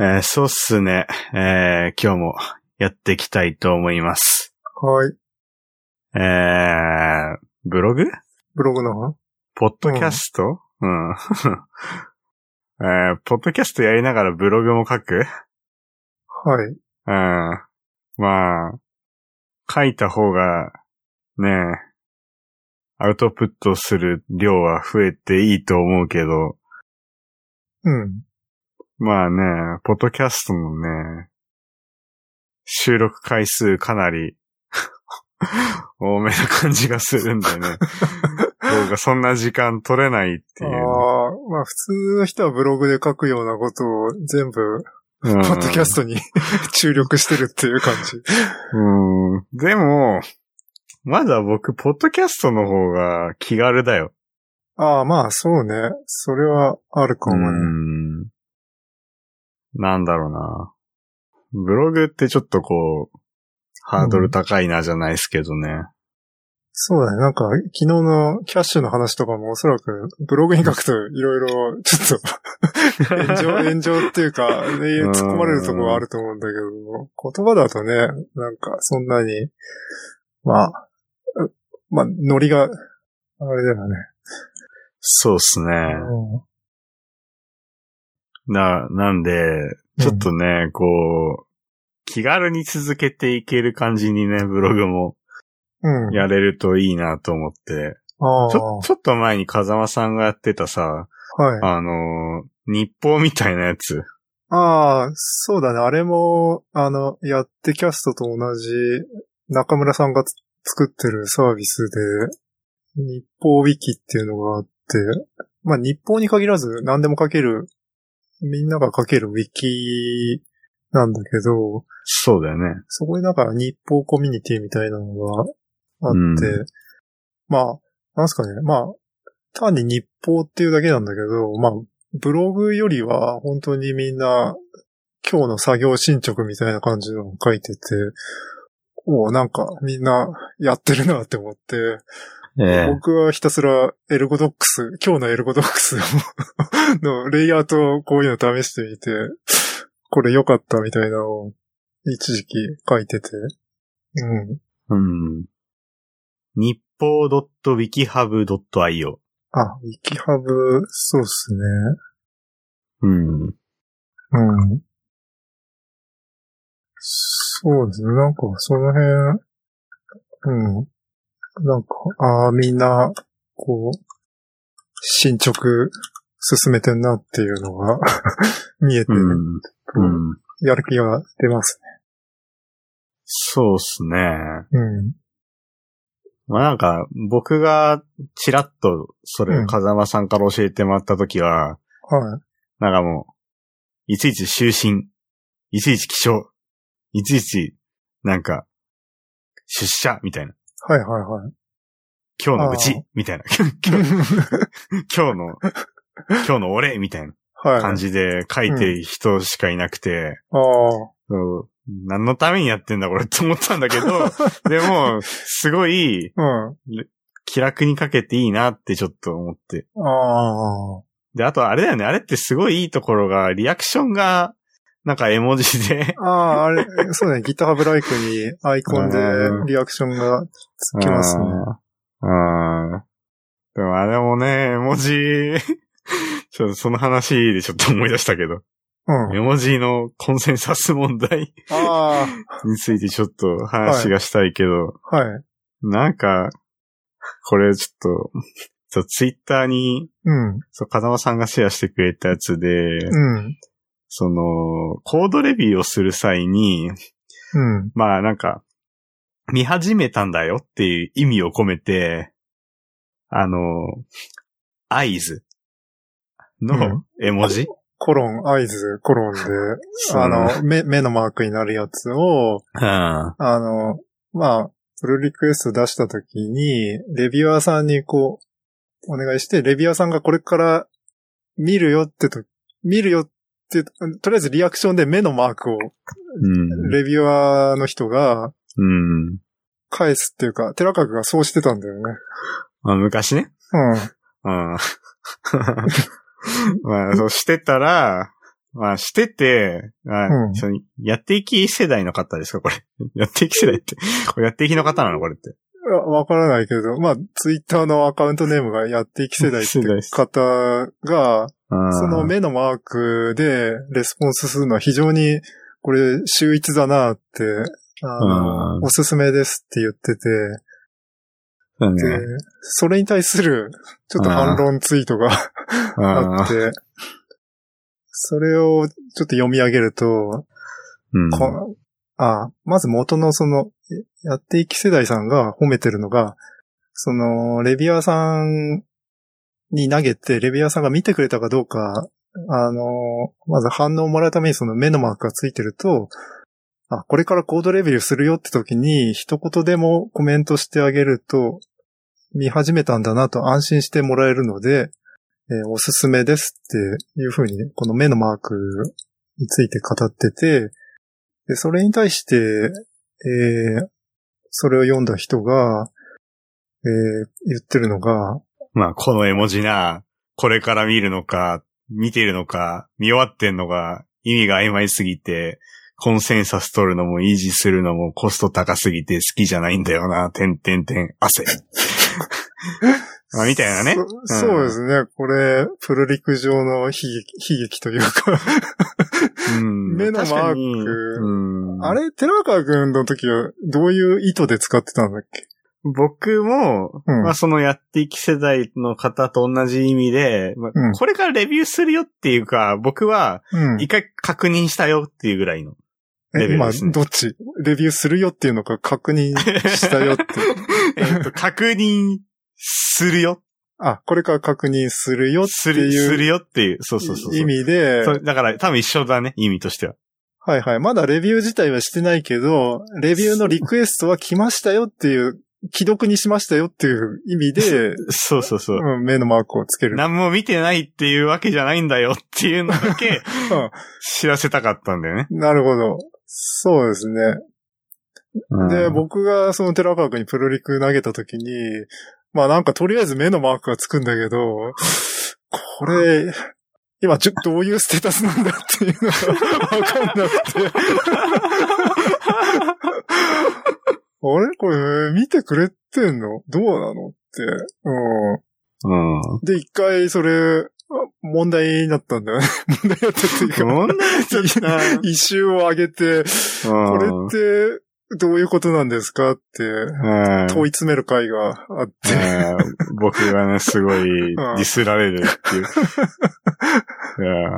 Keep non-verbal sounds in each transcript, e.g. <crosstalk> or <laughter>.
えーそうっすね。えー今日もやっていきたいと思います。はい。えーブログブログの方ポッドキャストうん。 <laughs> えーポッドキャストやりながらブログも書くはい。うん。まあ、書いた方が、ねえ、アウトプットする量は増えていいと思うけど、うん。まあね、ポッドキャストもね、収録回数かなり <laughs> 多めな感じがするんだよ <laughs> ね。僕がそんな時間取れないってあいあう。ー、まあ普通の人はブログで書くようなことを全部、うんポッドキャストに <laughs> 注力してるっていう感じ。うん。でも、まだ僕、ポッドキャストの方が気軽だよ。ああ、まあそうね。それはあるかもね。ん。なんだろうな。ブログってちょっとこう、ハードル高いなじゃないですけどね。そうだね。なんか、昨日のキャッシュの話とかもおそらく、ブログに書くといろいろ、ちょっと <laughs> 炎 <laughs> <laughs> 上、炎上っていうか、ね、うん突っ込まれるところはあると思うんだけど、言葉だとね、なんか、そんなに、まあ、うまあ、ノリが、あれだよね。そうっすね。な、なんで、ちょっとね、こう、気軽に続けていける感じにね、ブログもうん。うん。やれるといいなと思って、あちょ、あちょっと前に風間さんがやってたさ、はい。あのー日報みたいなやつ。ああ、そうだね。あれも、あの、やってキャストと同じ、中村さんがつ作ってるサービスで、日報ウィキっていうのがあって、まあ日報に限らず何でも書ける、みんなが書けるウィキなんだけど、そうだよね。そこになんか日報コミュニティみたいなのがあって、うんまあ、なんすかね、まあ、単に日報っていうだけなんだけど、まあ、ブログよりは本当にみんな今日の作業進捗みたいな感じのを書いてて、おうなんかみんなやってるなって思って、え僕はひたすらエルゴドックス、今日のエルゴドックスをのレイヤーとこういうの試してみて、これ良かったみたいなのを一時期書いてて。うん。うん。日報 .wikihub.io。あ、ウィキハブ、そうっすね。うん。うん。そうですね。なんか、その辺、うん。なんか、ああ、みんな、こう、進捗進めてんなっていうのが <laughs> 見えて、うん。うん。やる気が出ますそうっすね。ね。うん。まあなんか、僕がちらっとそれうをん風間さんから教えてもらったときは、はい。なんかもう、いちいち就寝、いちいち起床、いちいち、なんか、出社みたいな。はいはいはい。今日のうあちーみたいな。 <laughs> 今 <laughs> 日今日の、今日の俺みたいなはい。感じで書いてる人しかいなくて、ああ。そう何のためにやってんだこれって思ったんだ <laughs> けど、でも、すごいうん。気楽にかけていいなってちょっと思って。ああ。、で、あとあれだよね、あれってすごいいいところが、リアクションが、なんか絵文字でああ、あれ、 <laughs> そうね。GitHub ライクにアイコンでうんリアクションがつきますね。あー。あーでもあれもね、絵文字、 <laughs> ちょっとその話でちょっと思い出したけど、うん。絵文字のコンセンサス問題あ <laughs> についてちょっと話がしたいけど、あ。はい。なんか、これちょっと、そう、ツイッターに、うん。そう、風間さんがシェアしてくれたやつで、うん。その、コードレビューをする際に、うん。まあなんか、見始めたんだよっていう意味を込めて、あの、合図の絵文字、コロン、合図、コロンで、そあの、目、目のマークになるやつを、うんあの、まあ、プルリクエスト出したときに、レビュアーさんにこう、お願いして、レビュアーさんがこれから見るよってと、見るよって、とりあえずリアクションで目のマークを、うん。レビュアーの人がうん。返すっていうか、寺川がそうしてたんだよね。まあ昔ね。 <laughs> うん。うん。まあそうしてたら、まあ、してて、あうんそのやっていき世代の方ですかこれ。 <laughs> やっていき世代って。これやっていきの方なのこれって。わわからないけど、まあ、ツイッターのアカウントネームがやっていき世代って世代です方が、あーその目のマークでレスポンスするのは非常に、これ、秀逸だなって、あうの、んおすすめですって言ってて、そうでね。、それに対する、ちょっと反論ツイートがああっーて、それをちょっと読み上げると、うんこあまず元のその、えやっていき世代さんが褒めてるのが、その、レビュアーさんに投げて、レビュアーさんが見てくれたかどうか、あの、まず反応をもらうためにその目のマークがついてると、あ、これからコードレビューするよって時に、一言でもコメントしてあげると、見始めたんだなと安心してもらえるので、えーおすすめですっていうふうに、この目のマークについて語ってて、で、それに対して、えーそれを読んだ人が、えー言ってるのが、まあ、この絵文字な、これから見るのか、見てるのか、見終わってんのが、意味が曖昧すぎて、コンセンサス取るのも維持するのもコスト高すぎて好きじゃないんだよな、てんてんてん、 <laughs> 汗。まあみたいなねそそうですね。これ、プロ陸上の悲劇、悲劇というか、うん目のマーク確かにうん、あれ、寺川くんの時はどういう意図で使ってたんだっけ僕も、うんまあそのやっていき世代の方と同じ意味で、まあうんこれからレビューするよっていうか、僕はうん一回確認したよっていうぐらいの。 <laughs> レえ、ビュー今ですね、どっちレビューするよっていうのか確認したよって。 <laughs> えっと、確認するよ。あ、これから確認するよってする、するいうよっていう。そうそうそうそう。意味で、そうだから多分一緒だね、意味としては。はいはい。まだレビュー自体はしてないけど、レビューのリクエストは来ましたよっていう、既読にしましたよっていう意味で、そうそうそう。うん、目のマークをつける。何も見てないっていうわけじゃないんだよっていうのだ <laughs> けうん知らせたかったんだよね。なるほど。そうですね。で、僕がその寺川君にプロリク投げた時に、まあなんかとりあえず目のマークがつくんだけど、これ、今ちょどういうステータスなんだっていうのがわかんなくて。あれこれ見てくれてんのどうなのって。うん。 <laughs> うん。で、一回それ、あ問題になったんだよね。 <laughs> 問題になったっていうか、問題になっちゃった。 <laughs> 一周を上げて、 <laughs> これうんって、どういうことなんですかって、うん問い詰める回があって、うん僕がね、すごいディスられるっていう。いやー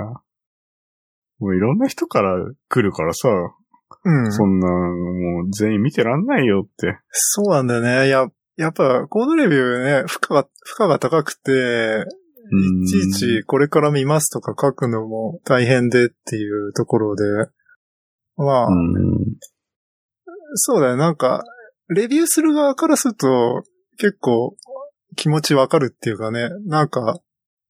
もういろんな人から来るからさ、うん。そんな、もう全員見てらんないよって。そうなんだよね。や、やっぱ、コードレビューね、負荷が、負荷が高くて、うんいちいちこれから見ますとか書くのも大変でっていうところで、まあ、うん。そうだよ、なんか、レビューする側からすると、結構気持ちわかるっていうかね、なんか、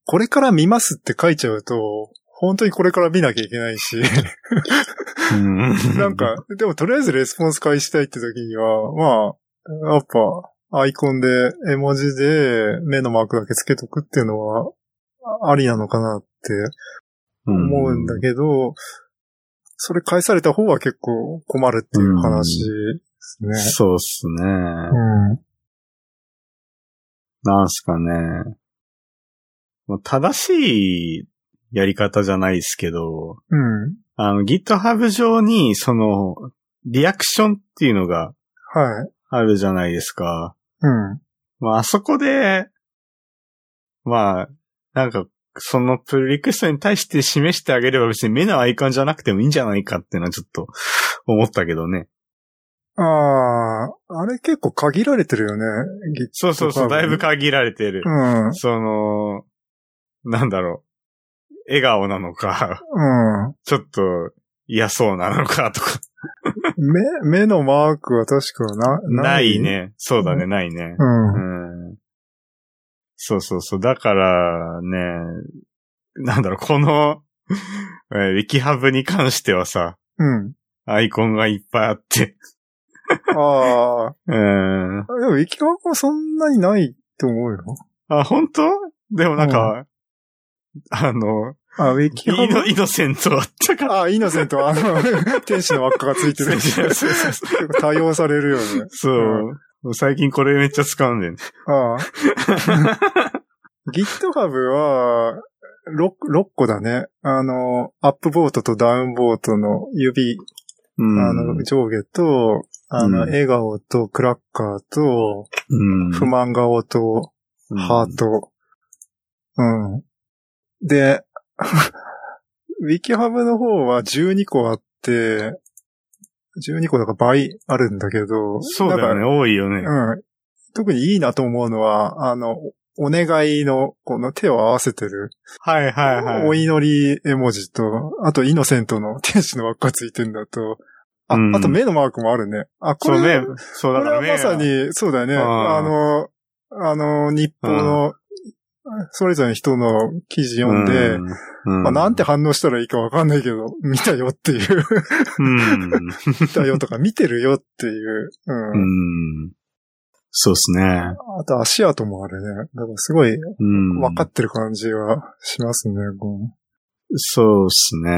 これから見ますって書いちゃうと、本当にこれから見なきゃいけないし、 <laughs> なんか、でもとりあえずレスポンス返したいって時には、まあ、やっぱ、アイコンで、絵文字で、目のマークだけつけとくっていうのは、あありなのかなって思うんだけど、それ返された方は結構困るっていう話ですね。そうっすね。うん。なんすかね。もう正しいやり方じゃないですけど、うん。あの GitHub 上にそのリアクションっていうのがはい。あるじゃないですか。うん。まあ、あそこで、まあ、なんか、そのプルリクエストに対して示してあげれば別に目のアイコンじゃなくてもいいんじゃないかっていうのはちょっと思ったけどね。ああ、あれ結構限られてるよね。ぎそうそうそう、とかだいぶ限られてるう。ん。うん。その、なんだろう。笑顔なのか、 <laughs> <laughs> ちょっと嫌そうなのかとか。目、目のマークは確かな、なないい。。ね。そうだね、ないねう。ん。う。うんそうそうそう。だからね、なんだろう、この、 <laughs> えー、ウィキハブに関してはさ、ん。アイコンがいっぱいあって。あうん。あ。でも、生き方はそんなにないと思うよ。あ、本当でもなんか、あの、あ、ウィキイハノ、ブイノセントあったか。あ、イノセント、あの、天使の輪っかがついてる。そうそうそう結構多用されるよね。そう。最近これめっちゃ使うんだよね。<laughs> ああ。GitHub は、6、六個だね。あの、アップボートとダウンボートの指、うん。あの、上下と、あの、うん笑顔とクラッカーと、うん。不満顔と、うんハート。うん。で、WikiHub の方は12個あって、12個だから倍あるんだけど、そうだよなんね。か多いよね。うん。特にいいなと思うのは、あの、おお願いの、この手を合わせてる、はいはいはい。お祈り絵文字と、あとイノセントの天使の輪っかついてんだと、あ、うんあと目のマークもあるね。あ、こそうれ、ね。そうだこかれらはね。まさに、そうだよね。うんあの、あの、日報の、それぞれの人の記事読んで、うん、まあ、なんて、て反応したらいいかわかんないけど、見たよって <laughs> いう、うん。見たよとか見てるよっていう、う <laughs> うん。ん。そうっすね。あと足跡もあるね。だからすごいうん。分かってる感じはしますね。こそうっすね。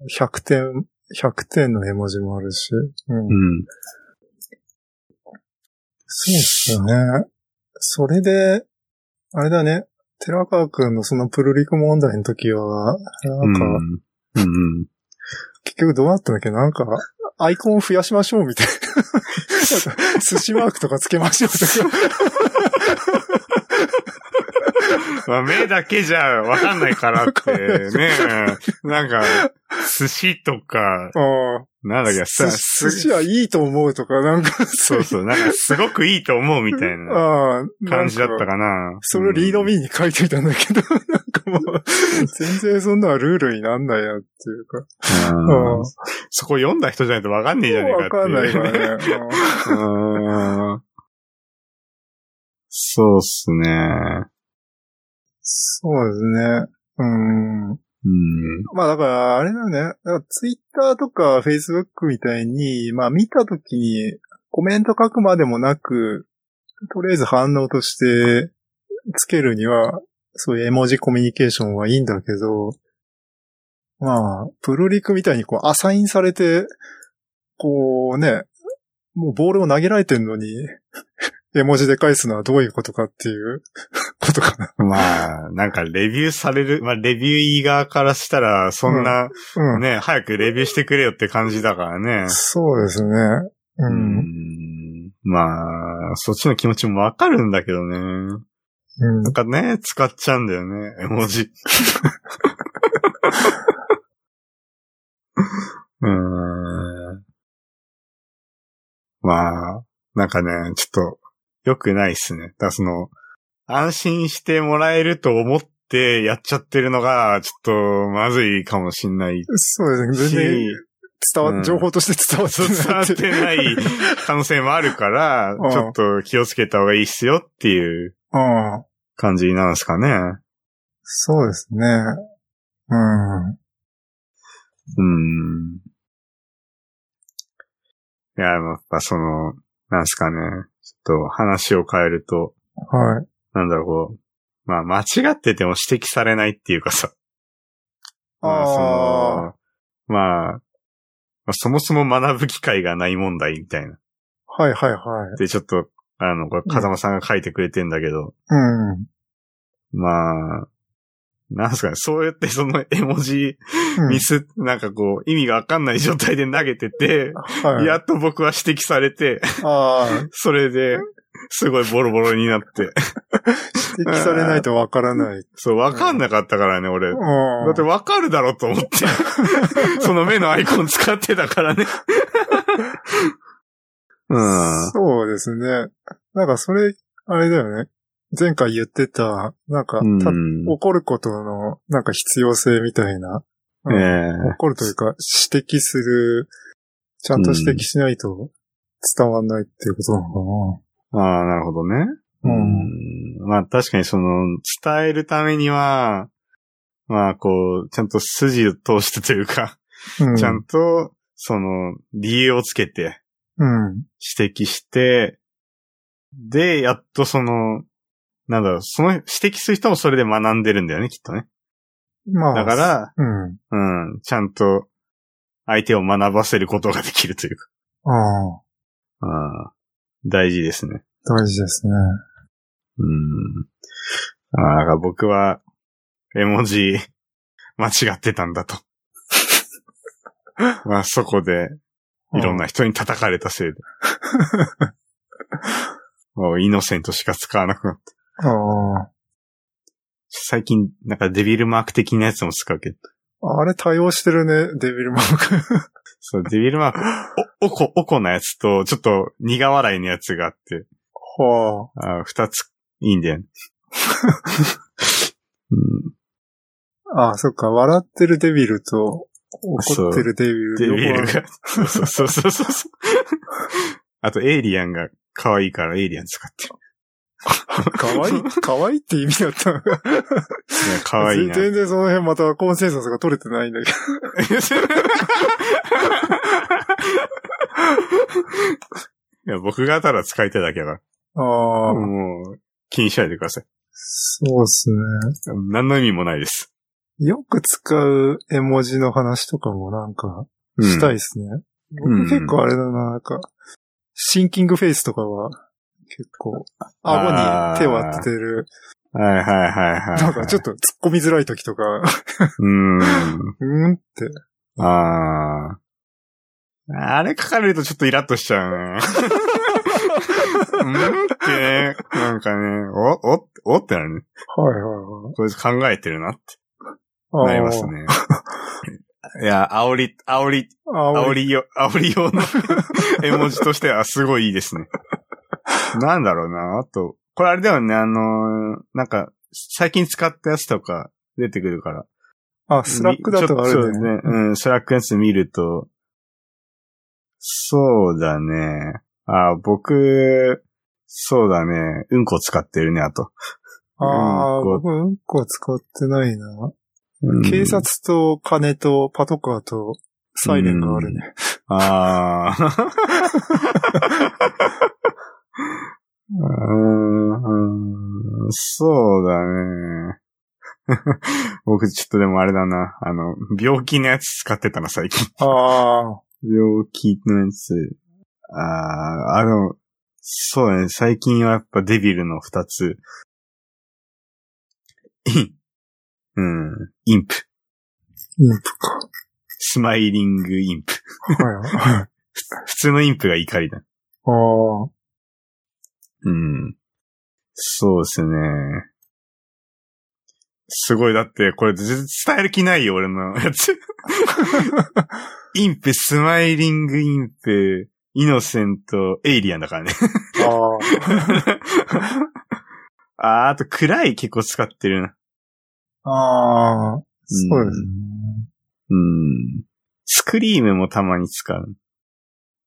う100点、100点の絵文字もあるし。うんうん。そうですよね。それで、あれだね、寺川くんのそのプルリク問題の時は、なんうか、ん。うん。結局どうなったんだっけなんか、 <laughs> アイコン増やしましょうみたい <laughs> な。なんか寿司マークとかつけましょうと <laughs> か。まあ、目だけじゃわかんないからって、ねなんか、寿司とか、うんなんだっけ、すさ、寿司はいいと思うとか、なんか、そうそう、なんかすごくいいと思うみたいな <laughs> ああ、感じだっなんたかかな。それをリードー。ミーに書いていたんだけど、なんかも <laughs> う、全然そんなルールになんないやっていうか。うんうん。そこ読んだ人じゃないとわかんねえじゃねえかわってかんないいう。から <laughs> ね。うんうーんそうっすね。そうですね。うん。うん。まあだから、あれだよね。だからツイッターとかフェイスブックみたいに、まあ見たときにコメント書くまでもなく、とりあえず反応としてつけるには、そういう絵文字コミュニケーションはいいんだけど、まあ、プルリクみたいにこうアサインされて、こうね、もうボールを投げられてんのに、絵文字で返すのはどういうことかっていうことかな。まあ、なんかレビューされる、まあレビューー側からしたら、そんな、うん。ね、早くレビューしてくれよって感じだからね。そうですね。ううんん。まあ、そっちの気持ちもわかるんだけどね。うんなんかね、使っちゃうんだよね、絵文字。 <laughs> うーん。まあ、なんかね、ちょっと、良くないっすね。だからその、安心してもらえると思ってやっちゃってるのが、ちょっと、まずいかもしんないそうですね。し、全然伝わ、うん情報として伝わってそうない。伝わってない可能性もあるから <laughs> うん、ちょっと気をつけた方がいいっすよっていう <laughs> うん。感じなんですかね。そうですね。うん。うん。いや、やっぱその、なんすかね、ちょっと話を変えると、はい。なんだろう、こう、まあ間違ってても指摘されないっていうかさ、まあそああ。の、まあ、まあそもそも学ぶ機会がない問題みたいな。はいはいはい。で、ちょっと、あの、これ風間さんが書いてくれてんだけど、うん。まあ、なんすかね、そうやってその絵文字うんミス、なんかこう、意味がわかんない状態で投げてて、はい。やっと僕は指摘されて、ああ、 <laughs> それで、すごいボロボロにな <laughs> って。指摘されないとわからない。うん。そう、わかんなかったからね、俺。だってわかるだろうと思って。 <laughs> その目のアイコン使ってたからね。うん。そうですね。なんかそれ、あれだよね。前回言ってた、なんか、うたん怒ることの、なんか必要性みたいな。うんええ怒るというか、指摘する、ちゃんと指摘しないと伝わんないっていうことなのああ、なるほどね。かな。うん。うんまあ確かにその、伝えるためには、まあこう、ちゃんと筋を通してというか、うちゃんと、その、理由をつけて、うん。指摘して、で、やっとその、なんだろう、その指摘する人もそれで学んでるんだよね、きっとね。まあ。だか、ら、うん。うん、ちゃんと相手を学ばせることができるというか、ああ、うん、大事ですね。大事ですね。うん。ああ、だから僕は、絵文字、間違ってたんだと。まあそこで、いろんな人に叩かれたせいで。もうイノセントしか使わなくなった。ああ。最近、なんかデビルマーク的なやつも使うけど。あれ対応してるね、デビルマーク。 <laughs> そう、デビルマーク、お、おこ、おこなやつと、ちょっと苦笑いのやつがあって、はああ二つ、いいんだよね。 <laughs> うんあ。ああ、そっか、笑ってるデビルと、怒ってるデビル。デビル両方あるが。そうそうそうそうそう。あと、エイリアンが可愛いからエイリアン使ってる。かわいい、 <laughs> かわいいって意味だったのが。いや可愛いな。全然その辺またコンセンサスが取れてないんだけ <laughs> ど。いや、僕がただ使いたいだけだかあら。あ、もう、気にしないでください。そうですね。何の意味もないです。よく使う絵文字の話とかもなんか、したいい。ですね。うん僕結構あれだな、なんか、シンキングフェイスとかは、結構、顎に手を当ててる。はいはいはいはい。なんかちょっと突っ込みづらい時とか、 <laughs> うーん。うーんって。あー。あれ書かれるとちょっとイラッとしちゃうね。うんってね、なんかね、お、お、おってなるね。はいはこいつ考えてるなっていはい。なりますね。 <laughs> いや、煽り、煽り、あー。煽煽り。りよ、煽り用の絵文字としてはすごいいいですね。なんだろうな、あと、これあれだよね、あのーなんか、最近使ったやつとか出てくるから。あ、スラックだとあみちょっるそうね。ね。うん、スラックのやつ見ると、そうだね。あ、僕、そうだね。うんこ使ってるね、あと。ああ、うんこ僕うんこ使ってないな。うん警察と金とパトカーとサイレンがあるね。ああ。 <laughs> うーん、そうだね。 <laughs> 僕ちょっとでもあれだな。あの、病気のやつ使ってたな、最近。あ病気のやつ。ああ、あの、そうだね。最近はやっぱデビルの二つ。イン。うん。インプ。インプか。スマイリングインプ。 <laughs> はいはい。普通のインプが怒りだ。ああ。うん。そうですね。すごい、だって、これ全然伝える気ないよ、俺のやつ。インプ、スマイリングインプ、イノセント、エイリアンだからね。あ <laughs> あー、あと、暗い結構使ってるな。あ。ああ。そうですね。うん。スクリームもたまに使う。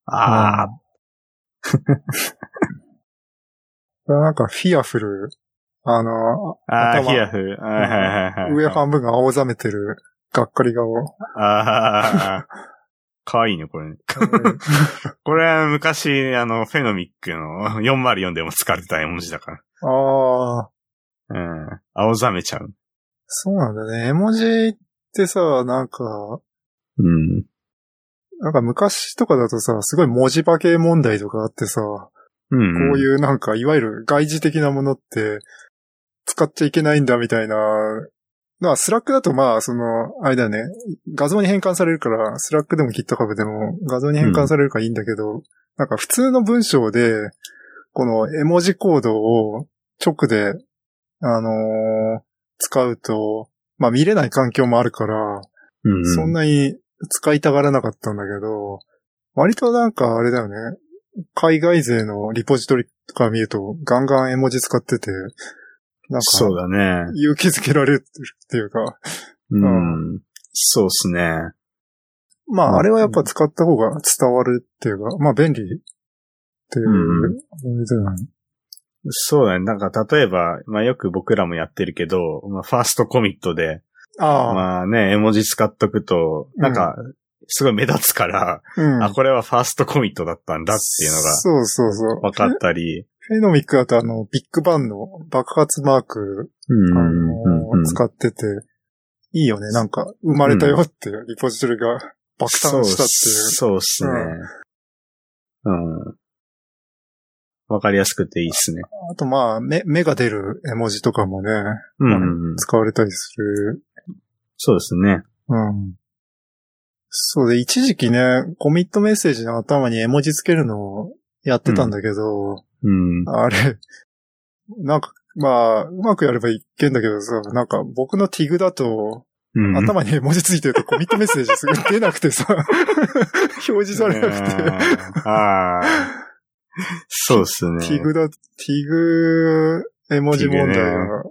ああ、うん。なんか、フィアフル。あの、ああ、頭ヒヤフ。はいはいはいはい。上半分が青ざめてる、がっかり顔。 <laughs> ああ。かわいいね、これね。うんこれは昔、あの、フェノミックの404でも使われてた絵文字だかああ。ら。うん。青ざめちゃう。そうなんだね。絵文字ってさ、なんか、うん。なんか昔とかだとさ、すごい文字化け問題とかあってさ、こうん。うう。いうなんか、いわゆる外事的なものって、使っちゃいけないんだみたいな、まあ、スラックだとまあ、その、あれだよね、画像に変換されるから、スラックでもキットカブでも画像に変換されるからいいんだけど、なんか普通の文章で、この絵文字コードを直で、あのー使うと、まあ見れない環境もあるから、うん、そんなに使いたがらなかったんだけど、割となんかあれだよね。海外勢のリポジトリとか見ると、ガンガン絵文字使ってて、なんそか、うだね。勇気づけられてるっていうか、うん。そうっすね。まうんああれはやっぱ使った方が伝わるっていうか、まあ便利っていう、あれだよね。そうだね。なんか、例えば、まあよく僕らもやってるけど、まあファーストコミットで、ああ、まあね、絵文字使っとくと、なんか、すごい目立つから、うん。あ、これはファーストコミットだったんだっていうのがそうそうそう。分かったり、フェノミックだとあの、ビッグバンの爆発マーク、うんあうんうんうのん使ってて、いいよね。なんか、生まれたよっていうリポジトリが爆誕したってそうっすね。うん。わかりやすくていいっすね。いう。あとまあ、目、目が出る絵文字とかもね、うんうんうん。使われたりする。そうですね。うん。そうで、一時期ね、コミットメッセージの頭に絵文字つけるのをやってたんだけど、うん。あれ、なんか、まあ、うまくやればいけんだけどさ、なんか僕のティグだと、うん、頭に絵文字ついてるとコミットメッセージすぐ出なく <laughs> てさ、表示されなくて、あーあ <laughs> ー。そうっすね。ティグだ、ティグ絵文字問題は、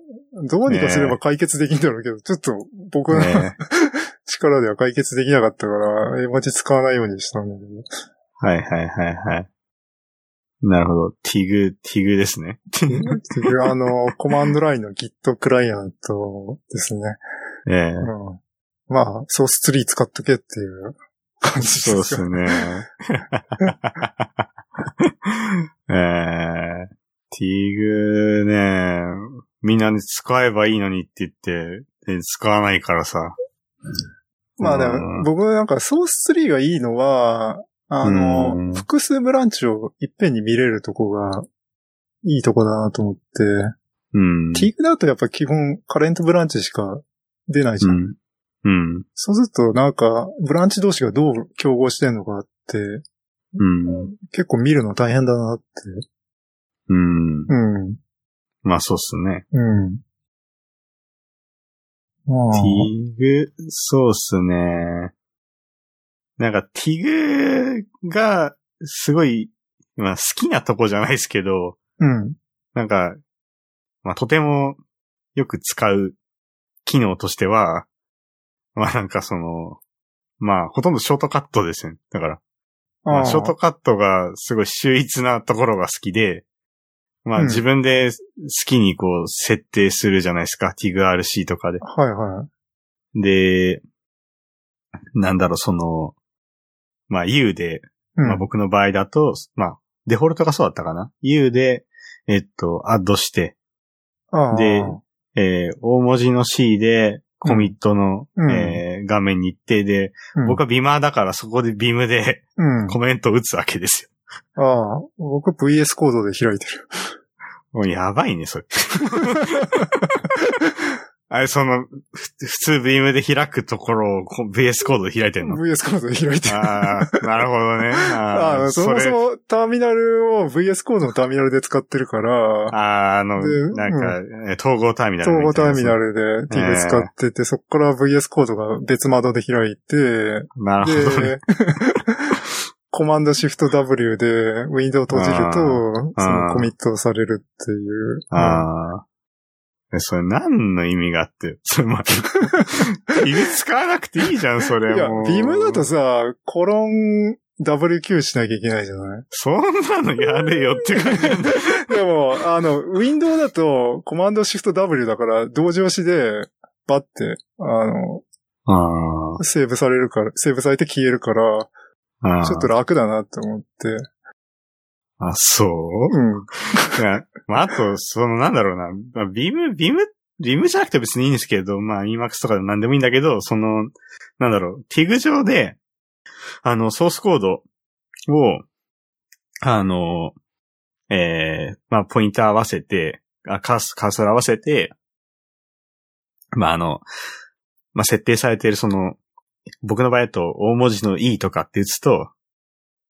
どうにかすれば解決できんだろうけど、ちょっと僕のね。力では解決できなかったから、絵文字使わないようにしたんだ <laughs> けど。はいはいはいはい。なるほど。ティグ、ティグですね。ティグあの、コマンドラインの Git クライアントですね。ええうん。まあ、ソース3使っとけっていう感じですそうよっすね。 <laughs> えー、ティグね、みんなね、使えばいいのにって言って、で使わないからさ。まあでうんも、僕なんかソース3がいいのは、あの、うん複数ブランチをいっぺんに見れるとこが、いいとこだなと思って、うん。ティークだとやっぱ基本カレントブランチしか出ないじゃん。うん。うん。そうするとなんか、ブランチ同士がどう競合してんのかって、うん。結構見るの大変だなって。うん。うん。まあそうっすね。うん。まあティグ、そうっすね。なんかティグが、すごい、まあ好きなとこじゃないですけど、うん。なんか、まあ、とてもよく使う機能としては、まあなんかその、まあほとんどショートカットですよね。だから、まああ、ーショートカットがすごい秀逸なところが好きで、まあうん自分で好きにこう設定するじゃないですか。TIGRC とかで。はいはい。で、なんだろう、その、まあ U でうん。まあ、僕の場合だと、まあ、デフォルトがそうだったかな。U で、えっと、アッドして、ああでえー大文字の C で、コミットの、うんえー画面に行って、で、うん僕はビマーだからそこでビムで <laughs> うん。コメントを打つわけですああ、僕 VS コードで開いてる。よ。もうやばいね、そ <laughs> れ。あれ、その、ふ普通ビームで開くところをこう VS コードで開いてんの。 VS コードで開いてる。ああ、なるほどね。ああーあ、そもそれもターミナルを VS コードのターミナルで使ってるから、あーあの、でなんか、えー統合ターミナル統み合たタいな。ーミナルで T で使ってて、そこから VS コードが別窓で開いて、なるほどね。で、 <laughs> コマンドシフト W でウィンドウを閉じると、あそああのコミットされるっていう。ああ。え、それ何の意味があってそれま <laughs> あ、意味使わなくていいじゃん、それいやもう。、ビームだとさ、コロン WQ しなきゃいけないじゃない <laughs> そんなのやれよって感じなん <laughs> だ。でも、あの、ウィンドウだと、コマンドシフト W だから、同時押しで、バッて、あの、あセーブされるから、セーブされて消えるから、ああ。ちょっと楽だなって思って。あ、そううん。いやまあ、あと、その、なんだろうな。まあ、ビーム、ビーム、ビームじゃなくて別にいいんですけど、まあ、EMAX とかでも何でもいいんだけど、その、なんだろう、ティグ上で、あの、ソースコードを、あの、えー、まあ、ポインター合わせて、あカース、カーソル合わせて、まあ、あの、まあ、設定されているその、僕の場合だと大文字の E とかって打つと、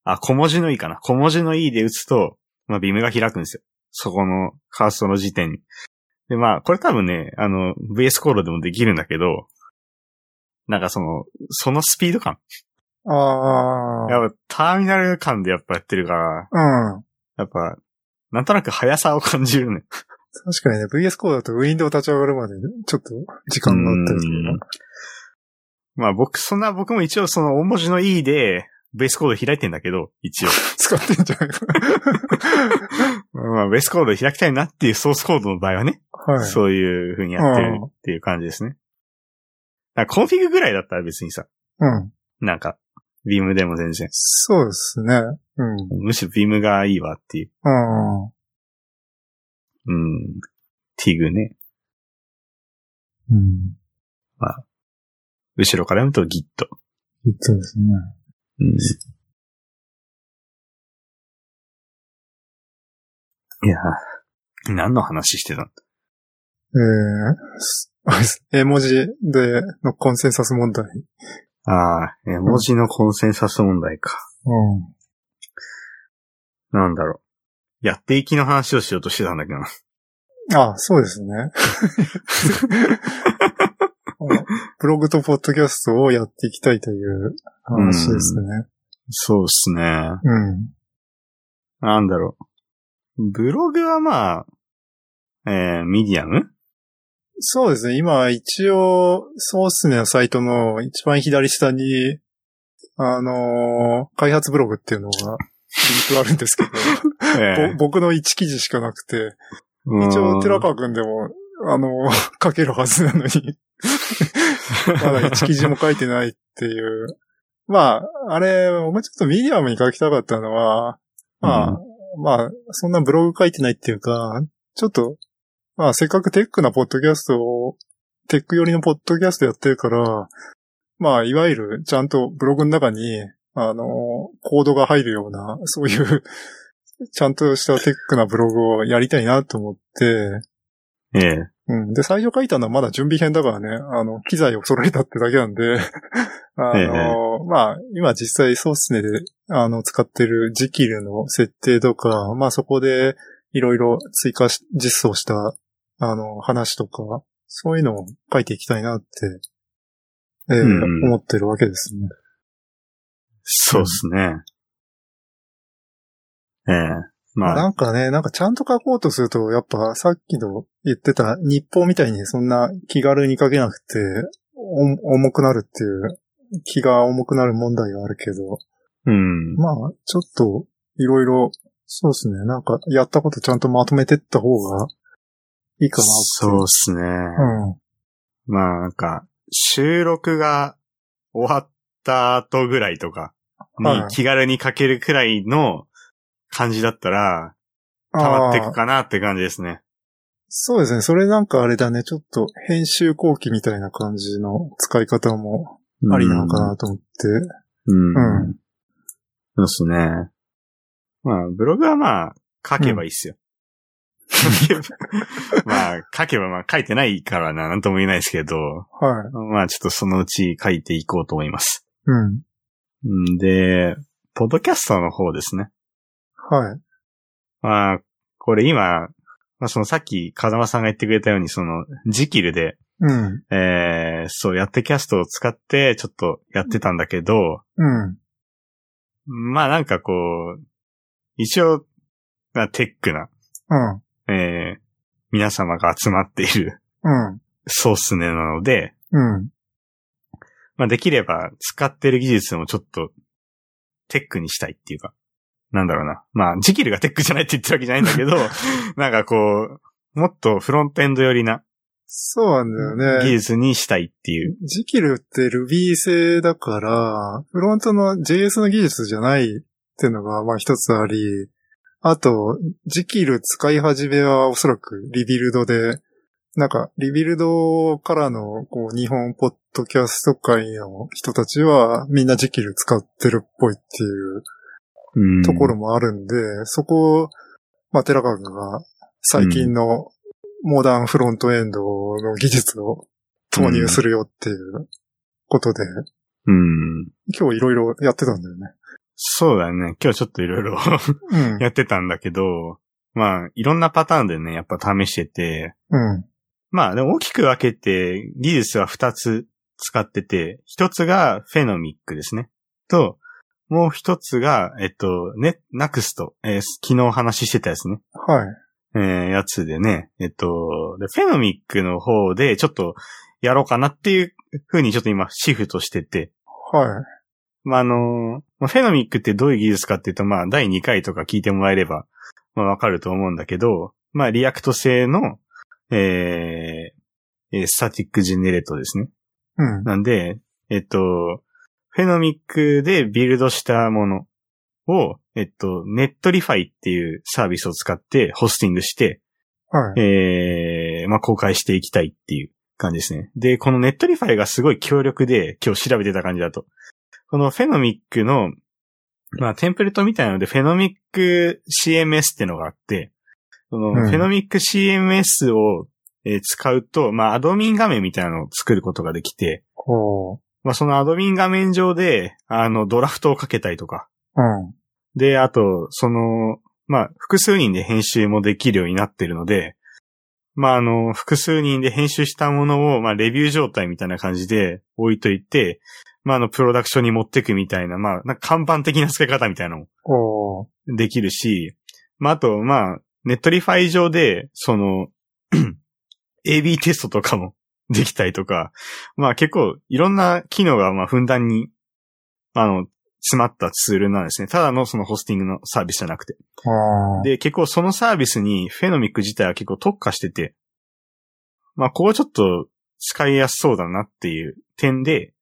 あ、小文字の E かな。小文字の E で打つと、まあ、ビームが開くんですよ。そこのカーストの時点に。で、まあ、これ多分ね、あの、VS コードでもできるんだけど、なんかその、そのスピード感。ああ。やっぱターミナル感でやっぱやってるから、うん。やっぱ、なんとなく速さを感じるね。 <laughs> 確かにね、VS コードだとウィンドウ立ち上がるまで、ちょっと、時間があったりすうんる。まあ僕、そんな、僕も一応その大文字の E で、VS コード開いてんだけど、 <laughs> 一応。使ってんじゃないまあ VS コード開きたいなっていうソースコードの場合はね、 <laughs> はい。そういう風にやってるっていう感じですね。だからコンフィグぐらいだったら別にさ、うん。なんか、ビームでも全然。そうですね。うん。むしろビームがいいわっていう。うん。うん。ティグね。うん。後ろから読むと Git。そうですね。うんいやー、何の話してたのえーすあれです、絵文字でのコンセンサス問題。ああ、絵文字のコンセンサス問題か。うん。なんだろう。やっていきの話をしようとしてたんだけどな。あそうです <laughs> ね。あのブログとポッドキャストをやっていきたいという話ですね。そうっすね。うん。なんだろう。ブログはまあ、えー、ミディ <laughs> アムそうですね。今、一応、ソースネのサイトの一番左下に、あのー開発ブログっていうのが、リンクあるんですけど、 <laughs> えぼ僕の1記事しかなくて、ー一応、寺う川くんでも、あの <laughs> ー書けるはずなのに、 <laughs> まだ1記事も書いてないっていう。まあ、あれ、もうちょっとミディアムに書きたかったのは、まあ、まあ、そんなブログ書いてないっていうか、ちょっと、まあ、せっかくテックなポッドキャストを、テック寄りのポッドキャストやってるから、まあ、いわゆる、ちゃんとブログの中に、あの、コードが入るような、そういう、ちゃんとしたテックなブログをやりたいなと思って、ん。ええうん。で、最初書いたのはまだ準備編だからね、あの、機材を揃えたってだけなんで、 <laughs> あの、ええまあ、今実際ソースネで、あの、使ってるジキルの設定とか、まあそこでいろいろ追加し、実装した、あの、話とか、そういうのを書いていきたいなって、ええうん思ってるわけですね。そうっすね。ええまあ、なんかね、なんかちゃんと書こうとすると、やっぱさっきの言ってた日報みたいにそんな気軽に書けなくて、お重くなるっていう、気が重くなる問題があるけど、うん。まあ、ちょっと、いろいろ、そうですね、なんかやったことちゃんとまとめてった方がいいかなって。そうっすね。うん。まあなんか、収録が終わった後ぐらいとかはにい気軽に書けるくらいの感じだったら、溜まっていあくーかなって感じですね。そうですね、それなんかあれだね、ちょっと編集後期みたいな感じの使い方もありなのかなと思って。うん。うそうですね。まあ、ブログはまあ、書けばいいっすよ。書けば <laughs> まあ、書けばまあ、書いてないからな、なんとも言えないですけど、はい。まあ、ちょっとそのうち書いていこうと思います。うん。んで、ポッドキャストの方ですね。はい。まあ、これ今、まあそのさっき風間さんが言ってくれたように、その、ジキルで、うん。えー、そう、やってキャストを使って、ちょっとやってたんだけど、うん。まあなんかこう、一応、まあ、テックな、うん。えー、皆様が集まっている <laughs> うん。ソースネなので、うん。まあできれば使ってる技術もちょっと、テックにしたいっていうか、なんだろうな。まあ、ジキルがテックじゃないって言ってるわけじゃないんだけ <laughs> ど、なんかこう、もっとフロントエンド寄りなそうなんだよ技ね。術にしたいっていう。ジキルって Ruby 製だから、フロントの JS の技術じゃないっていうのが、まあ一つあり、あと、ジキル使い始めはおそらくリビルドで、なんか、リビルドからの、こう、日本ポッドキャスト界の人たちは、みんなジキル使ってるっぽいっていううんところもあるんで、そこを、まあ、寺川君が最近のモダンフロントエンドの技術を投入するよっていうことで、うん。今日いろいろやってたんだよね。そうだね。今日ちょっといろいろ <laughs> うん。やってたんだけど、まあ、いろんなパターンでね、やっぱ試してて、うん。まあ、でも大きく分けて、技術は2つ使ってて、1つがフェノミックですね。と、もう1つが、えっと、ね、ナクスト、えー昨日話してたやつね。はい。えーやつでね、えっと、でフェノミックの方で、ちょっと、やろうかなっていう風にちょっと今シフトしてて、はい。まあ、あの、まあフェノミックってどういう技術かっていうと、まあ、第2回とか聞いてもらえれば、まあ、わかると思うんだけど、まあ、リアクト製の、えーえースタティックジェネレートですね。うん。なんで、えっと、フェノミックでビルドしたものを、えっと、ネットリファイっていうサービスを使ってホスティングして、はい。えーまあ、公開していきたいっていう感じですね。で、このネットリファイがすごい強力で、今日調べてた感じだと。このフェノミックの、まあ、テンプレートみたいなので、フェノミック CMS ってのがあって、その、うんフェノミック CMS を、えー使うと、まあ、アドミン画面みたいなのを作ることができて、ほう。まあ、そのアドミン画面上で、あの、ドラフトをかけたりとか、うん。で、あと、その、まあ、複数人で編集もできるようになってるので、まあ、あの、複数人で編集したものを、まあ、レビュー状態みたいな感じで置いといて、まあ、あの、プロダクションに持ってくみたいな、まあ、なんか看板的な使い方みたいなのもほう。できるし、まあ、あと、まあ、ネットリファイ上で、その、AB テストとかも <laughs> できたりとか、まあ結構いろんな機能がまあふんだんに、あの、詰まったツールなんですね。ただのそのホスティングのサービスじゃなくて。あーで、結構そのサービスにフェノミック自体は結構特化してて、まあここちょっと使いやすそうだなっていう点で、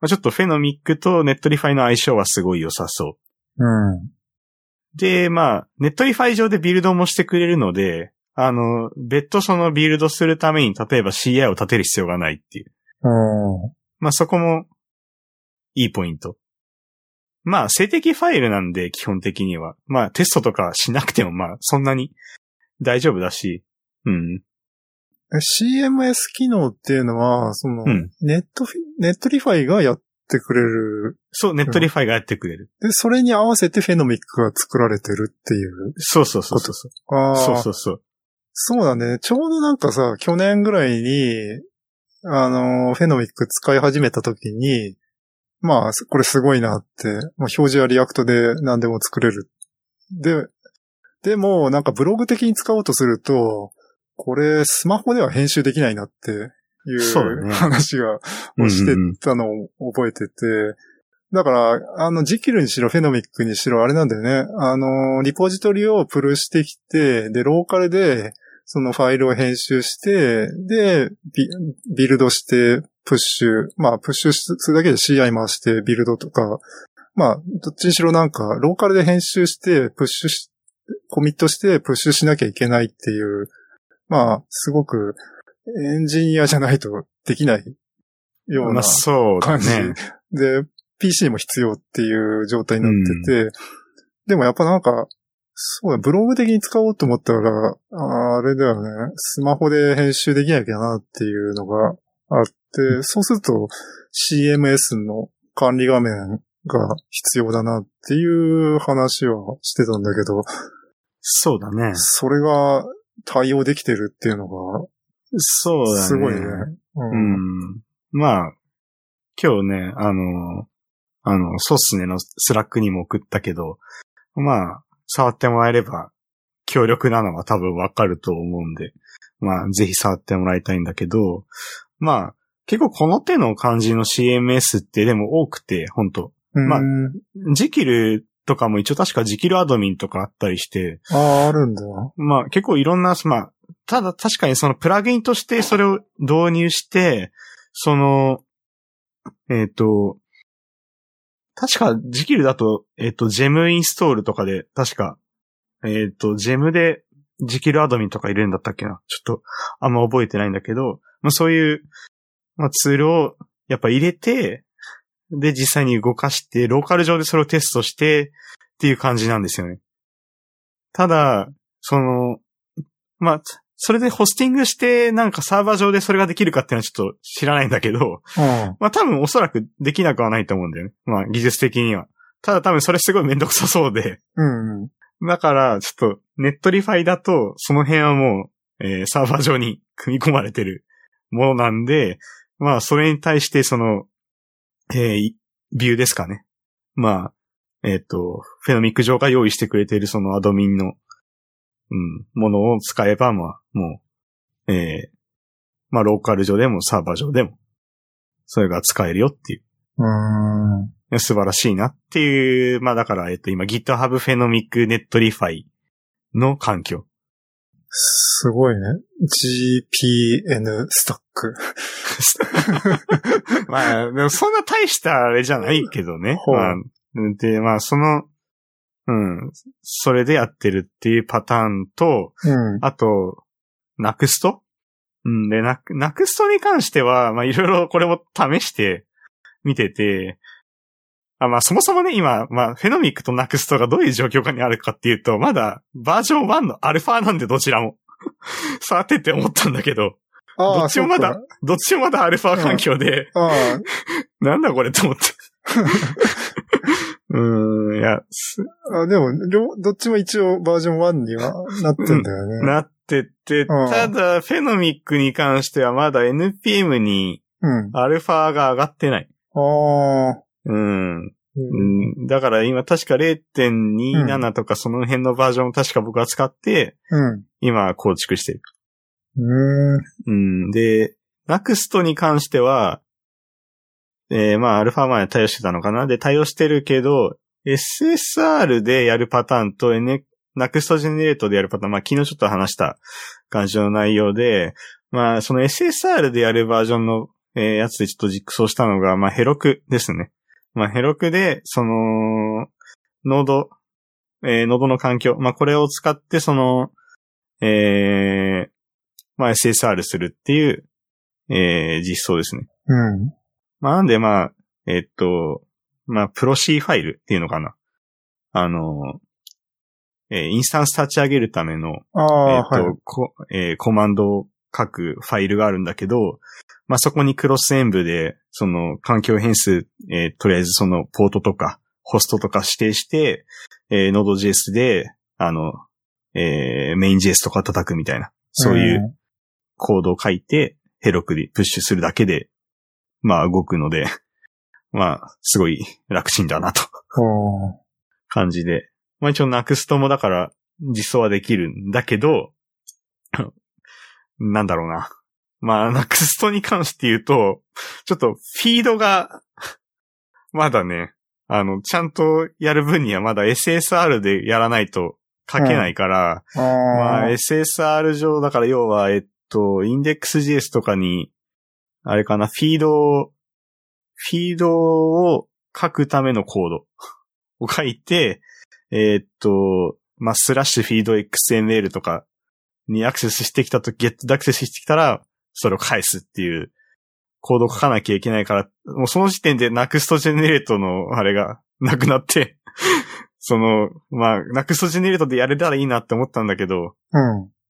まあちょっとフェノミックとネットリファイの相性はすごい良さそう。うん。で、まあ、ネットリファイ上でビルドもしてくれるので、あの、別途そのビルドするために、例えば CI を立てる必要がないっていう。うん。まあ、そこも、いいポイント。まあ、静的ファイルなんで、基本的には。まあ、テストとかしなくても、まあ、そんなに大丈夫だし、うん。え CMS 機能っていうのは、その、うんネットフィ、ネットリファイがやってくれる。そう、ネットリファイがやってくれる。で、それに合わせてフェノミックが作られてるっていう。そうそうそうそう。ああ、そうそうそう。そうだね。ちょうどなんかさ、去年ぐらいに、あのー、フェノミック使い始めた時に、まあ、すこれすごいなって、まあ、表示はリアクトで何でも作れる。で、でも、なんかブログ的に使おうとすると、これスマホでは編集できないなっていそううだね話がをしてたのを覚えてて、だから、あの、ジキルにしろ、フェノミックにしろ、あれなんだよね。あの、リポジトリをプルしてきて、で、ローカルで、そのファイルを編集して、で、ビビルドして、プッシュ、まあ、プッシュするだけで CI 回して、ビルドとか、まあ、どっちにしろなんか、ローカルで編集して、プッシュし、コミットして、プッシュしなきゃいけないっていう、まあ、すごく、エンジニアじゃないとできないようまなあ、そうだ感じね。で、PC も必要っていう状態になってて、でもやっぱなんか、そうだ、ブログ的に使おうと思ったら、ああれだよね、スマホで編集できなきゃなっていうのがあって、そうすると CMS の管理画面が必要だなっていう話はしてたんだけど、そうだね。それが対応できてるっていうのが、そうだね。すごいね。う。ん。まあ、今日ね、あの、あの、そうっすねのスラックにも送ったけど、まあ、触ってもらえれば、強力なのは多分わかると思うんで、まあ、ぜひ触ってもらいたいんだけど、まあ、結構この手の感じの CMS ってでも多くて、本当まあうんジキルとかも一応確かジキルアドミンとかあったりして、ああ、あるんだ。まあ結構いろんな、まあ、ただ確かにそのプラグインとしてそれを導入して、その、えっ、と、確か時期だと、えっ、と、ジェムインストールとかで、確か、えっ、と、ジェムでジキルアドミンとか入れるんだったっけな。ちょっと、あんま覚えてないんだけど、まあそういう、まあツールをやっぱ入れて、で実際に動かして、ローカル上でそれをテストしてっていう感じなんですよね。ただ、その、まあ、それでホスティングして、なんかサーバー上でそれができるかっていうのはちょっと知らないんだけど、うん。まあ多分おそらくできなくはないと思うんだよね。まあ技術的には。ただ多分それすごいめんどくさそうで。うんうん。だから、ちょっとネットリファイだと、その辺はもう、えーサーバー上に組み込まれてるものなんで、まあそれに対してその、えーいビューですかね。まあ、えっ、と、フェノミック上が用意してくれているそのアドミンの、うん、ものを使えば、まあ、もう、えーまあローカル上でもサーバー上でも、それが使えるよっていう。うーん。素晴らしいなっていう、まあだから、えっと、今 GitHub Phenomic Netlify の環 <laughs> 境。すごいね。GPN スタック。まあ、でもそんな大したあれじゃないけどね。ほうまあ、で、まあその、うん、それでやってるっていうパターンと、うん。あと、ナクストうん、で、なく、なくすとに関しては、まあ、いろいろこれも試して、見てて、あ、まあ、そもそもね、今、まあ、フェノミックとナクストがどういう状況下にあるかっていうと、まだ、バージョン1のアルファなんでどちらも。 <laughs> 触ってって思ったんだけど、ああ、どっちもまだそっかどっちもまだアルファ環境で、ああ、なんだこれと思って。 <laughs> うーん、いや、すあ、でも、両、どっちも一応バージョン1にはなってんだよね。なってって、うんただ、フェノミックに関してはまだ NPM にうん。アルファが上がってない。ああ、うん。うんうんだから今確か0.27とかその辺のバージョンを確か僕は使って、うん。今構築してる。うーうん。ん。で、ナクストに関しては、えーまあ、アルファ前は対応してたのかなで、対応してるけど、SSR でやるパターンと、N、ナクストジェネレートでやるパターン、まあ、昨日ちょっと話した感じの内容で、まあ、その SSR でやるバージョンの、えーやつでちょっと実装したのが、まあ、ヘロクですね。まあ、ヘロクで、その、ノード、えーノードの環境、まあ、これを使って、その、えー、まあ、SSR するっていう、えー、実装ですね。うん。まあ、なんでまあ、えっと、まあ、プロシーファイルっていうのかな。あの、えーインスタンス立ち上げるための、あえあっ、と、はい。こえーコマンドを書くファイルがあるんだけど、まあ、そこにクロス演舞で、その、環境変数、えーとりあえずその、ポートとか、ホストとか指定して、えー、Node.js で、あの、えー、メイン JS とか叩くみたいな、そういう、コードを書いて、ヘロクでプッシュするだけで、まあ動くので、まあ、すごい楽ちんだなとうん。あ感じで。まあ一応なくすともだから実装はできるんだけど、 <laughs> なんだろうな。まあ、ナクストに関して言うと、ちょっとフィードが、まだね、あの、ちゃんとやる分にはまだ SSR でやらないと書けないから、あ。まあ、ああ。 SSR 上だから要は、えっと、インデックス JS とかに、あれかな、フィードを、フィードを書くためのコード <laughs> を書いて、えっと、まあ、スラッシュフィード XML とかにアクセスしてきたと、ゲットでアクセスしてきたら、それを返すっていうコードを書かなきゃいけないから、もうその時点でナクストジェネレートのあれがなくなって、その、まあ、ナクストジェネレートでやれたらいいなって思ったんだけど、う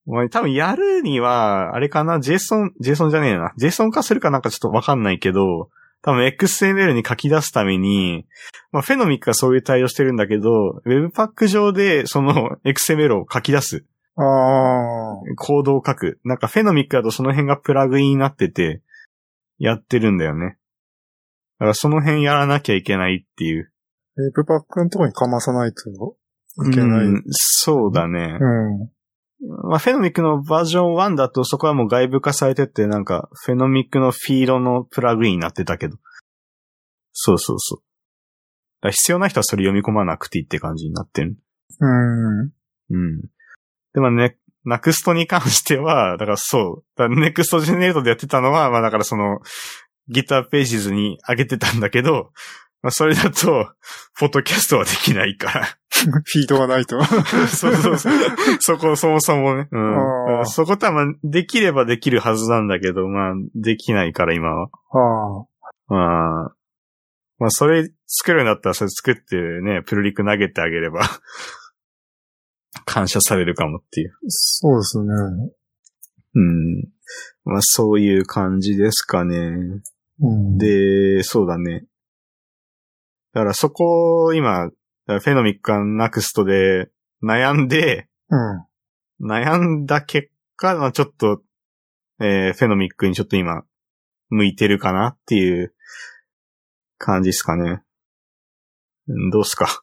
ん。まあ、多分やるには、あれかな、JSON、JSON じゃねえな、JSON 化するかなんかちょっとわかんないけど、多分 XML に書き出すために、まあ、フェノミックはそういう対応してるんだけど、Webpack 上でその <laughs> XML を書き出すああ。コードを書く。なんかフェノミックだとその辺がプラグインになってて、やってるんだよね。だからその辺やらなきゃいけないっていう。ウェブパックのとこにかまさないといけない。う。うんんそうだね。うん。まあ、フェノミックのバージョン1だとそこはもう外部化されてて、なんか、フェノミックのフィードのプラグインになってたけど。そうそうそう。だから必要な人はそれ読み込まなくていいって感じになってる。うん。うん。でもね、ナクストに関しては、だからそう。だからネクストジェネレートでやってたのは、まあだからその、GitHub Pages に上げてたんだけど、まあそれだと、ポッドキャストはできないから。フィードが <laughs> ないと。 <laughs> そうそうそう。そこ、そもそもね。うあん。ーそこたま、できればできるはずなんだけど、まあ、できないから今は。あまあ、まあ、それ作るんだったら、それ作ってね、プルリク投げてあげれば、 <laughs> 感謝されるかもっていう。そうですね。うん。まあ、そういう感じですかね。うん、で、そうだね。だからそこを今、だからフェノミックかナクストで悩んで、うん。悩んだ結果、まあちょっと、えー、フェノミックにちょっと今、向いてるかなっていう感じですかね。うんどうっすか。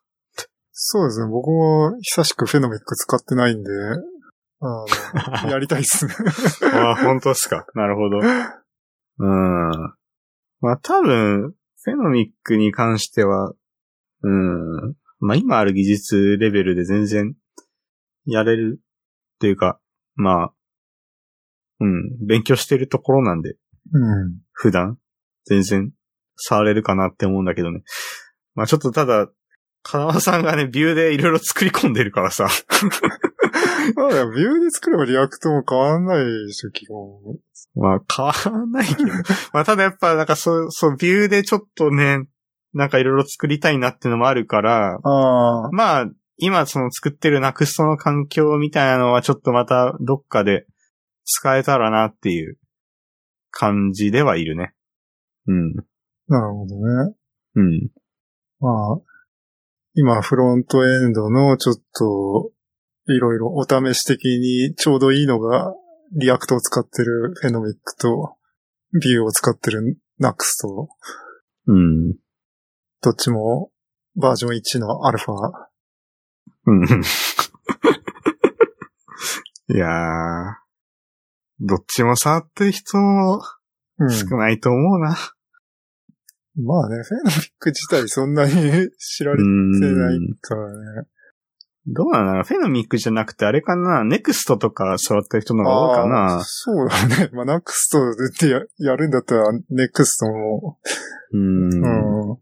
そうですね。僕も久しくフェノミック使ってないんで、あのやりたいっすね。ああ、本当っすか。なるほど。うん。まあ多分、フェノミックに関しては、うん。まあ今ある技術レベルで全然やれるっていうか、まあ、うん、勉強してるところなんで、うん。普段、全然、触れるかなって思うんだけどね。まあちょっとただ、金輪さんがね、ビューでいろいろ作り込んでるからさ。まあでもビューで作ればリアクトも変わんないでしょ、基本。 <laughs> まあ、変わらない <laughs> けど。まあ、ただやっぱ、なんかそう、そう、ビューでちょっとね、なんかいろいろ作りたいなっていうのもあるから、ああ。まあ、今その作ってるナクストの環境みたいなのはちょっとまたどっかで使えたらなっていう感じではいるね。うん。なるほどね。うん。まあ、今フロントエンドのちょっと、いろいろお試し的にちょうどいいのが、リアクトを使ってるフェノミックと、ビューを使ってるナクスと、うん。どっちもバージョン1のアルファ。うん。 <laughs> いやー。どっちも触ってる人もうん。少ないと思うな。まあね、フェノミック自体そんなに <laughs> 知られてないからね。どうなんだろうフェノミックじゃなくてあれかなネクストとか触ってる人の方が多いかあーなそうだね。 <laughs> まあ、ナクストでややるんだったら、ネクストも、うん。うん。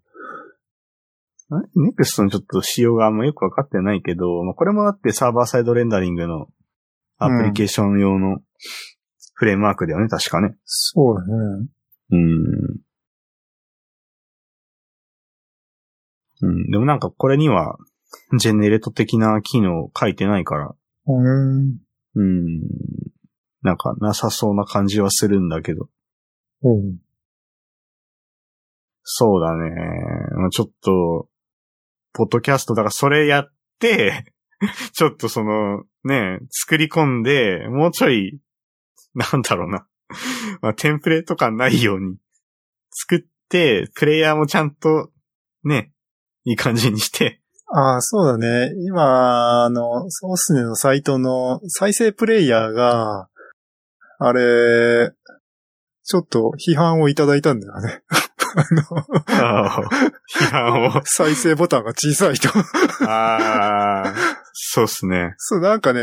あネクストのちょっと仕様があんまよくわかってないけど、まあ、これもだってサーバーサイドレンダリングのアプリケーション用のフレームワークだよね、確かね。そうだね。うん。うん、でもなんかこれには、ジェネレート的な機能書いてないから、うん。うん。なんかなさそうな感じはするんだけど。うん。そうだね。まあちょっと、ポッドキャスト、だからそれやって、 <laughs> ちょっとその、ね、作り込んで、もうちょい、なんだろうな。 <laughs> まあ、テンプレとかないように作って、プレイヤーもちゃんと、ね、いい感じにして。 <laughs> ああ、そうだね。今、あの、ソースネのサイトの再生プレイヤーが、あれ、ちょっと批判をいただいたんだよね。 <laughs> あああ批判をの、。再生ボタンが小さいと。ああ、そうっすね。そう、なんかね、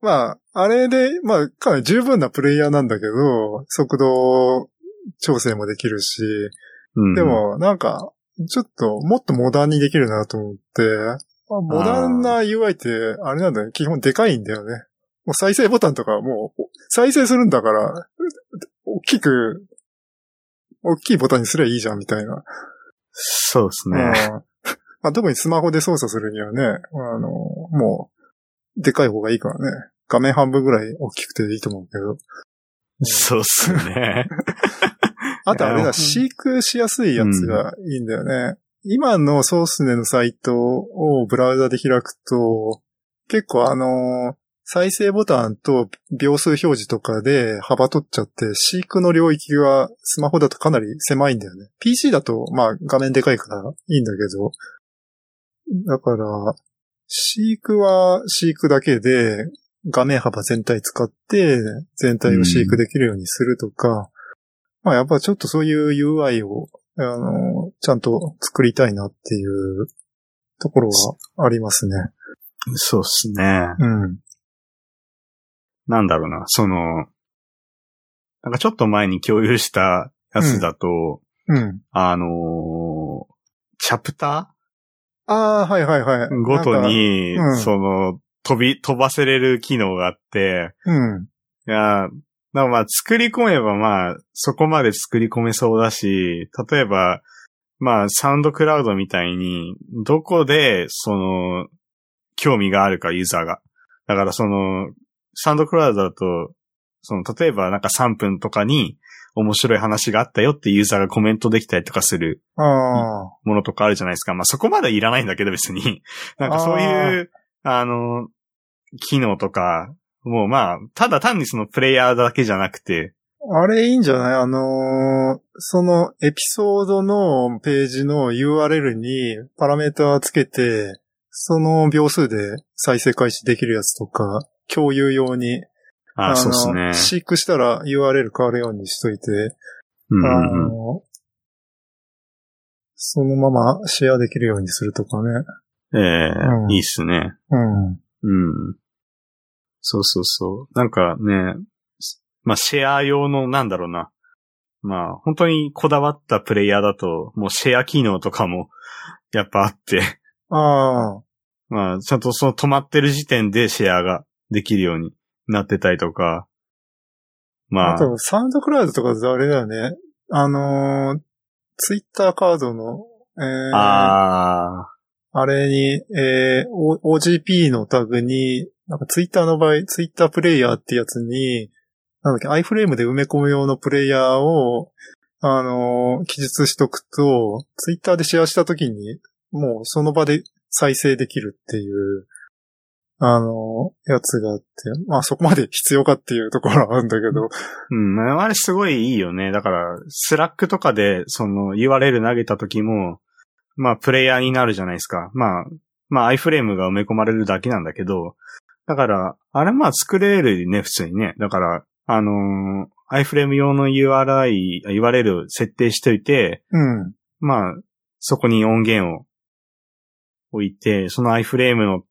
まあ、あれで、まあ、かなり十分なプレイヤーなんだけど、速度調整もできるし、うん、で、も、なんか、ちょっと、もっとモダンにできるなと思って、まあ、モダンな UI って、あれなんだよね、基本でかいんだよね。もう再生ボタンとかもう、再生するんだから、大きく、大きいボタンにすればいいじゃん、みたいな。そうっすね。うんまあ、特にスマホで操作するにはね、あの、もう、でかい方がいいからね。画面半分ぐらい大きくていいと思うけど。そうっすね。あとあれいやだ、飼育しやすいやつがいいんだよね。今のソースネのサイトをブラウザで開くと、結構あの、再生ボタンと秒数表示とかで幅取っちゃって、飼育の領域がスマホだとかなり狭いんだよね。PC だと、まあ画面でかいからいいんだけど。だから、飼育は飼育だけで、画面幅全体使って、全体を飼育できるようにするとか、まあやっぱちょっとそういう UI を、あの、ちゃんと作りたいなっていうところがありますね。そうっすね。うん。なんだろうな、その、なんかちょっと前に共有したやつだと、うん。あのーチャプタああ、はいはいはい。ーごとに、なんかうんその、飛び、飛ばせれる機能があって、なんか。いやー、なんかまあ作り込めばまあ、そこまで作り込めそうだし、例えば、まあ、サウンドクラウドみたいに、どこで、その、興味があるか、ユーザーが。だからその、サウンドクラウドだと、その、例えばなんか3分とかに面白い話があったよってユーザーがコメントできたりとかするうん。ああ。ものとかあるじゃないですか。まあそこまでいらないんだけど別に。 <laughs> なんかそういう、あの、機能とか、もうまあ、ただ単にそのプレイヤーだけじゃなくて、あれいいんじゃないあのーそのエピソードのページの URL にパラメーターつけて、その秒数で再生開始できるやつとか、共有用に、あのそうですね。飼育したら URL 変わるようにしといて、うんあうんうんの、そのままシェアできるようにするとかね。ええうんいいっすね。うん。うん。そうそうそう。なんかね、まあシェア用のなんだろうな。まあ本当にこだわったプレイヤーだと、もうシェア機能とかもやっぱあって、ああ、まあちゃんとその止まってる時点でシェアができるようになってたりとか、まああ、と、サウンドクラウドとかあれだよね。あのーツイッターカードの、えーああれに、えー、O- OGP のタグに、なんかツイッターの場合、ツイッタープレイヤーってやつに、なんだっけ、iFrame で埋め込む用のプレイヤーを、あのー記述しとくと、ツイッターでシェアしたときに、もうその場で再生できるっていう、あのーやつがあって、まあそこまで必要かっていうところはあるんだけど、ー、うん、あれすごいいいよね。だから、スラックとかで、その URL 投げた時も、まあ、プレイヤーになるじゃないですか。まあ、まあ、iFrame が埋め込まれるだけなんだけど、だから、あれまあ作れるね、普通にね。だから、あのー iFrame 用の URI、URL 設定しておいて、うん。まあ、そこに音源を置いて、その iFrame の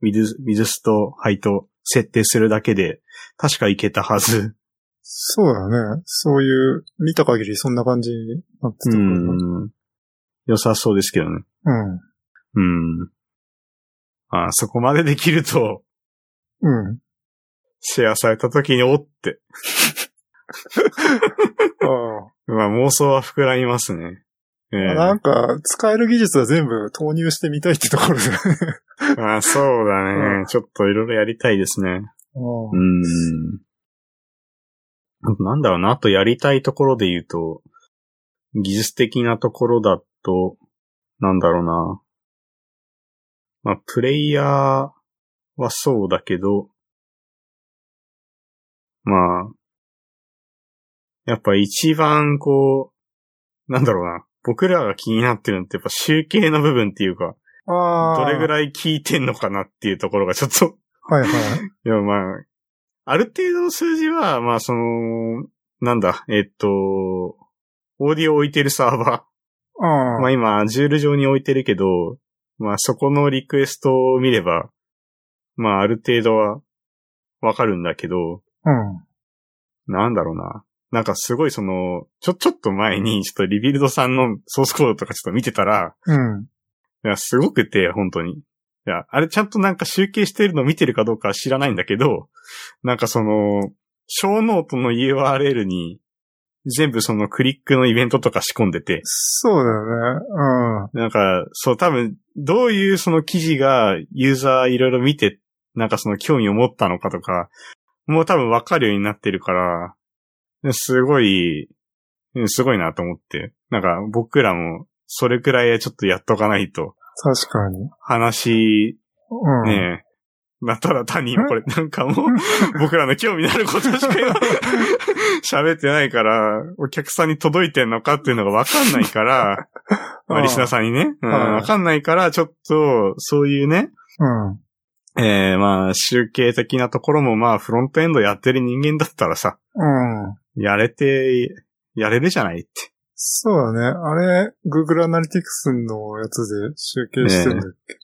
With, With と h i と設定するだけで、確かいけたはず。そうだね。そういう、見た限りそんな感じになってたから。うん。うん良さそうですけどね。うん。あそこまでできると、うん。シェアされた時におって。あまあ妄想は膨らみますね。ええあなんか、使える技術は全部投入してみたいってところだね。あそうだうね。ちょっといろいろやりたいですね。ううんん。あとなんだろうな、あとやりたいところで言うと、技術的なところだと、なんだろうな。まあ、プレイヤーはそうだけど、まあ、やっぱ一番こう、なんだろうな。僕らが気になってるのってやっぱ集計の部分っていうか、ああ。どれぐいらい効いてんのかなっていうところがちょっとはいはい。でもまあ、ある程度の数字は、まあその、なんだ、えっと、オーディオ置いてるサーバー。あまあ今、ジュール上に置いてるけど、まあそこのリクエストを見れば、まあある程度はわかるんだけど、あ。うん。なんだろうな。なんかすごいその、ちょ、ちょっと前に、ちょっとリビルドさんのソースコードとかちょっと見てたら、うん。いや、すごくて、本当に。いや、あれちゃんとなんか集計してるの見てるかどうかは知らないんだけど、なんかその、小ノートの URL に、全部そのクリックのイベントとか仕込んでて、そうだよね。うん。なんか、そう多分、どういうその記事がユーザーいろいろ見て、なんかその興味を持ったのかとか、もう多分わかるようになってるから、すごい、うんすごいなと思って。なんか僕らも、それくらいはちょっとやっとかないと、確かに。話うん。ねえ。まあ、ただ単に、これ、なんかも <laughs> う、僕らの興味のあることしか今喋ってないから、お客さんに届いてんのかっていうのがわかんない <laughs> から、まあ、リスナーさんにね、うんはいわかんないから、ちょっと、そういうね、うん。うん。ええまあ、集計的なところも、まあ、フロントエンドやってる人間だったらさ、うん。やれて、やれるじゃないって。そうだね。あれ、Google Analytics のやつで集計してんだっけ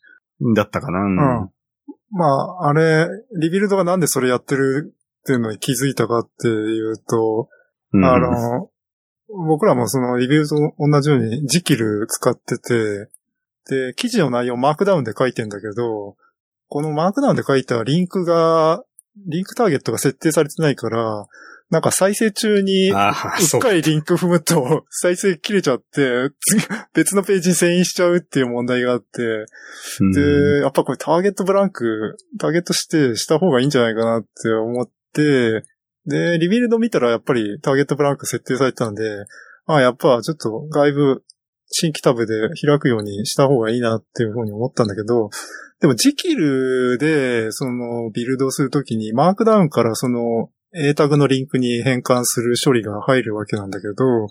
だったかな。うんうん。まあ、あれ、リビルドがなんでそれやってるっていうのに気づいたかっていうと、うんあの、僕らもそのリビルドと同じようにジキル使ってて、で、記事の内容マークダウンで書いてんだけど、このマークダウンで書いたリンクが、リンクターゲットが設定されてないから、なんか再生中に、ああ、うそっう。かりリンク踏むと、 <laughs> 再生切れちゃって、次別のページに遷移しちゃうっていう問題があって、うんで、やっぱこれターゲットブランク、ターゲットしてした方がいいんじゃないかなって思って、で、リビルド見たらやっぱりターゲットブランク設定されてたんで、ああ、やっぱちょっと外部新規タブで開くようにした方がいいなっていうふうに思ったんだけど、でもジキルで、その、ビルドするときに、マークダウンからその、A タグのリンクに変換する処理が入るわけなんだけど、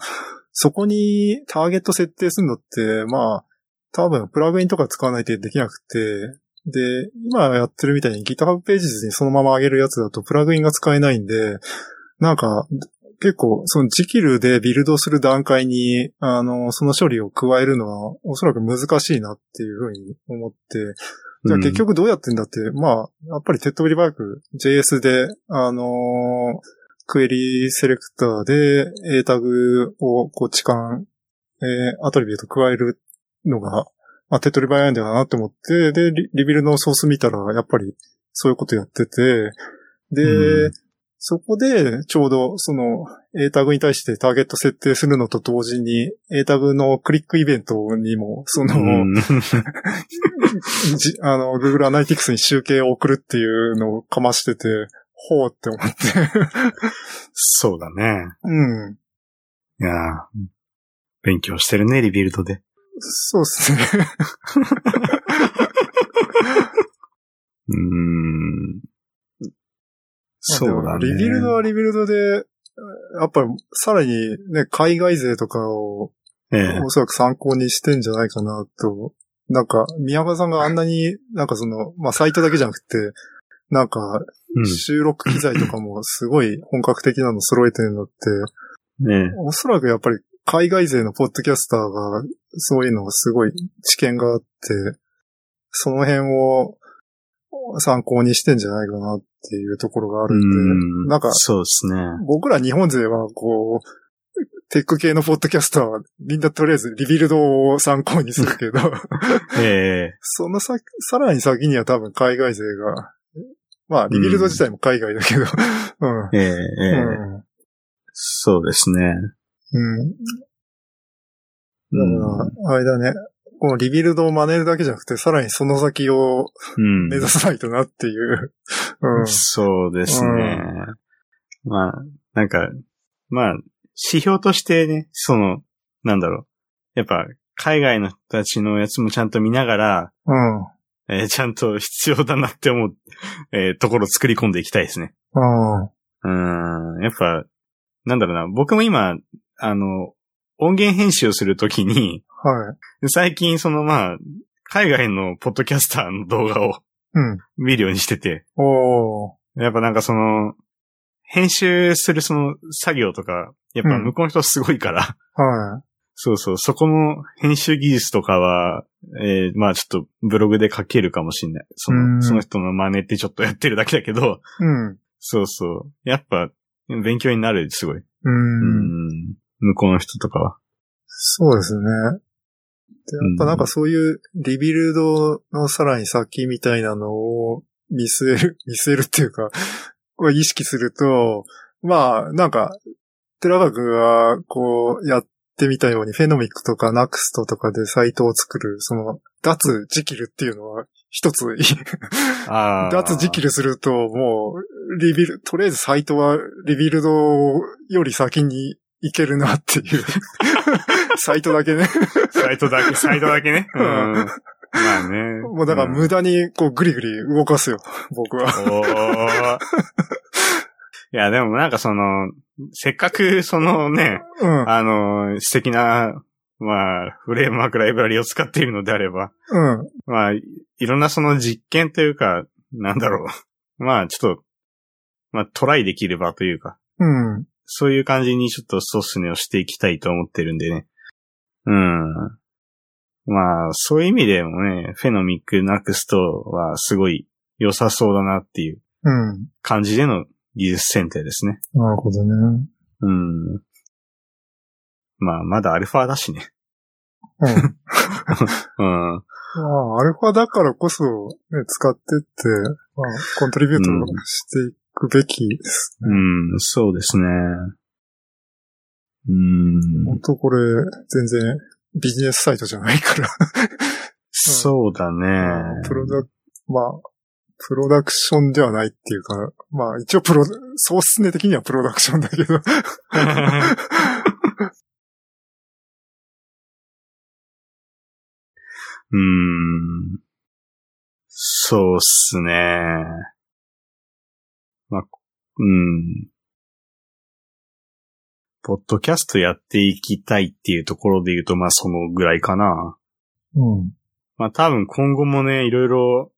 そこにターゲット設定するのって、まあ、多分プラグインとか使わないとできなくて、で、今やってるみたいに GitHub ページにそのまま上げるやつだとプラグインが使えないんで、なんか、結構、そのジキルでビルドする段階に、あの、その処理を加えるのはおそらく難しいなっていうふうに思って、じゃあ結、局どうやってんだって、まあ、やっぱり手っ取り早く JS で、あのークエリセレクターで A タグをこう置換、えーアトリビュート加えるのが、まあ、手っ取り早いんだよなって思って、で、リリビルのソース見たら、やっぱりそういうことやってて、で、うんそこで、ちょうど、その、A タグに対してターゲット設定するのと同時に、A タグのクリックイベントにも、その、うん。じあの、Google Analytics に集計を送るっていうのをかましてて、ほうって思って。そうだね。うん。いやー勉強してるね、リビルドで。そうですね。 <laughs> うーん。そうまだね。あでもリビルドはリビルドで、やっぱりさらにね、海外勢とかをええおそらく参考にしてんじゃないかなと。なんか、宮川さんがあんなに、なんかその、まあ、サイトだけじゃなくて、なんか、う収録機材とかもすごい本格的なの揃えてるのって、ん。ええおそらくやっぱり海外勢のポッドキャスターがそういうのをすごい知見があって、その辺を参考にしてんじゃないかなっていうところがあうるんで、ん。なんかそうですね。僕ら日本勢はこう、テック系のポッドキャスターはみんなとりあえずリビルドを参考にする <laughs> けど、ええその先、さらに先には多分海外勢が、まあリビルド自体も海外だ <laughs> けど、うん。えええうえん。そうですね。うん。うだんから、あれだね。このリビルドを真似るだけじゃなくて、さらにその先をうん目。指さないとなっていう。うん。そうですね。まあ、なんか、まあ、指標としてね、その、なんだろう。やっぱ、海外の人たちのやつもちゃんと見ながら、うん。えーちゃんと必要だなって思う、えーところを作り込んでいきたいですね。うん。うーん、やっぱ、なんだろうな。僕も今、あの、音源編集をするときに、はい。最近そのまあ、海外のポッドキャスターの動画をうん。見るようにしてて、おー。やっぱなんかその、編集するその作業とか、やっぱ向こうの人すごいから、はそうそう、そこの編集技術とかは、えーまあちょっとブログで書けるかもしんない。そうんの、その人の真似ってちょっとやってるだけだけど、い。うん。そうそう、やっぱ勉強になる、すごい。う。うんん。向こうの人とかは。そうですね。で、やっぱなんかそういうリビルドのさらに先みたいなのを見据える、 <laughs> 見据えるっていうか、こう意識すると、まあ、なんか、寺川君がこうやってみたように、フェノミックとかナクストとかでサイトを作る、その、脱ジキルっていうのは、一つ、ああ。脱ジキルすると、もう、リビル、とりあえずサイトはリビルドより先に行けるなっ <laughs> ていう。サイトだけね。サイトだけ、サイトだけ <laughs> ね。うん。まあね。もうだからうん無駄にこうグリグリ動かすよ、僕は。おーいや、でもなんかその、せっかくそのね、うん。あの、素敵な、まあ、フレームワークライブラリを使っているのであれば、うん。まあ、いいろんなその実験というか、なんだろう。まあ、ちょっと、まあ、トライできればというか、うん。そういう感じにちょっとソースネをしていきたいと思ってるんでね。うん。まあ、そういう意味でもね、フェノミックナクストはすごい良さそうだなっていううん。感じでの技術選定ですね。なるほ <laughs> どね。うん。まあ、まだアルファだしね。うん。うん。まあ、アルファだからこそ、ね、使ってって、まあ、コントリビュートしていくべきです。うん、そうですね。うん、本当これ、全然ビジネスサイトじゃないから。そうだね。プロダク、まあ、プロダクションではないっていうか、まあ一応プロ、ソースね的にはプロダクションだけ <laughs> ど。うん。そうっすね。まあ、うん。ポッドキャストやっていきたいっていうところで言うと、まあそのぐらいかな。うん。まあ多分今後もね、いろいろ、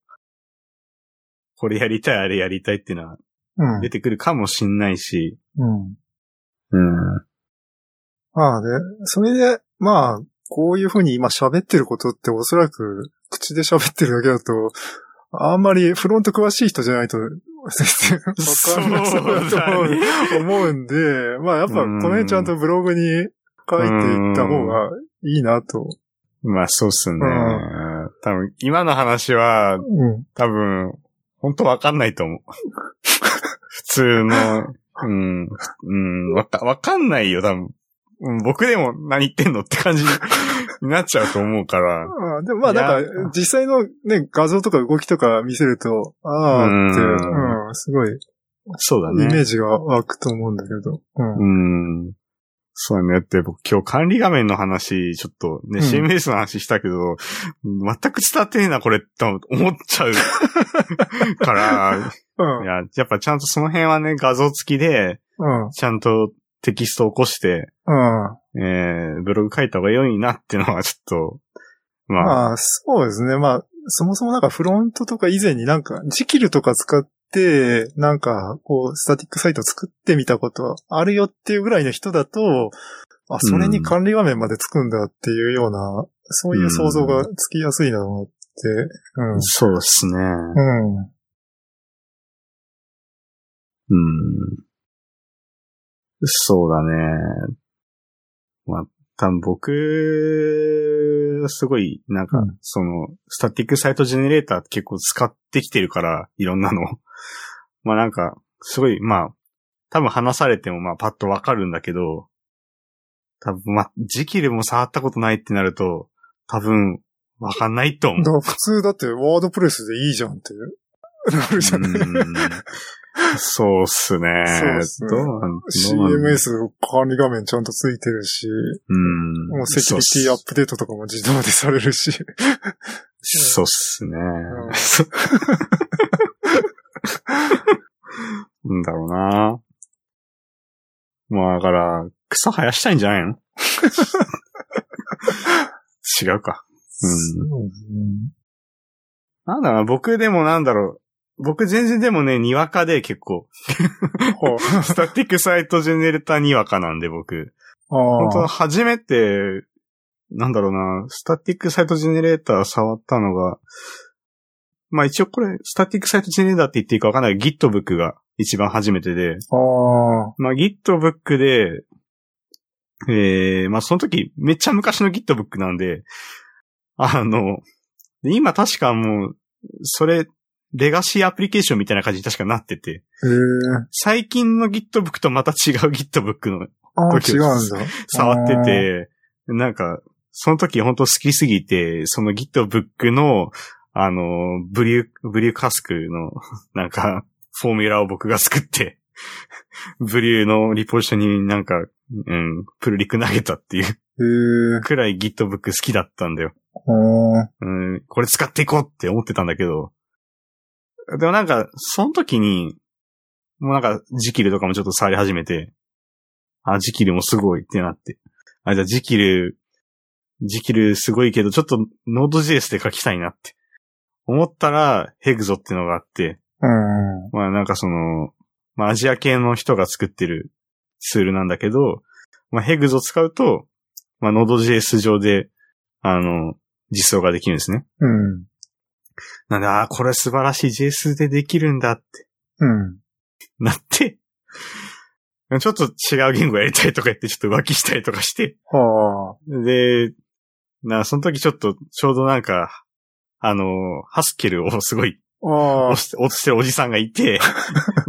これやりたい、あれやりたいっていうのはうん出。てくるかもしんないし。うん。うん。まあね、それで、まあ、こういうふうに今喋ってることっておそらく口で喋ってるだけだと、あんまりフロント詳しい人じゃないと、全然わかんなそうだと思うそう <laughs> 思うんで、まあやっぱこの辺ちゃんとブログに書いていった方がいいなと。まあそうっすね。ん多分、今の話は、うん。多分、本当わかんないと思う。普通の、うん、うん、わか、わかんないよ、多分。うん僕でも何言ってんのって感じになっちゃうと思うから。ああでもまあなんいやか、実際のね、画像とか動きとか見せると、ああって、ううんん、すごい、イそうだメーね。ジが湧くと思うんだけど。うん。うん。そうだね。だって僕今日管理画面の話、ちょっとね、うん CMS の話したけど、全く伝わってねえな、これって思っちゃうから、うんい。や、やっぱちゃんとその辺はね、画像付きで、うん。ちゃんとテキスト起こして、うん。えー、ブログ書いた方が良いなっていうのはちょっと、まあ、まあ、そうですね。まあ、そもそもなんかフロントとか以前になんか、ジキルとか使って、なんか、こう、スタティックサイト作ってみたことあるよっていうぐらいの人だと、あ、それに管理画面までつくんだっていうような、そういう想像がつきやすいなと思って、うん。そうですね。うん。うん。そうだね。まあ、多分僕、すごい、なんか、うんその、スタティックサイトジェネレーター結構使ってきてるから、いろんなの。 <laughs> まあなんか、すごい、まあ、多分話されてもまあパッとわかるんだけど、多分まあ、時期でも触ったことないってなると、多分、わかんないと思うだ。から普通だってワードプレスでいいじゃんってなるじゃない、うんそうっすね。そうっすねどうなん ?CMS 管理画面ちゃんとついてるし、うん。もうセキュリティアップデートとかも自動でされるし。そうっすね。んそうなんだろうな。まあだから、草生やしたいんじゃないの違うか。うんそうですね <laughs> なんだろうな、僕でもなんだろう。僕全然でもね、にわかで結構、ほうスタティックサイトジェネレーターにわかなんで僕。本当ああ。初めて、なんだろうな、スタティックサイトジェネレーター触ったのが、まあ一応これ、スタティックサイトジェネレーターって言っていいかわかんないけど GitBook が一番初めてで、あまあ GitBook で、えー、まあその時、めっちゃ昔の GitBook なんで、あの、で今確かもう、それ、レガシーアプリケーションみたいな感じに確かなってて、あ。へえ。最近の GitBook とまた違う GitBook のああ、時違々うんだ。触ってて、なんか、その時本当好きすぎて、その GitBook の、あの、ブリュー、ブリューカスクの、 <laughs> なんか、フォーミュラを僕が作って、 <laughs> ブリューのリポジションになんか、うん、プルリク投げたっていうへえ。くらい GitBook 好きだったんだよ。あうん、これ使っていこうって思ってたんだけど。でもなんか、その時に、もうなんか、ジキルとかもちょっと触り始めて、あ、ジキルもすごいってなって。あ、じゃあジキル、ジキルすごいけど、ちょっとノード JS で書きたいなって。思ったら、ヘグゾってのがあって、あ。うん。まあなんかその、まあアジア系の人が作ってるツールなんだけど、まあヘグゾ使うと、まあノード JS 上で、あの、実装ができるんですね。うん。なんで、ああ、これ素晴らしい JS でできるんだってうん。なって、 <laughs> ちょっと違う言語やりたいとか言って、ちょっと浮気したりとかして、はあ。で、な、その時ちょっと、ちょうどなんか、あの、ハスケルをすごい、ああ押。して、押してるおじさんがいて、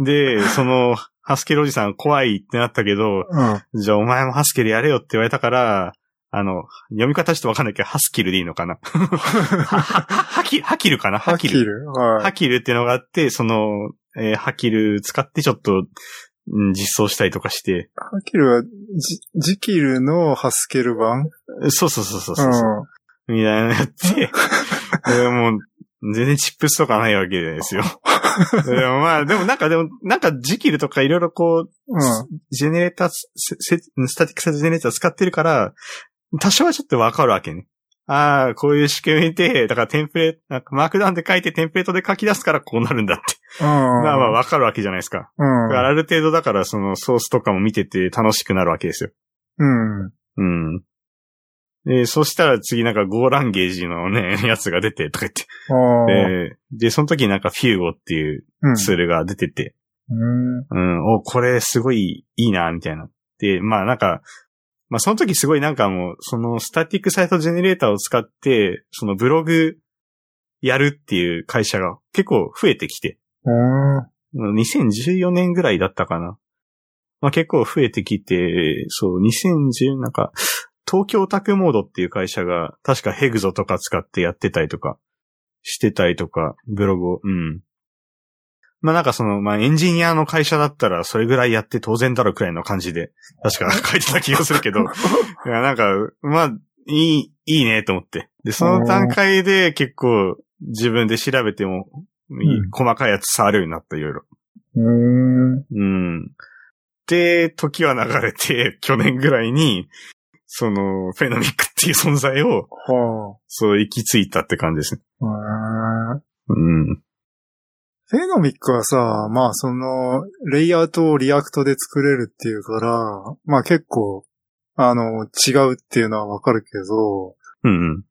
で、その、ハスケルおじさん怖いってなったけど、うん。じゃあお前もハスケルやれよって言われたから、あの、読み方ちょっとわかんないけど、ハスキルでいいのかなは、は、はき、はきるかなハはキきる。ル。はハい。キルっていうのがあって、その、えーハキル使ってちょっと、うん実装したりとかして。ハキルは、ジジキルのハスケル版そうそうそうそうそう、みたいなのや <laughs> って。でもう、全然チップスとかないわけですよ。でもまあ、でもなんかでも、なんかジキルとかいろいろこう、うん。うん。ジェネレーター、せせスタティックサイトジェネレーター使ってるから、多少はちょっとわかるわけね。ああ、こういう仕組みで、だからテンプレート、なんかマークダウンで書いてテンプレートで書き出すからこうなるんだって。うん。まあまあわかるわけじゃないですか。だからある程度だからそのソースとかも見てて楽しくなるわけですよ。うん。うん。うん。で、そしたら次なんか Go ランゲージのね、 <laughs> やつが出てとか言って。ああ。で、でその時なんか Fugo っていううんツールが出てて、うん。うん、お、これすごいいいな、みたいな。で、まあなんか、まあその時すごいなんかもう、そのスタティックサイトジェネレーターを使って、そのブログやるっていう会社が結構増えてきて。うん。 2014年ぐらいだったかな。まあ、結構増えてきて、そう、2010、なんか、東京タクモードっていう会社が、確かヘグゾとか使ってやってたりとか、してたりとか、ブログを、うん。まあ、なんかその、まあ、エンジニアの会社だったら、それぐらいやって当然だろくらいの感じで、確か書いてた気がするけど、いや、なんか、まあ、いい、いいねと思って。で、その段階で結構、自分で調べても、ん細かいやつ触るようになった、いろいろ。うーん。うん。で、時は流れて、去年ぐらいに、その、フェノミックっていう存在を、はそう、行き着いたって感じですね。あ。へーうん。フェノミックはさ、まあその、レイヤーとをリアクトで作れるっていうから、まあ結構、あの、違うっていうのはわかるけど、うんうん。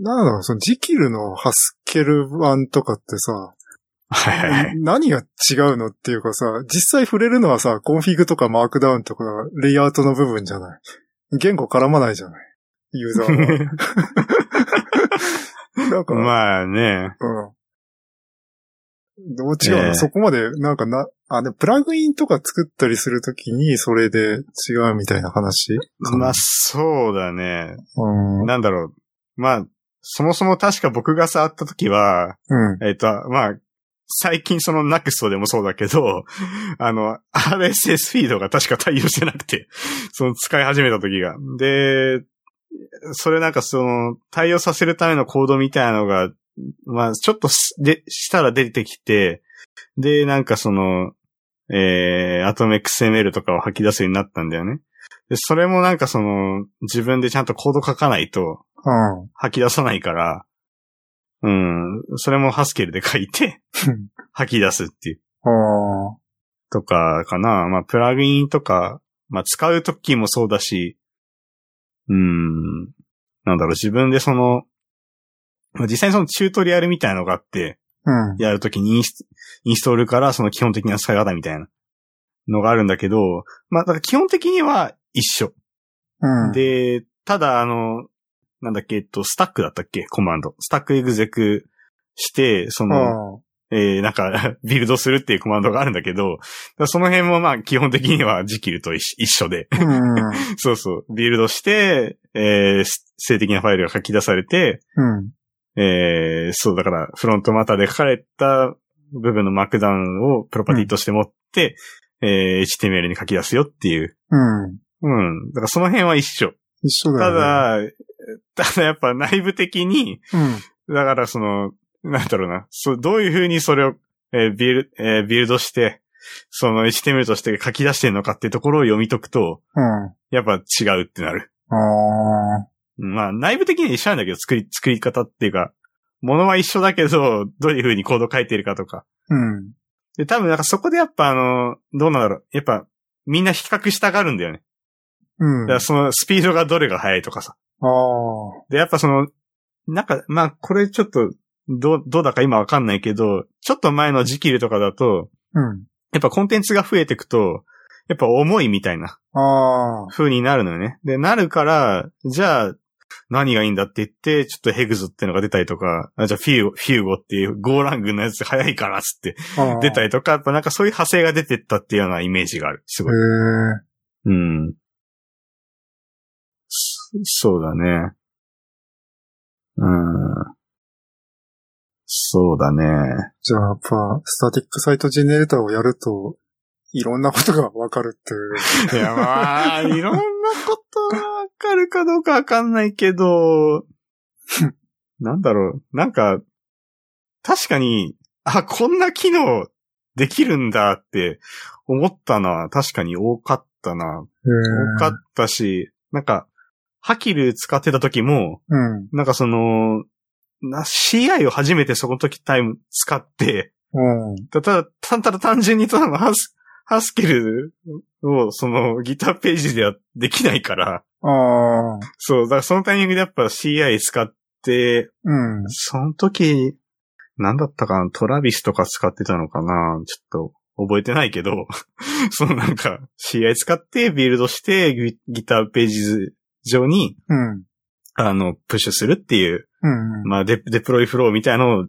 なんだろう、そのジキルのハスケル版とかってさ、はいはいはい。何が違うのっていうかさ、実際触れるのはさ、コンフィグとかマークダウンとか、レイアウトの部分じゃない。言語絡まないじゃない。ユーザーは。だか <laughs> ら、まあね。うん。どう違うの、ねえそこまで、なんかな、あ、でもプラグインとか作ったりするときに、それで違うみたいな話かまあな、そうだね。うん。うん。なんだろう。まあ、そもそも確か僕が触った時は、えっ、と、まあ、最近そのナクストでもそうだけど、あの、RSS フィードが確か対応してなくて、その使い始めた時が。で、それなんかその、対応させるためのコードみたいなのが、まあ、ちょっとし、で、したら出てきて、で、なんかその、えー、AtomXML とかを吐き出すようになったんだよね。で、それもなんかその、自分でちゃんとコード書かないと、うん。吐き出さないから、うん、それもハスケルで書いてうん、吐き出すっていう、うん。とかかな。まあ、プラグインとか、まあ、使うときもそうだし、うん、なんだろう、自分でその、まあ実際にそのチュートリアルみたいなのがあって、うん。やるときにインスインストールからその基本的な使い方みたいなのがあるんだけど、まあ、だから基本的には一緒。うん。で、ただ、あの、なんだっけ、えっと、スタックだったっけコマンド。スタックエグゼクして、そうん、の、えー、なんか、 <laughs> ビルドするっていうコマンドがあるんだけど、だからその辺もまあ、基本的にはジキルと一一緒で。 <laughs> うん。そうそう。ビルドして、えー、す静的なファイルが書き出されて、うん。えー、そう、だから、フロントマターで書かれた部分のマークダウンをプロパティとして持って、えー、HTML に書き出すよっていう。うん。うん。だからその辺は一緒。一緒だたよ、ね。だ、ただやっぱ内部的に、ただ、うん。だからその、なんだろうな、そうどういう風にそれを、えービル、えービルドして、その HTML として書き出してるのかっていうところを読み解くと、うん。やっぱ違うってなる。あうんまあ内部的には一緒なんだけど、作り、作り方っていうか、ものは一緒だけど、どういう風にコード書いてるかとか。ーうん。で、多分なんかそこでやっぱあの、どうなんだろう。やっぱ、みんな比較したがるんだよね。うだん。からそのスピードがどれが速いとかさ。ああ。で、やっぱその、なんか、まあ、これちょっと、どう、どうだか今わかんないけど、ちょっと前の時期とかだと、うん。やっぱコンテンツが増えてくと、やっぱ重いみたいなああ。風になるのよね。で、なるから、じゃあ、何がいいんだって言って、ちょっとヘグゾってのが出たりとか、あじゃあフィーゴ、フィーゴっていうゴーラングのやつ早いからっつってあー出たりとか、やっぱなんかそういう派生が出てったっていうようなイメージがある。すへごい。え。うん。そそうだね。うん。そうだね。じゃあ、やっぱ、スタティックサイトジェネレーターをやると、いろんなことがわかるっていう。いや、 <laughs> まあ、いろんなことがわかるかどうかわかんないけど、なんだろう。なんか、確かに、あ、こんな機能できるんだって思ったのは確かに多かったな。多かったし、なんか、ハキル使ってた時も、うん。なんかその、な CI を初めてその時タイム使って、うん。ただ、ただ単純にそのハス、ハスキルをそのギターページではできないから、ああ。そう、だからそのタイミングでやっぱ CI 使って、うん。その時、なんだったかな、トラビスとか使ってたのかなちょっと覚えてないけど、 <laughs> そのなんか CI 使ってビルドしてギギターページ上に、うん。あの、プッシュするっていううん。まあデ、デプロイフローみたいのを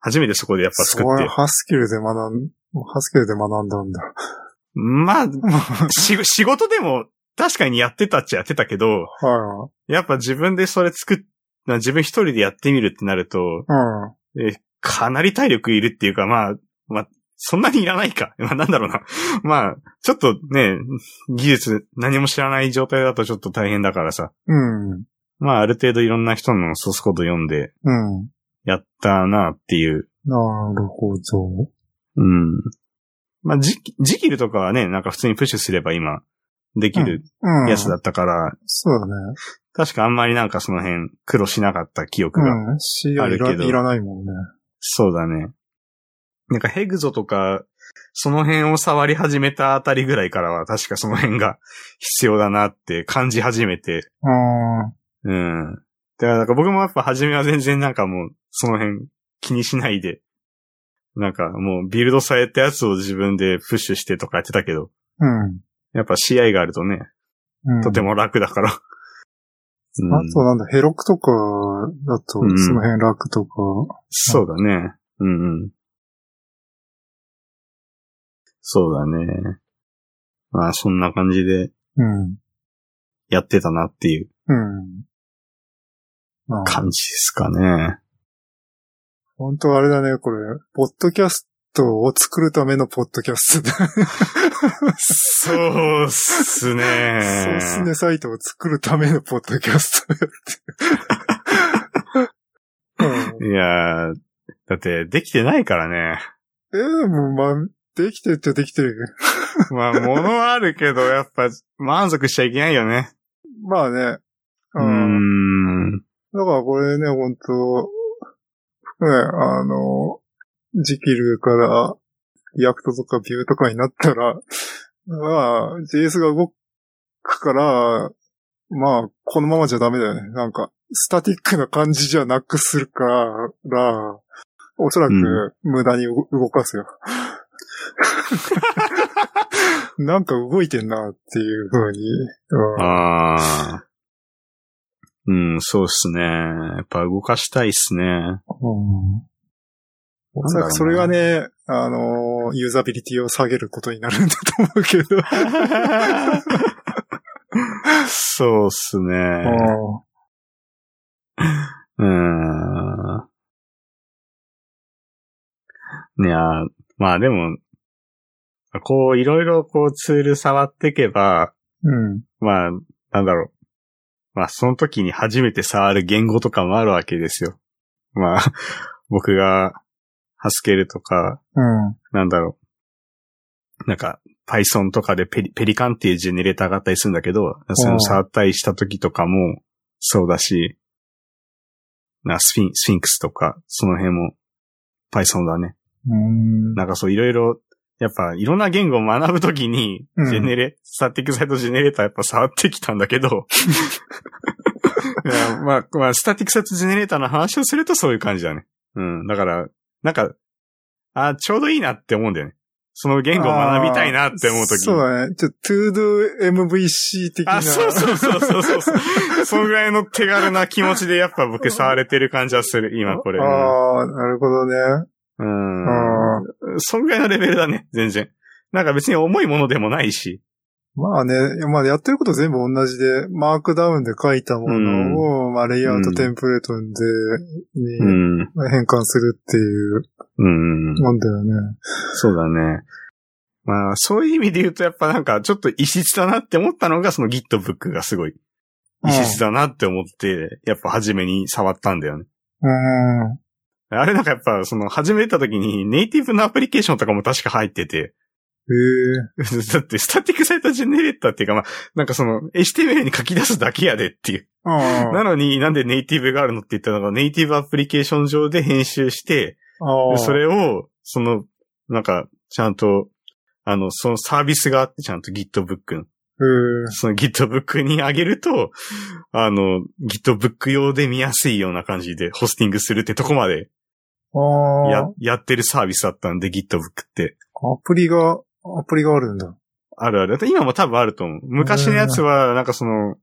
初めてそこでやっぱ作そっれて。ハスキルで学ん、ハスキルで学んだん <laughs> だ。まあ、し仕事でも確かにやってたっちゃやってたけど、はやっぱ自分でそれ作っ、な自分一人でやってみるってなると、い。うん。えかなり体力いるっていうか、まあ、まあ、そんなにいらないか。 <laughs> まあ、なんだろうな。まあ、ちょっとね、技術何も知らない状態だとちょっと大変だからさ。うん。まあ、ある程度いろんな人のソースコード読んで、うん。やったなっていう。なるほど。うん。まあ、ジキジキルとかはね、なんか普通にプッシュすれば今、できるうん。やつだったから、そうだね。確かあんまりなんかその辺苦労しなかった記憶が。うん。視野いあらるけどいらないもんね。そうだね。なんかヘグゾとか、その辺を触り始めたあたりぐらいからは確かその辺が <laughs> 必要だなって感じ始めて、うん。うん。だからなんか僕もやっぱ初めは全然なんかもうその辺気にしないで、なんかもうビルドされたやつを自分でプッシュしてとかやってたけど、うん。やっぱ試合があるとね、うん、とても楽だ <laughs> から。うんあとなんだ、ヘロクとかだと、そうんの辺楽とか。そうだね。うんうん。そうだね。まあ、そんな感じでうん。やってたなっていううん。まあ、感じですかね。本当あれだね、これ、ポッドキャストを作るためのポッドキャストだ。そうっすねそうっすねサイトを作るためのポッドキャストやってる。いやー、だってできてないからね。うん、えー、もう、まあ、できてるってできてるよ。 <laughs> まあ、物はあるけど、やっぱ満足しちゃいけないよね。まあね。うーん。だからこれね、本当ね、あの、ジキルから、リアクトとかビューとかになったら、まあ、JS が動くから、まあ、このままじゃダメだよね。なんか、スタティックな感じじゃなくするから、おそらく無駄に動動かすよ。なんか動いてんなっていう風に。うんあー。うん、そうっすね。やっぱ動かしたいっすね。うんおそらくそれがね、あのー、ユーザビリティを下げることになるんだと思 <laughs> うけど。そうっすね。うーん。いやー、まあでも、こう、いろいろこうツール触ってけば、うん。まあ、なんだろう。まあ、その時に初めて触る言語とかもあるわけですよ。まあ、僕が、ハスケルとか、うん。なんだろう。なんか、Python とかでペリペリカンっていうジェネレーターがあったりするんだけど、その触ったりした時とかもそうだし、なスフィンスフィンクスとか、その辺も Python だね。うん。なんかそういろいろ、やっぱいろんな言語を学ぶときにう、んジェネレ、スタティックサイトジェネレーターやっぱ触ってきたんだけど、いやまあ、まあ、スタティックサイトジェネレーターの話をするとそういう感じだね。うん。だから、なんか、あちょうどいいなって思うんだよね。その言語を学びたいなって思うとき。そうだね。ちょっと、to do MVC 的な。あ、そうそうそうそうそうそう。そのぐらいの手軽な気持ちでやっぱ僕触れてる感じはする、今これ。うんああ、なるほどね。うん。そのぐらいのレベルだね、全然。なんか別に重いものでもないし。うん。まあね、まあやってること全部同じで、マークダウンで書いたものを、まあレイアウトテンプレートで、にん。う変換するっていんう。もんだよね。そうだね。まあ、そういう意味で言うと、やっぱなんか、ちょっと異質だなって思ったのが、その GitBook がすごい、異質だなって思って、やっぱ初めに触ったんだよね。うん。あれなんかやっぱ、その、始めた時に、ネイティブのアプリケーションとかも確か入ってて、 <laughs> ええだって、スタティックサイトジェネレーターっていうか、まあ、なんかその、HTML に書き出すだけやでっていう。あなのになんでネイティブがあるのって言ったのが、ネイティブアプリケーション上で編集して、あであ。それを、その、なんか、ちゃんと、あの、そのサービスがあって、ちゃんと GitBook のうん。その GitBook にあげると、あの、GitBook 用で見やすいような感じでホスティングするってとこまでああ。や、やってるサービスだったんで、GitBook って。アプリが、アプリがあるんだ。あるある。今も多分あると思う。昔のやつは、なんかその、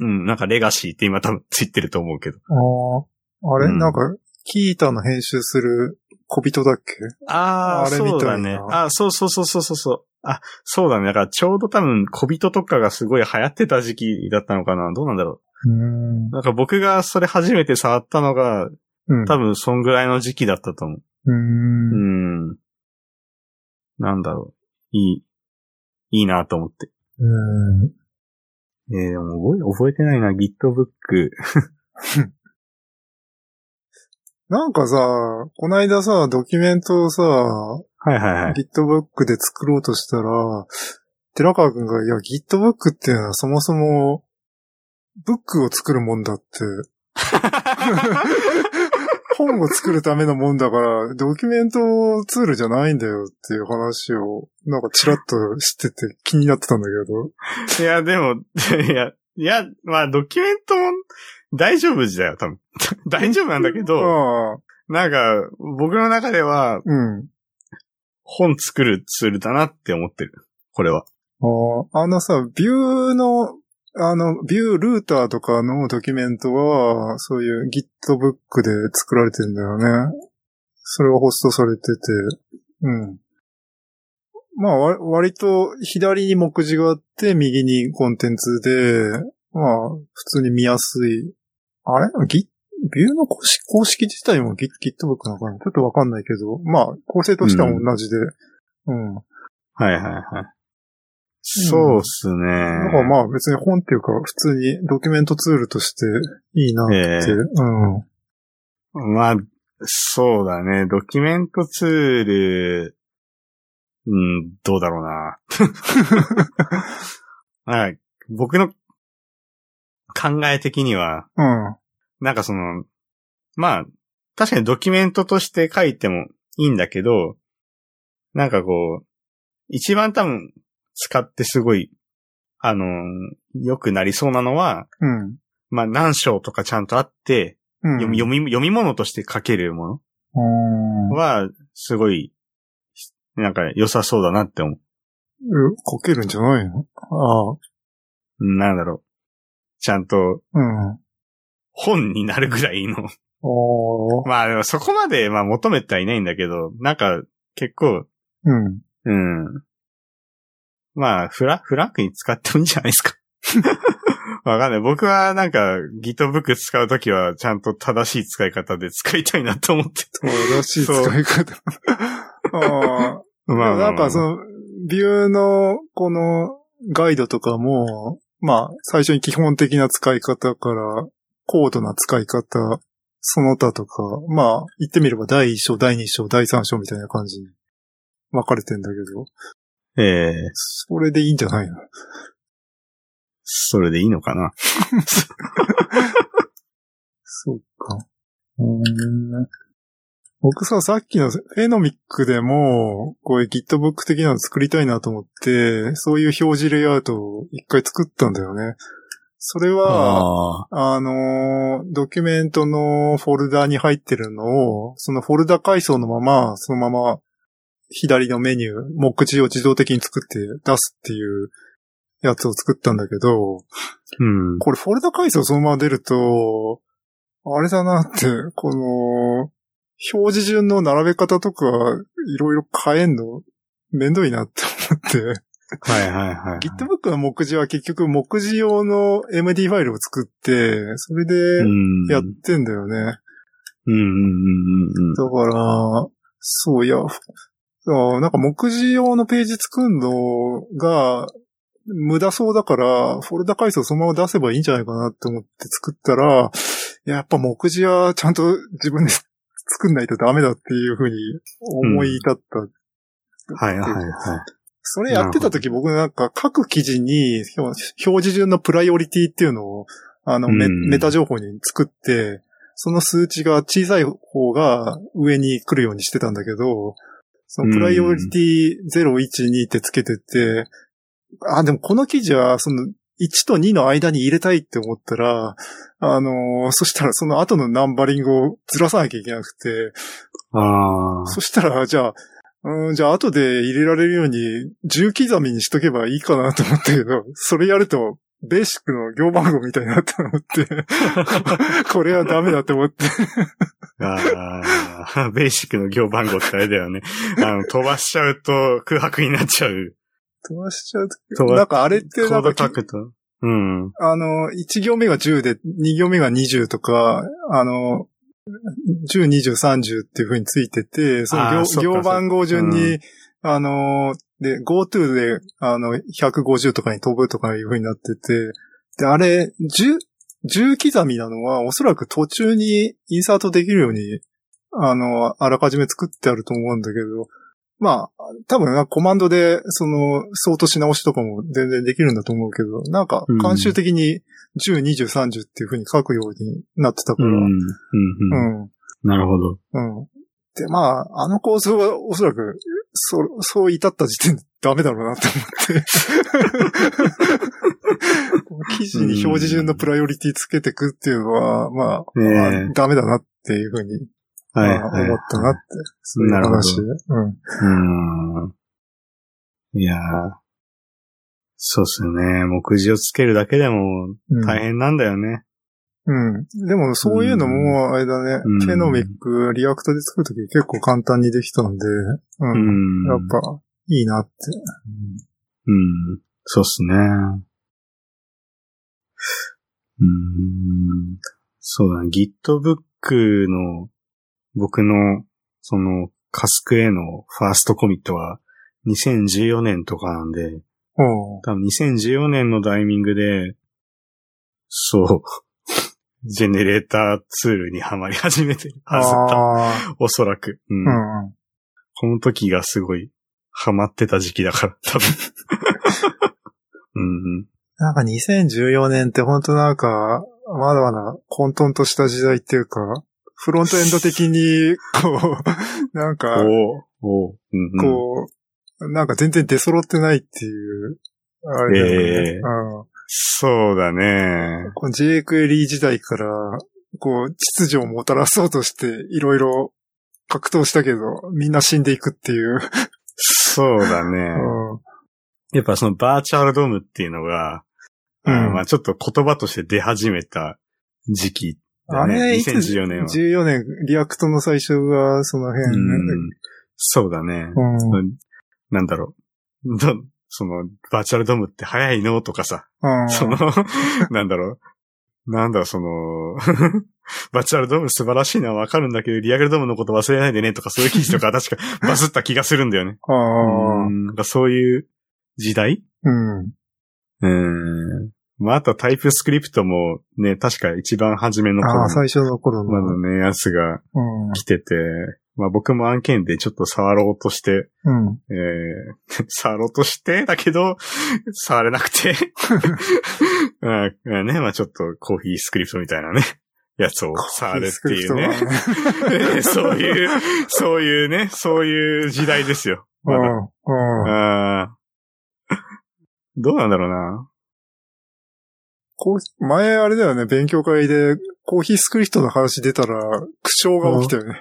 うん、なんかレガシーって今多分ついてると思うけど。ああ。あれ、うんなんか、キータの編集する小人だっけああ、あれそうだみたいね。なあそうそうそうそうそうそう。あ、そうだね。だからちょうど多分小人とかがすごい流行ってた時期だったのかな。どうなんだろうんう。。なんか僕がそれ初めて触ったのが、うん。多分そんぐらいの時期だったと思う。うんう。ん。なんだろう。いい、いいなと思って。うん。えー、でも覚え、覚えてないな。GitBook。なんかさ、こないださ、ドキュメントをさ、はいはいはい。 GitBook で作ろうとしたら、寺川くんが、いや、GitBook っていうのはそもそも、ブックを作るもん <laughs> だって、本を作るためのもんだから、ドキュメントツールじゃないんだよっていう話を、なんかチラッと知ってて気になってたんだけど。 <laughs> いや、でも、 <laughs> いや、いや、まあ、ドキュメントも大丈夫だよ、多分。 <laughs> 大丈夫なんだけど、ああ、なんか、僕の中ではうん。本作るツールだなって思ってる。これは。あああのさ、ビューの、あの、ビュールーターとかのドキュメントは、そういう GitBook で作られてんだよね。それがホストされてて、うん。まあ、わ割と左に目次があって、右にコンテンツで、まあ、普通に見やすい。あれギビューの公式公式自体も Git- GitBook なのかなちょっとわかんないけど、まあ、構成としては同じで、うんはいはいはい。そうっすね。だからまあ別に本っていうか普通にドキュメントツールとしていいなって。ええうん。まあ、そうだね。ドキュメントツール、うん、どうだろうな。はい。僕の考え的には、うん。なんかその、まあ、確かにドキュメントとして書いてもいいんだけど、なんかこう、一番多分使ってすごい、あの良くなりそうなのは、うん。まあ何章とかちゃんとあって、うん。読み読み読み物として書けるものうん。は、すごい、なんか良さそうだなって思え書けるんじゃないのああ。う。なんだろう。ちゃんとうん。あ本になるぐらいの。 <laughs> あ。まあでもそこまで、まあ求めてはいないんだけど、なんか結構、うん。うん。まあ、フラ、フランクに使ってもいいんじゃないですか。 <laughs> わかんない。僕はなんか GitBook 使うときはちゃんと正しい使い方で使いたいなと思って。正しい使い方。ああ。まあまあまあなんかその、ビューのこのガイドとかも、まあ最初に基本的な使い方から、高度な使い方、その他とか、まあ言ってみれば第1章、第2章、第3章みたいな感じに分かれてんだけど、ええそれでいいんじゃないのそれでいいのかな。そうか。うーん僕さ、さっきのフェノミックでも、こういう GitBook 的なの作りたいなと思って、そういう表示レイアウトを一回作ったんだよね。それは、ああのー、ドキュメントのフォルダに入ってるのを、そのフォルダ階層のまま、そのまま、左のメニュー、目次を自動的に作って出すっていうやつを作ったんだけど、うん。これフォルダ階層そのまま出ると、あれだなって、この、表示順の並べ方とか、いろいろ変えんの、めんどいなって思って。はいはいはい。 GitBook の目次は結局目次用の MD ファイルを作って、それでうんやってんだようね。んうんうんうんうん。だから、そういや、あなんか目次用のページ作るのが無駄そうだから、フォルダ階層そのまま出せばいいんじゃないかなって思って作ったら、いややっぱ目次はちゃんと自分で <laughs> 作んないとダメだっていうふうに思い至った。はいはいはそれやってた時僕なんか各記事に表示順のプライオリティっていうのを、あのメ、うんメタ情報に作って、その数値が小さい方が上に来るようにしてたんだけど、そのプライオリティ0、1、2ってつけてて、あ、でもこの記事はその1と2の間に入れたいって思ったら、あのーそしたらその後のナンバリングをずらさなきゃいけなくて、い。ああ。そしたら、じゃあ、うん、じゃあ後で入れられるように、重刻みにしとけばいいかなと思ったけど、それやると、ベーシックの行番号みたいになったのって、 <laughs> これはダメだって思って。ああ、ベー <laughs> シックの行番号ってあれだよね。あの、飛ばしちゃうと空白になっちゃう。飛ばしちゃう飛とばなんかあれってコなーんドかき書くと。うん。あの、1行目が10で、2行目が20とか、あの、10、20、30っていう風についてて、そあーのそっ行か行番号順うに、あの、で、GoTo で、あの、150とかに飛ぶとかいう風になってて、で、あれ、10、10刻みなのは、おそらく途中にインサートできるように、あの、あらかじめ作ってあると思うんだけど、まあ、多分なコマンドで、その、相当し直しとかも全然できるんだと思うけど、なんかうん、慣習的に10、20、30っていう風に書くようになってたかうら、ん。うん。ううん。ん。なるほど。うん。で、まあ、あの構想はおそらく、そ、そう至った時点でダメだろうなと思って。記事に表示順のプライオリティつけてくっていうのは、まあ、ねえまあダメだなっていうふうに、はいまあはい。思ったなって、そういうなるほど話。うん。うん。いやーそうっすよね。目次をつけるだけでもうん大変なんだよね。うん。でも、そういうのも、あれだねうん、フェノミック、リアクトで作るとき結構簡単にできたんで、う。うんん。やっぱ、いいなって。うん。そうっすね。うん。そうだね。GitBook の僕のそのカスクへのファーストコミットは2014年とかなんで、う多ん。分2014年のタイミングで、そう、 <laughs> ジェネレーターツールにはまり始めてるはずだ。あおそらく。うんーうん。この時がすごいハマってた時期だから、多 <laughs> 分。うん。なんか2014年って本当なんか、まだまだ混沌とした時代っていうか、フロントエンド的に、こう、なんか、 <laughs> おおううんうんこう、なんか全然出揃ってないっていう、あれだよね。ええうんそうだね。この JQuery 時代から、こう、秩序をもたらそうとして、いろいろ格闘したけど、みんな死んでいくっていう。そうだうね。んやっぱそのバーチャルドームっていうのが、あーうんまあちょっと言葉として出始めた時期だあね。れ、いつ2014年は。 14年、リアクトの最初が、その辺。うんそうだね。うんなんだろう。ど、その、バーチャルドームって早いのとかさ、うんその、 <laughs> なんだろう。なんだろう、その、 <laughs> バーチャルドーム素晴らしいのはわかるんだけど、リアルドームのこと忘れないでねとかそういう記事と <laughs> か確かバズった気がするんだよね。あうんなんかそういう時代ーうん。うん。まあ、あとはタイプスクリプトもね、確か一番初めの頃ああ、の、最初の頃の。まだね、やつがうん。来てて、まあ僕も案件でちょっと触ろうとして、うん。えー <laughs> 触ろうとして、だけど、 <laughs> 触れなくて、 <laughs> うんうんね、まあちょっとコーヒースクリプトみたいなね、 <laughs> やつを触るっていうね。えーそういう、そういうね、そういう時代ですよ。<laughs> うまだん。うん。あーどうなんだろうな。 <laughs> コーヒー前あれだよね、勉強会でコーヒースクリプトの話出たら、苦笑が起きたよね。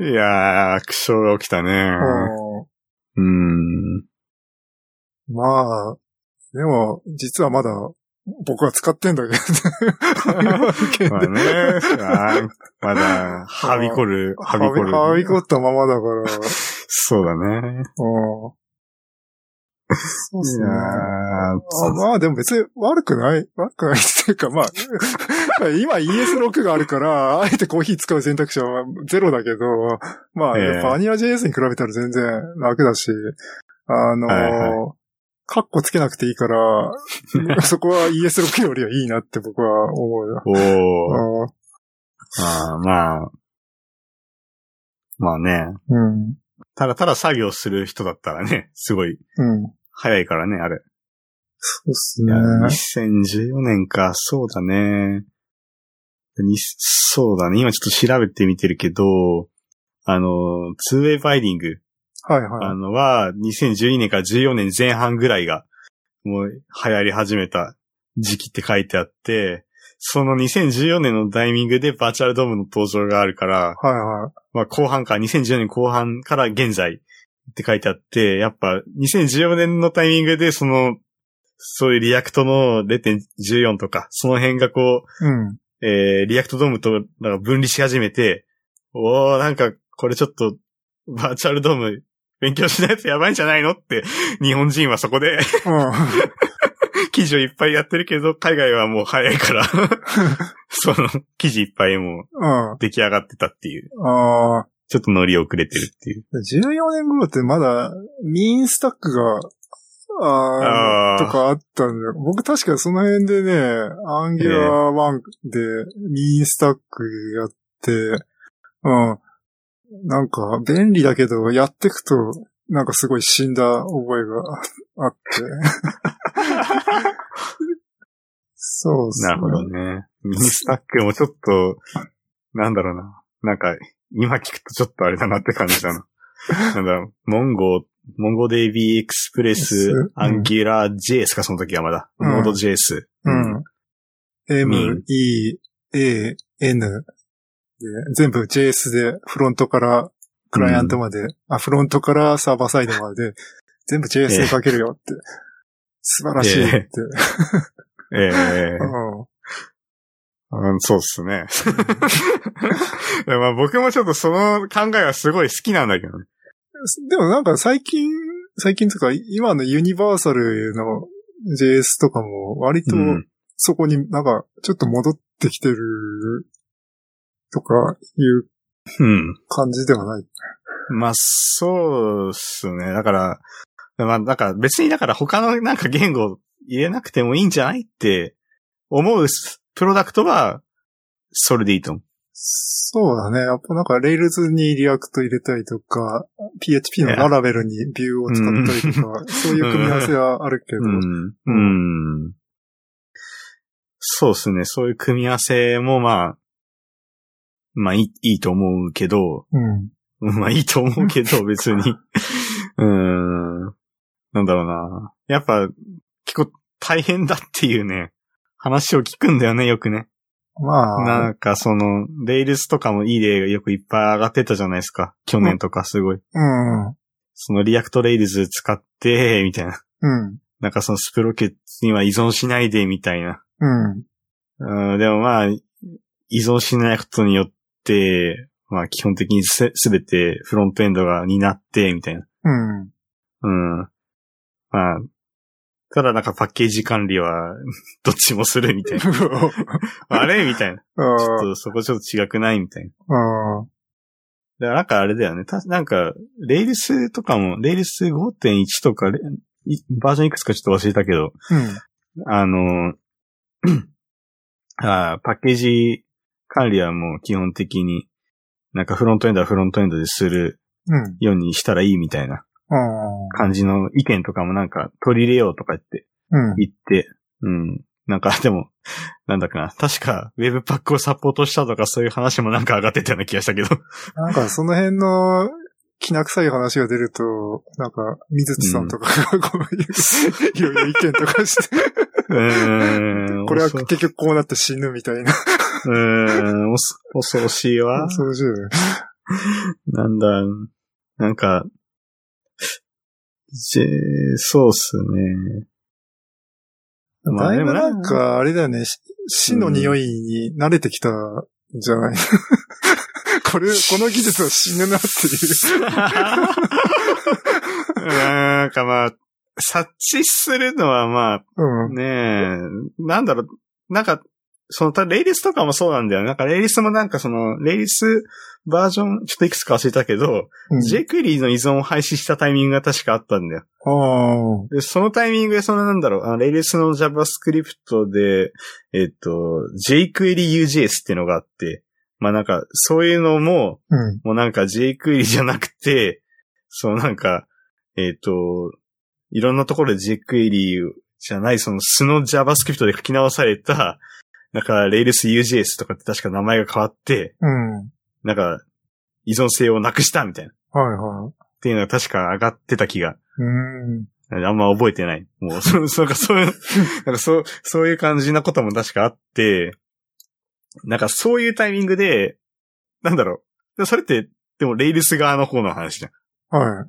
いやー、苦笑が起きたね。うん。うん。まあ、でも、実はまだ、僕は使ってんだけ <laughs> まあど。ね、あーまだ、はびこる、ははびびこる。はびこったままだから。うん。そうだね。そうっいすやね。あーまあでも別に悪くない、悪くないっていう <laughs> か、まあ、今 ES6 があるから、あえてコーヒー使う選択肢はゼロだけど、まあ、ええやっぱバニラ JS に比べたら全然楽だし、あのーはいはカッコつけなくていい <laughs> から、そこは ES6 よりはいいなって僕は思うよ。おー。あーあーまあ。まあね。うん。ただただ作業する人だったらね、すごいうん。早いからね、あれ。そうっすいねや。2014年か、そうだね。にそうだね。今ちょっと調べてみてるけど、あの、ツーウェイバイディング、はいあはい。のは、2012年から14年前半ぐらいが、もう流行り始めた時期って書いてあって、その2014年のタイミングでバーチャルドームの登場があるから、はいはい。まあ後半から、2014年後半から現在って書いてあって、やっぱ2014年のタイミングでその、そういうリアクトの0.14とか、その辺がこうん。う、えー、リアクトドームとなんか分離し始めて、おー、なんかこれちょっとバーチャルドーム勉強しないとやばいんじゃないのって、日本人はそこで <laughs> 記事をいっぱいやってるけど、海外はもう早いから、その記事いっぱいもううん。うん。出来上がってたっていう、ああ。ちょっと乗り遅れてるっていう。 14年頃ってまだ、ミーンスタックが、あああ、ーとかあったんだよ。僕確かその辺でね、アンギュラー1でミーンスタックやって、うん。なんか便利だけど、やってくと、なんかすごい死んだ覚えが <laughs> あって。そうっすなるほどね。ミニスタックもちょっと、なんだろうな。なんか、今聞くとちょっとあれだなって感じだ <laughs> な。なんだろう、モンゴー、モンゴ DB エクスプレスうん、アンギュラー JS か、その時はまだ。うんノード JS。うん。M, E, A, N で、全部 JS でフロントからクライアントまで、あ、フロントからサーバーサイドまで、全部 JS で書けるよって。素晴らしいって。ええうん <laughs> うん、そうっす <laughs> ね。まあ僕もちょっとその考えはすごい好きなんだけどね。でもなんか最近、最近とか今のユニバーサルの JS とかも割とうんそこになんかちょっと戻ってきてるとかいううん。感じではない。まあ、そうっすね。だから、まあ、なんか別にだから他のなんか言語入れなくてもいいんじゃないって思うプロダクトは、それでいいと思う。そうだね。やっぱなんか、レイルズにリアクト入れたりとか、PHP のララベルにビューを使ったりとか、そういう組み合わせはあるけど、うん。うん。そうっすね。そういう組み合わせもまあ、まあいい、いいと思うけど、うん。 <laughs> まあいいと思うけど、別に。 <laughs> うーん。なんだろうな。やっぱ、結構大変だっていうね、話を聞くんだよね、よくね。まなあ、んかその、レイルスとかもいい例がよくいっぱい上がってたじゃないですか。去年とかすごい。うん。そのリアクトレイルズ使って、みたいな。うん。なんかそのスプロケットには依存しないで、みたいな。うん。うん、でもまあ、依存しないことによって、まあ基本的にすすべてフロントエンドが担って、みたいな。うん。うん。まあ、ただなんかパッケージ管理は <laughs> どっちもするみたいな。あれみたいな。あちょっーとそこちょっと違くないみたいな。あー。だからなんかあれだよね。た、なんか、レイルスとかも、レイルス5.1とか、レいバージョンいくつかちょっと忘れたけど、うん。あの、 <clears throat> あーパッケージ管理はもう基本的に、なんかフロントエンドはフロントエンドでするうん。ようにしたらいいみたいなあ感じの意見とかもなんか取り入れようとか言ってーうん。言って、うん。なんかでも、なんだかな。確か Webpack をサポートしたとかそういう話もなんか上がってたような気がしたけど。なんか、その辺の、きな臭い話が出ると、なんか、水津さんとかがこういう、いろいろ意見と <laughs> かして、う <laughs> ーん。これは恐結局こうなって死ぬみたいな。うーん、恐恐ろしいわ。そうじゃないなんだ、なんか、じそうっす <laughs> ね。まあだいでぶもななんか、あれだよね、し死の匂いに慣れてきたんじゃない、 <laughs> これ、この技術は死ぬなっていう。なんかまあ、察知するのはまあ、 <laughs> うん。ねえ、なんだろう、なんか、その、たレイリスとかもそうなんだよね。なんか、レイリスもなんかその、レイリスバージョン、ちょっといくつか忘れたけど、うんジェクリーの依存を廃止したタイミングが確かあったんだよ。ああ。で、そのタイミングで、そのなんだろう、あのレイリスの JavaScript で、えっと、jQueryUJS っていうのがあって、まあなんか、そういうのも、うん。もうなんか jQuery じゃなくて、そうなんか、えっ、と、いろんなところで jQuery じゃない、その素の JavaScript で書き直された、なんか RailsUJS とかって確か名前が変わって、うん。なんか依存性をなくしたみたいな。っはいはい。ていうのが確か上がってた気が。うん。あんま覚えてない。もう、 <laughs> そそうか、そういう、なんかそう、そういう感じなことも確かあって、なんかそういうタイミングで、なんだろう。でそれって、でもレイルス側の方の話じゃんはい。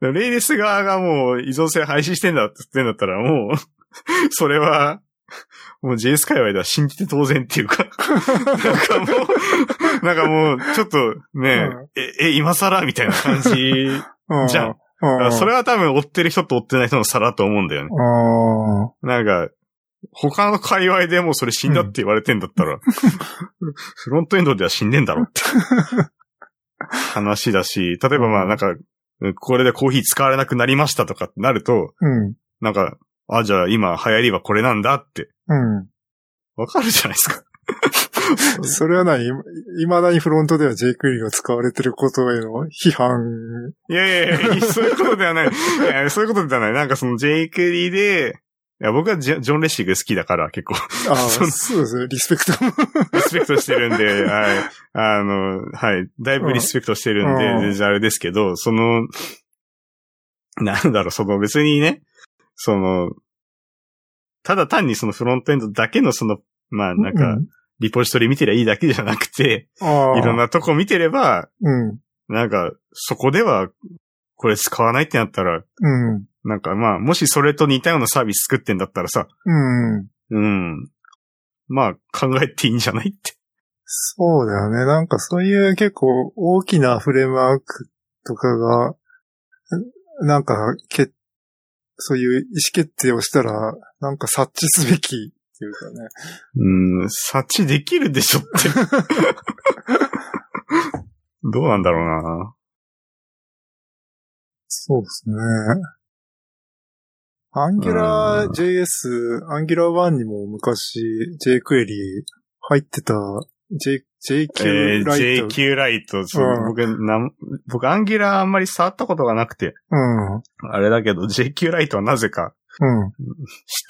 でもレイレス側がもう依存性廃止してんだって言ってんだったらもう、 <laughs> それは、もう JS 界隈では信じて当然っていうかなんかもう、なんかもう、ちょっとね、え、え、今更みたいな感じ。うん。じゃんうん。それれは多分追ってる人と追ってない人の差だと思うんだよね。あなんか、他の界隈でもうそれ死んだって言われてんだったら、 <laughs> フロントエンドでは死んでんだろって <laughs> 話だし、例えばまあなんか、これでコーヒー使われなくなりましたとかってなると、あ。うん。なんか、あ、じゃあ今流行りはこれなんだって、うわかるじゃないですか。ん。それは何いまだにフロントでは jQuery が使われてることへの批判。 <laughs> いやいやいや、そういうことでは <laughs> ない。いやそういうことではない。なんかその J クリで、いや僕はジョジョン・レシーグ好きだから結構ああ、そのそうですね。リスペクトも。リスペクトしてるんで、はい。あの、はい。だいぶリスペクトしてるんで、うん全然あれですけど、その、なんだろう、その別にね、その、ただ単にそのフロントエンドだけのその、まあなんかう、リポジトリ見てりゃいいだけじゃなくて、ああ。いろん。なとこ見てれば、うん。なんか、そこでは、これ使わないってなったら、うん。なんかまあ、もしそれと似たようなサービス作ってんだったらさ、うん。うん。まあ、考えていいんじゃないって。そうだよね。なんかそういう結構大きなフレームワークとかが、んなんかけ、そういう意思決定をしたら、なんか察知すべきっていうかね。うーん、察知できるでしょ <laughs> って。どうなんだろうな。そうですね。アンギュラー JS、アンギュラー1にも昔 JQuery 入ってた J、え JQ ライト。ー、JQ ライト、そううん僕なん、僕、アンギュラーあんまり触ったことがなくて、うん。うあれだけど、JQ ライトはなぜかん。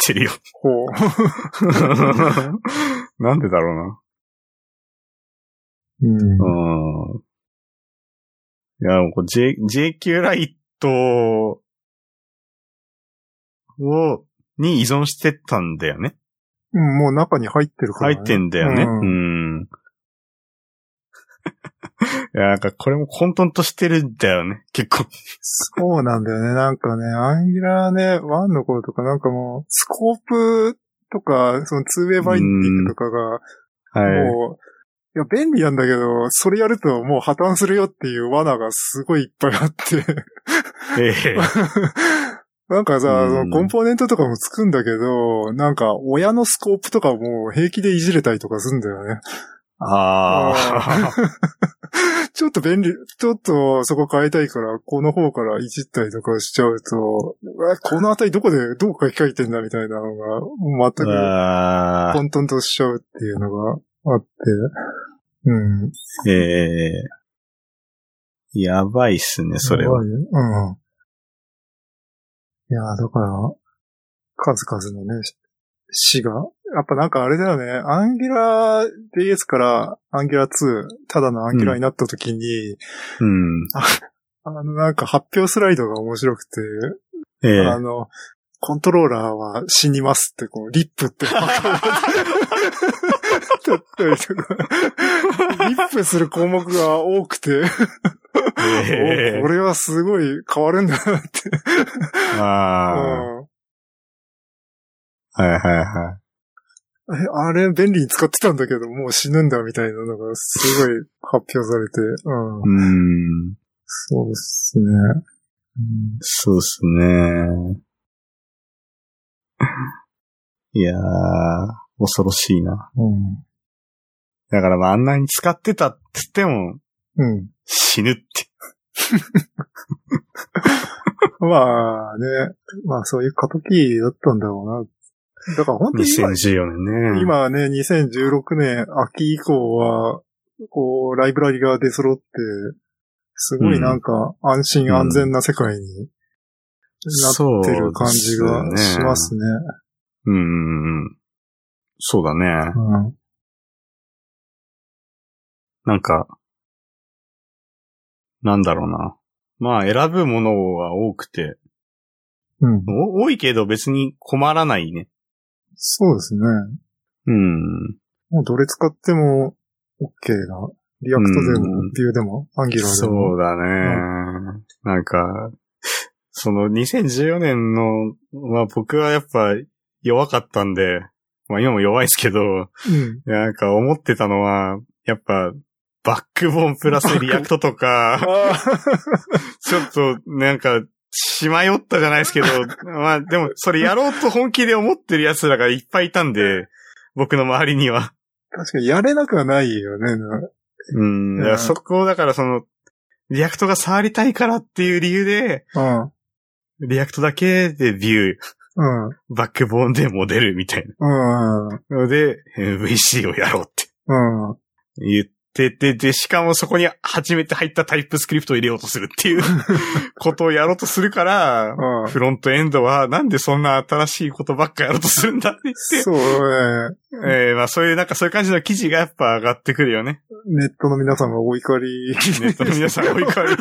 知ってるよ。 <laughs> ほう。なんでだろ <laughs> うんう。な。うん。いや、もうこれ J、JQ ライトを、に依存してたんだよね。うんもう中に入ってるから、入ね。ってんだよね。ううん。 <laughs> いや、なんかこれも混沌としてるんだよね。結構。そうなんだよね。なんかね、アンギュラーね、1の頃とかなんかもう、スコープとか、その 2way バインディングとかが、はい。もう、いや、便利なんだけど、それやるともう破綻するよっていう罠がすごいいっぱいあって。 <laughs> ええなんかさ、うんそのコンポーネントとかもつくんだけど、なんか親のスコープとかも平気でいじれたりとかするんだよね。ああ。 <laughs> ちょっと便利、ちょっとそこ変えたいから、この方からいじったりとかしちゃうと、うわこのあたりどこで、どう書き換えてんだみたいなのが、もう全くああ混沌としちゃうっていうのがあって、うん。ええやばいっすね、それは。うん。いや、だから、数々のね、死が、やっぱなんかあれだよね、アンギュラー JS からアンギュラー2、ただのアンギュラーになった時に、うん。あのなんか発表スライドが面白くて、ええあの、コントローラーは死にますって、こう、リッ <laughs> プって書かれてたりとか、リップする項目が多くて、ええおこれはすごい変わるんだなって。あうんあ。はいはいはえあれ便利に使ってたんだけど、もう死ぬんだみたいなのがすごい発表されて、うんい。うん。そうですね。うんそうっすね。いやー、恐ろしいな。うん。だからまああんなに使ってたって言ってもうん。死ぬって。まあね、まあそういう過渡期だったんだろうな。だから本当に今2014年ね。。今ね、2016年秋以降は、こう、ライブラリが出揃って、すごいなんか安心安全な世界になってる感じがしますね。うんうんうん。そうだね。うんなんか、なんだろうな。まあ選ぶものは多くて、うん。お多いけど別に困らないね。そうですね。うん。もうどれ使っても OK な。リアクトでうもん、ビューでも、アンギュラーでも。そうだね。なんか、その2014年の、まあ僕はやっぱ弱かったんで、まあ今も弱いですけど、 <laughs> うん。いやなんか思ってたのは、やっぱ、バックボーンプラスリアクトとか、 <laughs> ああ、ちょっと、なんか、しまよったじゃないですけど、まあでも、それやろうと本気で思ってる奴らがいっぱいいたんで、僕の周りには。確かにやれなくはないよね。なうん。だからうんそこを、だからその、リアクトが触りたいからっていう理由で、リアクトだけでビュー、うん。うん。バックボーンでモデルみたいうん。うん。なので、VC をやろうって言ってて、で、しかもそこに初めて入ったタイプスクリプトを入れようとするっていう <laughs> ことをやろうとするから、うん。フロントエンドはなんでそんな新しいことばっかやろうとするんだって言って、そうね。えーまあそういうなんかそういう感じの記事がやっぱ上がってくるよ <laughs> ね。ネットの皆さんがお怒り。ネットの皆さんお怒り。う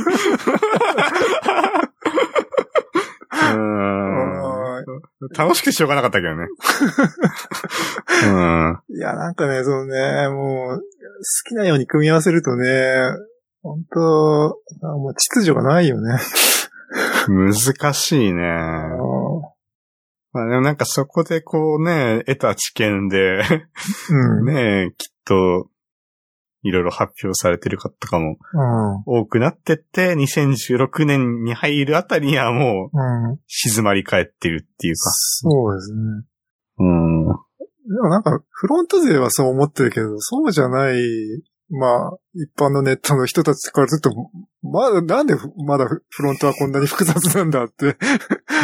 ーんうん楽しくてしょうがなかったけど <laughs> ね。うんいや、なんかね、そのね、もう、好きなように組み合わせるとね、本当あもう秩序がないよね。難しいね。あまあでもなんかそこでこうね、得た知見で、うん。ねえ、きっと、いろいろ発表されてる方とかも多くなってって、2016年に入るあたりにはもううん。うん。静まり返ってるっていうか。そうですね。うん。でもなんか、フロント勢はそう思ってるけど、そうじゃない、まあ、一般のネットの人たちからずっと、まだ、なんでふ、まだフフロントはこんなに複雑なんだって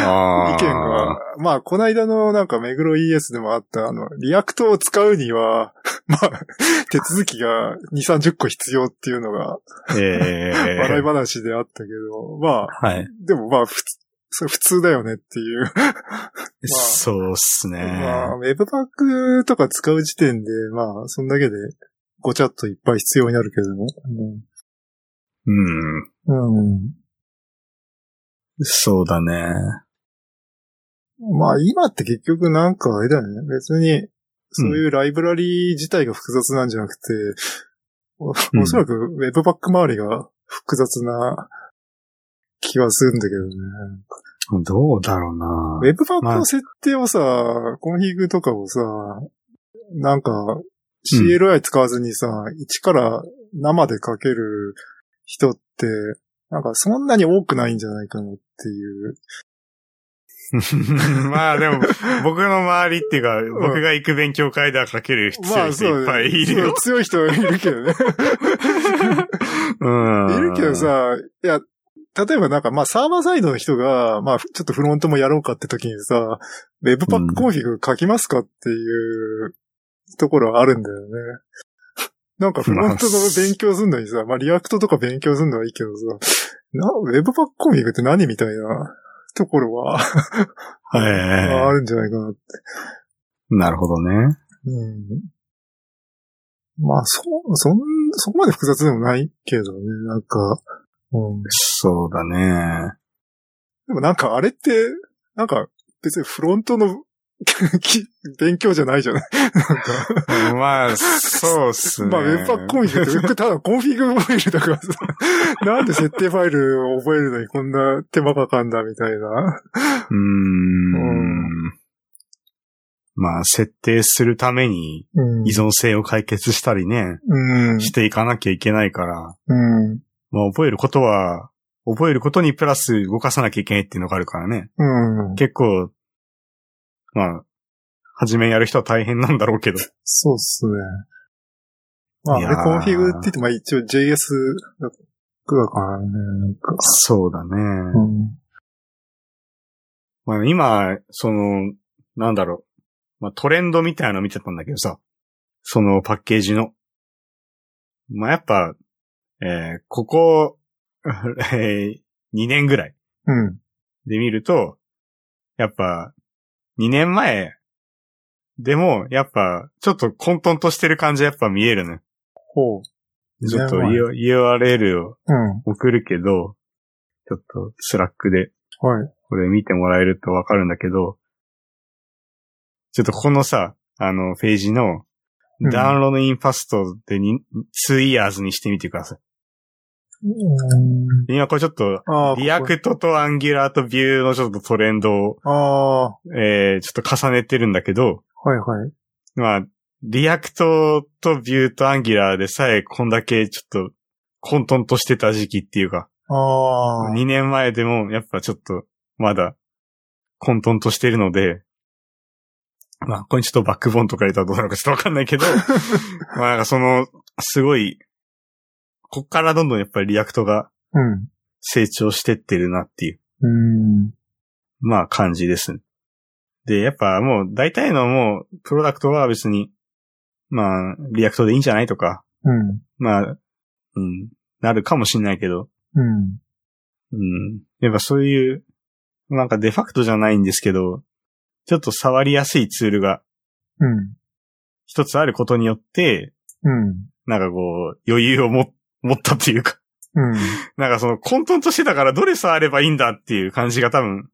あ意見が、まあ、この間のなんか、目黒 ES でもあった、あの、リアクトを使うには、 <laughs> まあ、手続きが2、30個必要っていうのが、ええ笑い話であったけど、まあ、はい。でもまあ、普通、それ普通だよねっていう。そうっすね。 <laughs> まあ、ウェブパックとか使う時点で、まあ、そんだけで、ごちゃっといっぱい必要になるけども。うん。うん。うんそうだね。まあ今って結局なんかあれだよね。別に、そういうライブラリー自体が複雑なんじゃなくて、おうんおそらくウェブパック周りが複雑な気はするんだけどね。どうだろうな <laughs> ウェブパックの設定をさ、コンフィグとかをさ、なんか CLI 使わずにさ、一から生で書ける人って、なんかそんなに多くないんじゃないかなっていう。まあでも、僕の周りっていうか、僕が行く勉強会では書ける必要人いっぱいいるよ。強い人はいるけどね。うんいるけど、さ、いや、例えばなんか、まあ、サーバーサイドの人が、まあ、ちょっとフロントもやろうかって時にさ、ウェブパックコンフィグ書きますかっていうところはあるんだよね。なんか、フロントの勉強するのにさ、まあ、リアクトとか勉強するのはいいけどさ、な、ウェブパックコンフィグって何みたいなところは、あはい。るんじゃないかなって。なるほどね。うん。まあ、そ、そん、そこまで複雑でもないけどね、なんか、うん。そうだね。でもなんかあれって、なんか別にフロントの <laughs> き勉強じゃないじゃないなんか、 <laughs> まあ、そうっすね。まあウェブパックコンフィグって、ただコンフィグファイルだからさ、 <laughs> なんで設定ファイルを覚えるのにこんな手間かかんだみたいな。うーん。まあ、設定するためにうん依存性を解決したりね、うん。していかなきゃいけないから、うん。まあ、覚えることは、覚えることにプラス動かさなきゃいけないっていうのがあるからね。うん。結構、まあ、初めやる人は大変なんだろうけど。そうっすね。まあ、いやで、ーコンフィグって言って、まあ一応 JS だからね、なんか。そうだね。うん。まあ、今、その、なんだろう。まあ、トレンドみたいなの見てたんだけどさ。そのパッケージの。まあ、やっぱ、えーここ、 <laughs> えー2年ぐらいうん。で見ると、やっぱ、2年前でも、やっぱ、ちょっと混沌としてる感じやっぱ見えるね。ほう。ちょっと2年 URL をうん。送るけど、ちょっとスラックではい。これ見てもらえるとわかるんだけど、ちょっとここのさ、あの、ページの、うんダウンロードインパストでに、2 years にしてみてください。うん今これちょっと、ああ、リアクトとアンギュラーとビューのちょっとトレンドを、ああ、はえー、ちょっと重ねてるんだけど、いはい。まあ、リアクトとビューとアンギュラーでさえこんだけちょっと混沌としてた時期っていうか、ああ、 2年前でもやっぱちょっとまだ混沌としてるので、まあ、ここにちょっとバックボーンとか入れたらどうなるかちょっとわかんないけど、まあなんかその、すごい、こっからどんどんやっぱりリアクトがうん。成長してってるなっていう、うん。まあ感じですね。で、やっぱもう大体のもうプロダクトは別に、まあ、リアクトでいいんじゃないとか、うん。まあ、うん、なるかもしんないけど、うん。うん。やっぱそういう、なんかデファクトじゃないんですけど、ちょっと触りやすいツールがうん。一つあることによって、うん。なんかこう、余裕をも <laughs> 持ったっていうか、うん。なんかその混沌としてたからどれ触ればいいんだっていう感じが多分、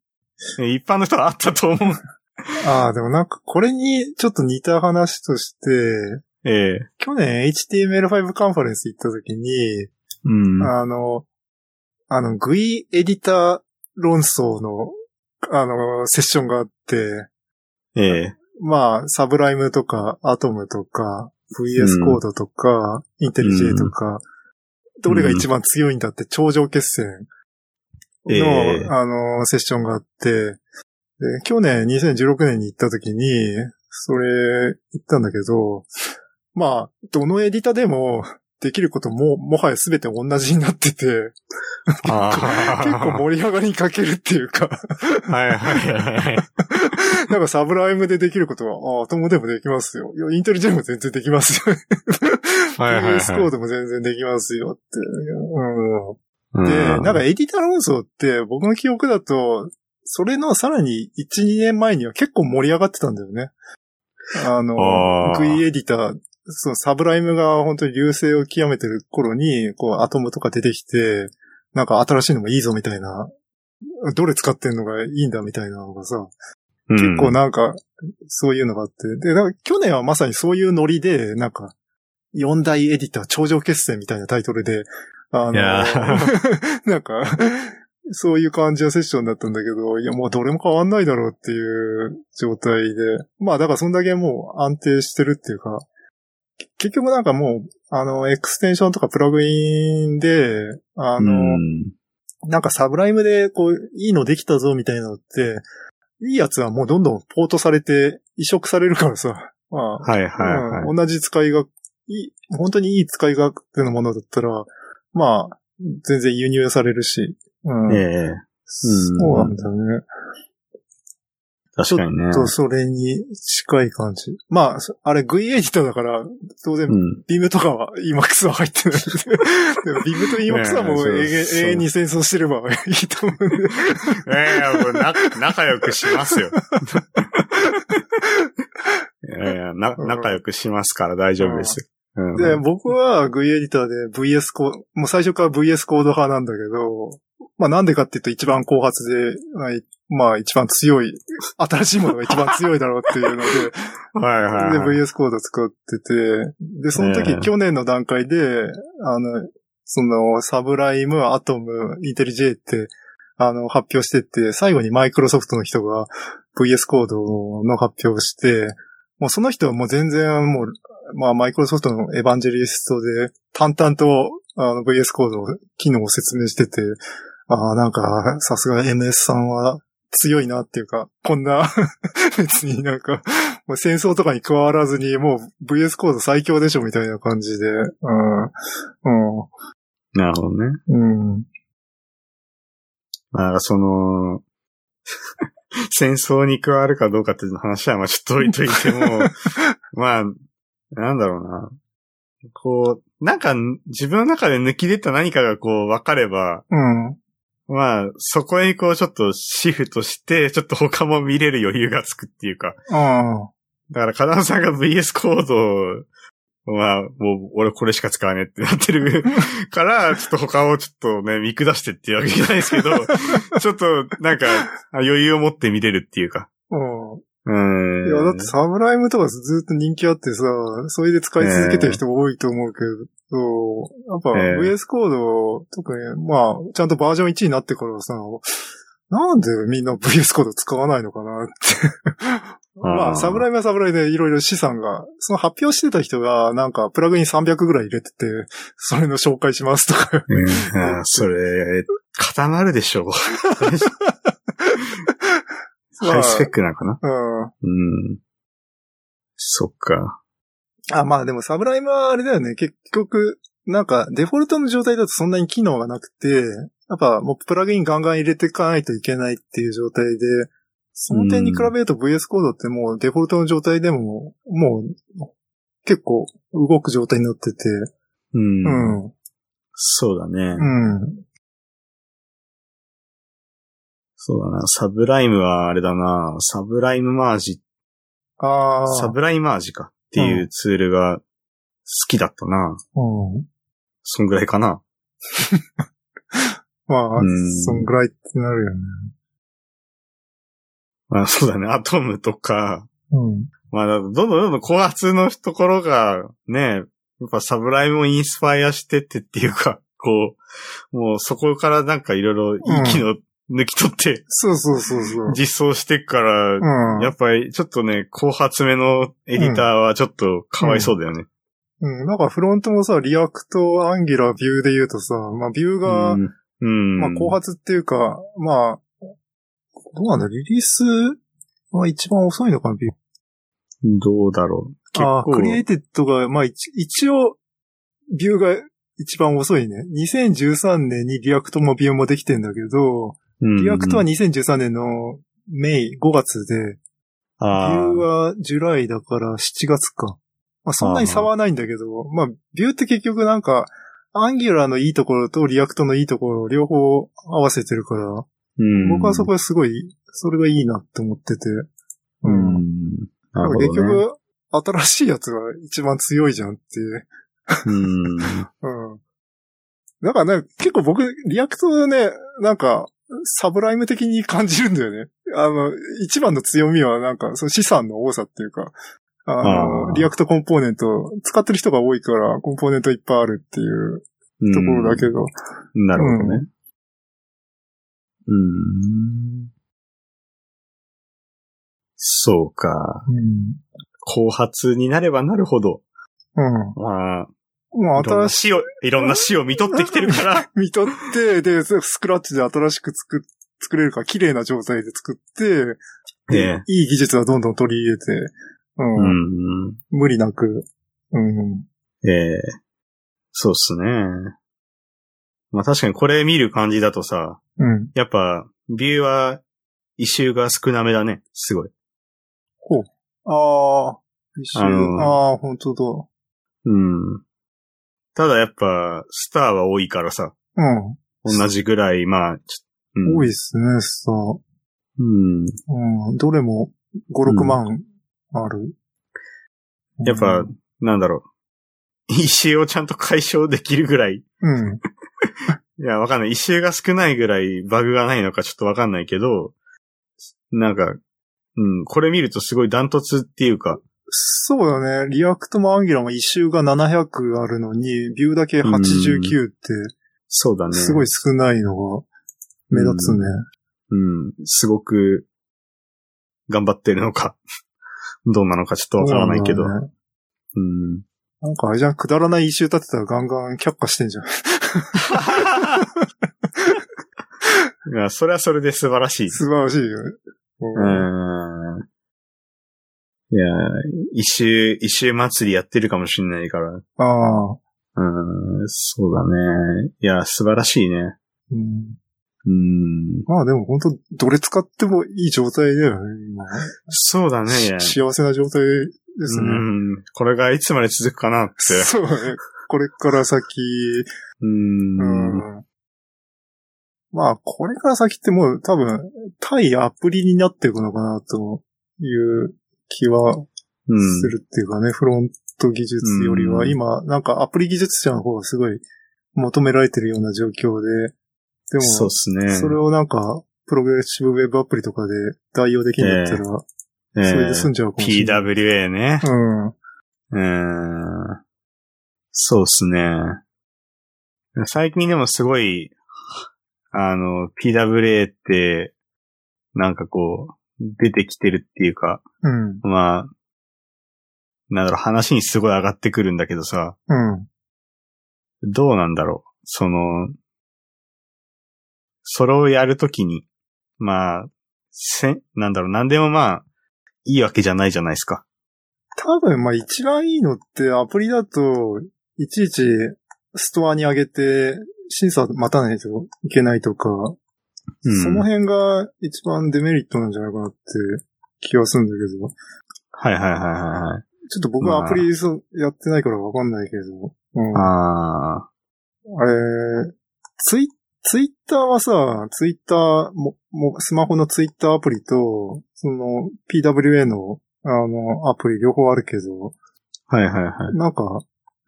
一般の人はあったと思う。 <laughs> ああ、でもなんかこれにちょっと似た話として、ええ去年 HTML5 カンファレンス行った時に、うん。あの、あの、GUI エディター論争の、あの、セッションがあって、ええまあ、サブライムとか、アトムとか、VS コードとか、インテリジェとか、どれが一番強いんだって頂上決戦の、ええあの、セッションがあって、で去年2016年に行った時に、それ、行ったんだけど、まあ、どのエディタでも、できることも、もはや全て同じになってて、あ結構ー盛り上がりに欠けるっていうか、はいはいはいはい。なんかサブライムでできることは、ああ、トモでもできますよ。いや、インテリジェンも全然できますよ。はいはいはい VS コードも全然できますよって。ううんん、で、なんかエディター論争って僕の記憶だと、それのさらに1、2年前には結構盛り上がってたんだよね。あの、あー GUI エディター、そう、サブライムが本当に流星を極めてる頃に、こう、アトムとか出てきて、なんか新しいのもいいぞみたいな、どれ使ってんのがいいんだみたいなのがさ、結構なんか、そういうのがあって。で、なんか去年はまさにそういうノリで、なんか、四大エディター頂上決戦みたいなタイトルで、あの、いやー <laughs> なんか、そういう感じのセッションだったんだけど、いやもうどれも変わんないだろうっていう状態で、まあだからそんだけもう安定してるっていうか、結局なんかもう、あの、エクステンションとかプラグインで、ああの、なんかサブライムで、こう、いいのできたぞみたいなのって、いいやつはもうどんどんポートされて移植されるからさ、まはいはいあ、はい。うん同じ使いが、いい、本当にいい使い勝手のものだったら、まあ、全然輸入されるし、うん。ええそうなんだね。確かにね。と、それに近い感じ。まあ、そあれ GUI エディターだから、当然うん。ビームとかは EMAX は入ってないんで。でもビームと EMAX はもう永ねえ遠そう永遠に戦争してればいいと思うんで。いやいや、もうな、仲良くしますよ。いやいや、な、仲良くしますから大丈夫ですよ。うん。で、僕は GUI エディターで VS コード、もう最初から VS コード派なんだけど、まあなんでかっていうと一番後発で、はいまあ一番強い、新しいものが一番強いだろうっていうので、はいはいはい。で VS コード使ってて、で、その時、ええ去年の段階で、あの、そのサブライム、アトム、インテリジェって、あの、発表してて、最後にマイクロソフトの人が VS コードの発表をして、もうその人はもう全然もう、まあマイクロソフトのエヴァンジェリストで、淡々とあの VS コードの機能を説明してて、ああ、なんか、さすが MS さんは強いなっていうか、こんな、 <laughs> 別になんか、もう戦争とかに加わらずに、もう VS コード最強でしょみたいな感じで、うん、うん、なるほどね。うん、まあ、その、 <laughs> 戦争に加わるかどうかっていう話は、まあちょっと置いといても、まあ、なんだろうな。こう、なんか、自分の中で抜き出た何かがこう、分かれば、うん、まあ、そこにこう、ちょっとシフトして、ちょっと他も見れる余裕がつくっていうか。うん、だから、風間さんが VS コードを、まあ、もう、俺これしか使わねえってなって <laughs> るから、ちょっと他をちょっとね、見下してっていうわ <laughs> けじゃないですけど、ちょっと、なんか、あ余裕を持って見れるっていうか、うん、うん。いや、だってサブライムとかずっと人気あってさ、それで使い続けてる人多いと思うけど、やっぱええ VS コード、特に、まあ、ちゃんとバージョン1になってからさ、なんでみんな VS コード使わないのかなって。あまーあ、サブライムはサブライムでいろいろ資産が、その発表してた人が、なんか、プラグイン300ぐらい入れてて、それの紹介します <laughs> とか。うんあーそれ、固まるでしょう。ハイスペックなんかなうん。うん。そっか。あ、まあでもサブライムはあれだよね。結局、なんかデフォルトの状態だとそんなに機能がなくて、やっぱもうプラグインガンガン入れていかないといけないっていう状態で、その点に比べると VS コードってもうデフォルトの状態でも、もう結構動く状態になってて、うん。うん。そうだね、うん。そうだな。サブライムはあれだな。サブライムマージ、ああ。サブライマージかっていうツールが好きだったな。うん。そんぐらいかな。まあ、うんそんぐらいってなるよね。あ <laughs> そうだね。アトムとか、うん。まあ、どんどんどんどん高圧のところが、ね、やっぱサブライムをインスパイアしてってっていうか、 <laughs> こう、もうそこからなんかいろいろいい機能抜き取ってそうそうそうそう。実装してっから、うん。やっぱりちょっとね、後発目のエディターはちょっとかわいそうだよね。うん。なんかフロントもさ、リアクト、アンギュラー、ビューで言うとさ、まあビューうが、ん。うん。まあ、後発っていうか、まあ、どうなんだ、リリースは一番遅いのかな、ビューどうだろう。結あー構。クリエイテッドが、まあ一、一応、ビューが一番遅いね。2013年にリアクトもビューもできてんだけど、うんリアクトは2013年のメイ、5月で、ビあューーはジュライだから7月か。まあそんなに差はないんだけど、まあビューって結局なんか、アンギュラーのいいところとリアクトのいいところを両方合わせてるから、うん僕はそこはすごい、それがいいなって思ってて。うん。なるだからほど、ね。結局、新しいやつが一番強いじゃんっていう。うん。うん。だからね、結構僕、リアクトね、なんか、サブライム的に感じるんだよね。あの、一番の強みはなんか、その資産の多さっていうか、あの、あーリアクトコンポーネント、使ってる人が多いから、コンポーネントいっぱいあるっていううんところだけど、なるほどね。うん。そうか。う後発になればなるほど。ん。まうん。まあ、あ、いろん新なしい死を、いろんな死を見とってきてる <laughs> から。見とって、で、スクラッチで新しく作、作れるから綺麗な状態で作って、でねいい技術はどんどん取り入れて、ううん、ん。無理なく、うん、ええそうっすね。まあ確かにこれ見る感じだとさ、うん、やっぱ、ビューは、異臭が少なめだね。すごい。ああ、一周、あのああ、本当うん。ただやっぱ、スターは多いからさ、だ。うん、同じぐらい、まあ、ちょうん、多いい。ですね、さ、うん。うん、どれも5、6万ある。やっぱうん、、なんだろう。異臭をちゃんと解消できるぐらい。うん、いや、わかんない。異臭が少ないぐらいバグがないのかちょっとわかんないけど、なんか、うん、これ見るとすごいダントツっていうか、そうだね。リアクトもアンギュラも一周が700あるのに、ビューだけ89って、そうだね。すごい少ないのが目立つね。うん、すごく、頑張ってるのか、どうなのかちょっとわからないけど。そうんう,、んだねなんかあれじゃん、くだらない一周立てたらガンガン却下してんじゃん。いや、それはそれで素晴らしい。素晴らしいよね。ううんん。いや、一周、一周祭りやってるかもしれないから。ああ、うん、そうだね。いや、素晴らしいね。うん。うん。まあでも本当どれ使ってもいい状態だよね、今。そうだね。いやし幸せな状態ですね。うん。これがいつまで続くかなって。 <laughs> そうね。これから先、うんう。ん。まあ、これから先ってもう多分、対アプリになっていくのかなという気はうんするっていうかね、フロント技術よりうは、ん今、なんかアプリ技術者の方がすごい求められてるような状況で、でも、そうそですね。れをなんか、プログレッシブウェブアプリとかで代用できるんだったら、えそれで済んじゃうかもしれない。 PWA ね。うん。うん。そうっすね。最近でもすごい、あの、PWA って、なんかこう、出てきてるっていうか、うん。まあ、なんだろう、話にすごい上がってくるんだけどさ、うん。どうなんだろう。その、それをやるときに、まあ、せ、なんだろう、なんでもまあ、いいわけじゃないじゃないですか。多分、まあ一番いいのってアプリだと、いちいちストアに上げて審査待たないといけないとか、うん、その辺が一番デメリットなんじゃないかなって気がするんだけど、はいはいはいはいはい。ちょっと僕はアプリそうやってないからわかんないけど、うん、ああれ、ツイツイッターはさ、ツイッターも、もスマホのツイッターアプリと、その PWA のあのアプリ両方あるけど、あ、はいはいはい。なんか、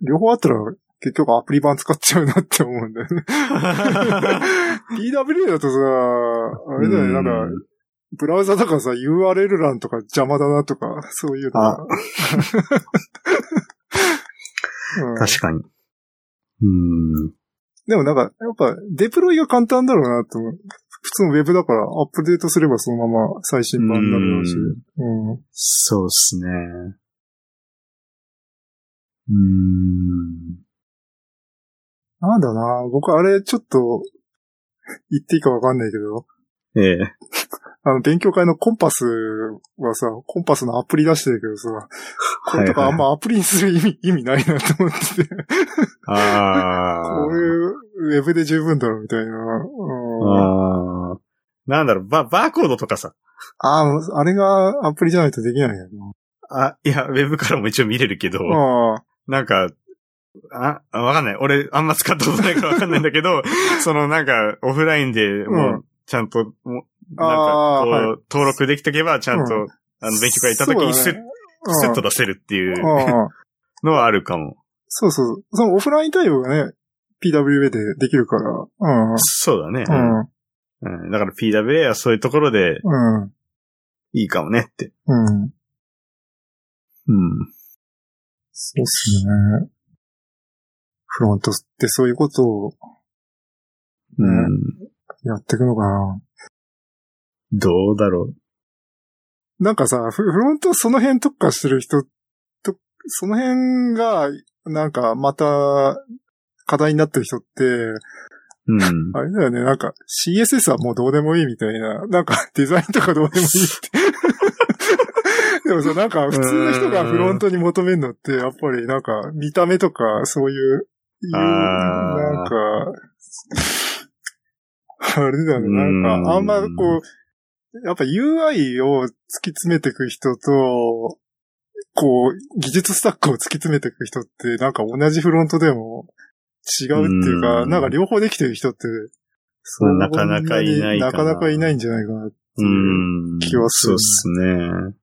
両方あったら結局アプリ版使っちゃうなって思うんだよね。PWA だとさ、あれだようね、んなんか、ブラウザだからさ、URL 欄とか邪魔だなとか、そういうのが。 <laughs> うん確かに。うん。でもなんか、やっぱ、デプロイが簡単だろうなと思う。普通のウェブだから、アップデートすればそのまま最新版になるだろうし。うん。そうっすね。うん。なんだな僕あれ、ちょっと、言っていいかわかんないけど、ええ。あの、勉強会のコンパスはさ、コンパスのアプリ出してるけど <laughs> さ、これとかあんまアプリにする意味、 <laughs> 意味ないなと思ってて、ああ。こういうウェブで十分だろみたいな。うん、ああ。なんだろう、バ、バーコードとかさ。ああ、あれがアプリじゃないとできないよあ、いや、ウェブからも一応見れるけど、な。あなんか、あ、あわかんない。俺、あんま使ったことないからわかんないんだけ <laughs> ど、そのなんか、オフラインでうもう、ちゃんと、もうなんかあこーう、は登録できとけば、ちゃんと、うあの、勉強会行った時にスッ、スッとだ出せるっていううん。のはあるかも。そうそう。そのオフライン対応がね、PWA でできるから。うん。そうだね。うん。うんだから PWA はそういうところでうん。いいかもねって。うん。うん。そうっすね。フロントってそういうことをうん。やっていくのかな。どうだろう。なんかさ、フフロントその辺特化してる人と、その辺が、なんかまた課題になってる人って、うん。あれだよね、なんか CSS はもうどうでもいいみたいな、なんか <laughs> デザインとかどうでもいいって。 <laughs> でもさ、なんか普通の人がフロントに求めるのって、やっぱりなんか見た目とかそういう、いうあーなんか、あれだね、なんかあんまこう、やっぱ UI を突き詰めていく人と、こう、技術スタックを突き詰めていく人って、なんか同じフロントでも違うっていうか、うんなんか両方できてる人って、そなかなかいないかななかなかいないんじゃないかなってういう。ん。気はするそうっすね。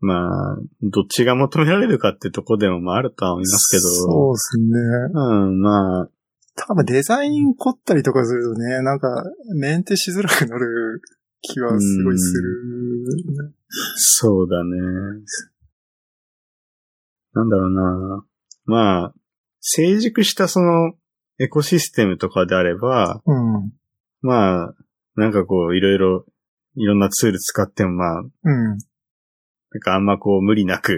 まあ、どっちが求められるかってとこでもまああるとは思いますけど。そうですね。うん、まあ、多分デザイン凝ったりとかするとね、なんか、メンテしづらくなる気はすごいする。そうだね。なんだろうな。まあ、成熟したその、エコシステムとかであれば、うん。うん。まあ、なんかこう、いろいろ、いろんなツール使っても、まあ、うん。なんかあんまこう、無理なく、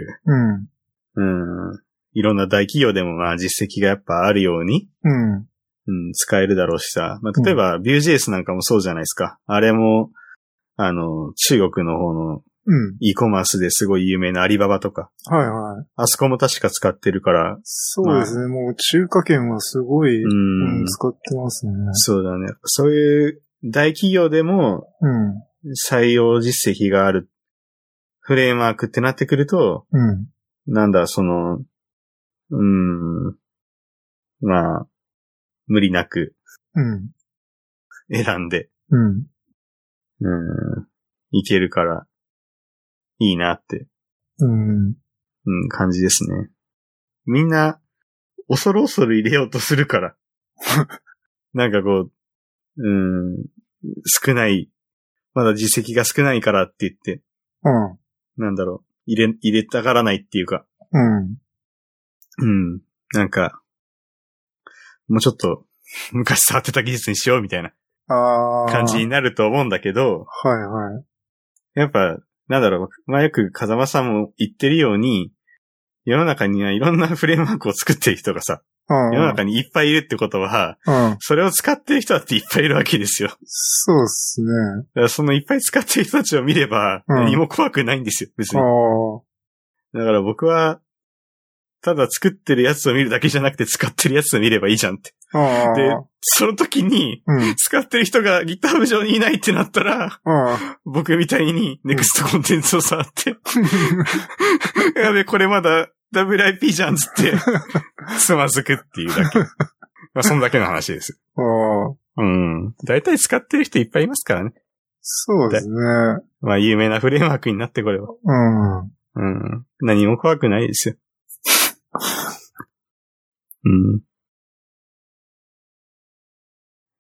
うん。うん、いろんな大企業でもまあ、実績がやっぱあるように、うん。うん、使えるだろうしさ。まあ、例えば、Vue.js なんかもそうじゃないですか。あれも、あの、中国の方のうん。 e コマースですごい有名なアリババとか、はいはい。あそこも確か使ってるから、そうですね。もう中華圏はすごい、ううんん、、使ってますね。そうだね。そういう大企業でもうん。採用実績があるフレームワークってなってくると、うん。なんだ、その、うん、まあ、無理なくうん。選んで、うん。うん、いけるから、いいなって、うん。うん、感じですね。みんな、恐る恐る入れようとするから。 <laughs> なんかこう、うん、少ない、まだ実績が少ないからって言って、うん。なんだろう、入れ、入れたがらないっていうか、うん。うん。なんか、もうちょっと、昔触ってた技術にしようみたいなああ。感じになると思うんだけど、はいはい。やっぱ、なんだろう、まあ、よく風間さんも言ってるように、世の中にはいろんなフレームワークを作ってる人がさ、うん。世の中にいっぱいいるってことは、うん。それを使ってる人だっていっぱいいるわけですよ。だかそうですね。らそのいっぱい使ってる人たちを見れば、うん何も怖くないんですよ、別あに。だから僕は、ただ作ってるやつを見るだけじゃなくて使ってるやつを見ればいいじゃんって。あ。ああ。で、その時に、うん。うん。使ってる人が GitHub 上にいないってなったら、僕みたいに NEXT コンテンツを触って、やべ、これまだ WIP じゃんっつ <laughs> って、つまずくっていうだけ。まあ、そんだけの話です。ああ。うん。大体使ってる人いっぱいいますからね。そうですね。まあ、有名なフレームワークになってこれは。うん。うん。何も怖くないですよ。うん。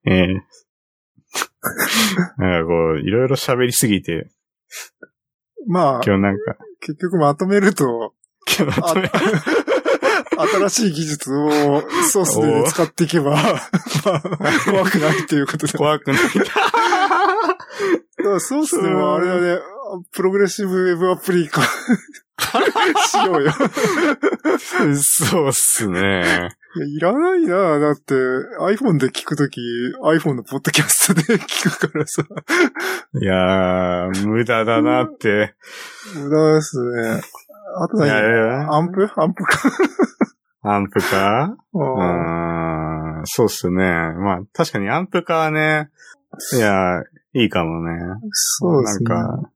え <laughs> えなんかこう、いろいろ喋りすぎて、まあ、今日なんか、結局まとめると、今日まとめ新しい技術をソースで使っていけば、まあ、怖くないっていうことで。だ <laughs> か怖くない。らソースでもあれだね、プログレッシブウェブアプ <laughs> リか、しようよ。そうっすね。いや、いらないな。だって、iPhone で聞くとき、iPhone のポッドキャストで <laughs> 聞くからさ。いやー、無駄だなって。無駄ですね。あといやい何やアンプアンプか。アンプかあうーーん、そうっすね。まあ、確かにアンプかはね、いやー、いいかもね。そうですね。なんか、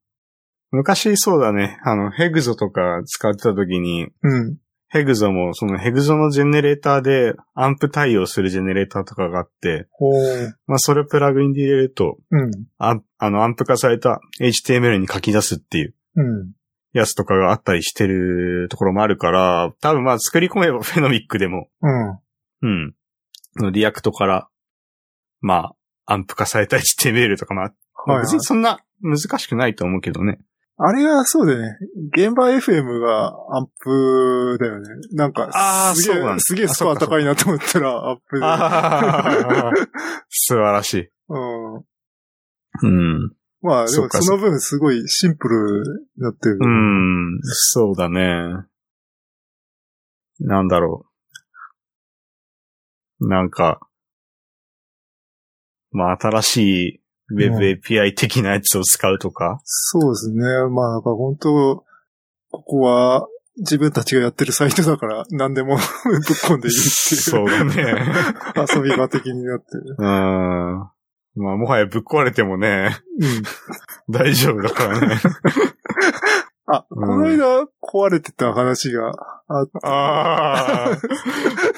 昔そうだね、あの、ヘグゾとか使ってた時に、うん。ヘグゾも、そのヘグゾのジェネレーターでアンプ対応するジェネレーターとかがあって、ほう。まあそれをプラグインで入れると、うん。ああの、アンプ化された HTML に書き出すっていううん。やつとかがあったりしてるところもあるから、多分まあ作り込めば <laughs> フェノミックでも、うん。うん。そのリアクトから、まあ、アンプ化された HTML とか、まあ、はい、はい別。にそんな難しくないと思うけど <laughs> ね。あれがそうだよね。現場 FM がアンプだよね。なんか、あーすげそうなんえ、だすげえスコアあそうか高いなと思ったらアップで。ああ、素晴らしい。うん。うん。まあ、でそうもかその分すごいシンプルになってる。うん、そうだね。なんだろう。なんか、まあ、新しい Web うん API 的なやつを使うとか。そうですね。まあ、なんか本当ここは自分たちがやってるサイトだから何でも <laughs> ぶっ込んでいいっていう。そうだね。遊び場的になって <laughs> る。うん。まあ、もはやぶっ壊れてもね、うん。大丈夫だからね。あ、この間壊れてた話があって。 <laughs> ああ。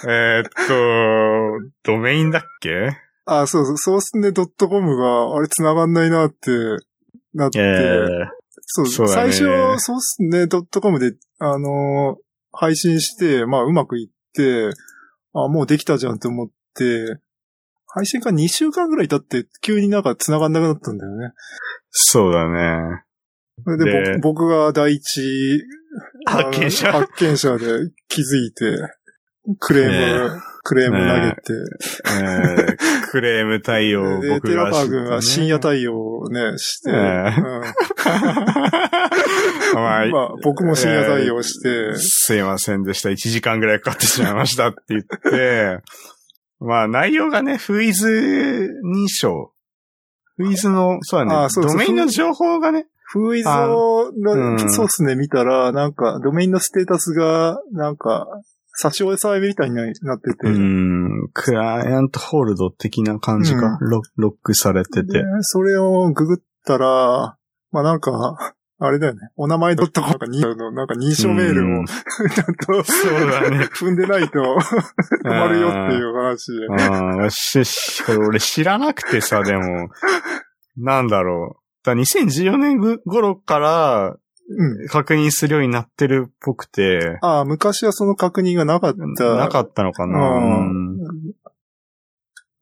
えーっと、ドメインだっけあ、そうそう、ソースネドットコムが、あれ繋がんないなって、なって、えーそう、そうだ最ね初、ソースネドットコムで、あのー配信して、まあ、うまくいって、あ、もうできたじゃんと思って、配信から2週間ぐらい経って、急になんか繋がんなくなったんだよね。そうだね。それで、で僕僕が第一、あの発見者発見者で気づいて、クレーム、クレーム投げて、えークレーム対応をで、僕テラがパ知ーってね、君が <laughs> 深夜対応をね、して、ええうんお前まあ、僕も深夜対応して、すいませんでした。1時間ぐらいかかってしまいましたって言って、 <laughs> まあ内容がね、フイズ認証。フイズの、そうだあね、そうそうドメインの情報がね、フーイズあをのうんソースで見たら、なんか、ドメインのステータスが、なんか、差し押さえみたいになってて、うん、クライアントホールド的な感じか、ロロックされてでて。それをググったら、まあなんか、あれだよね。お名前 .com かにの、なんか認証メールうをん、ちゃんと、そうだ <laughs> ね。踏んでないと、止まるよっていう話で。ああ、し、し、これ俺知らなくてさ、でも、なんだろう。だ2014年ぐ頃からうん。確認するようになってるっぽくて、ああ、昔はその確認がなかった。なかったのかな、うんうん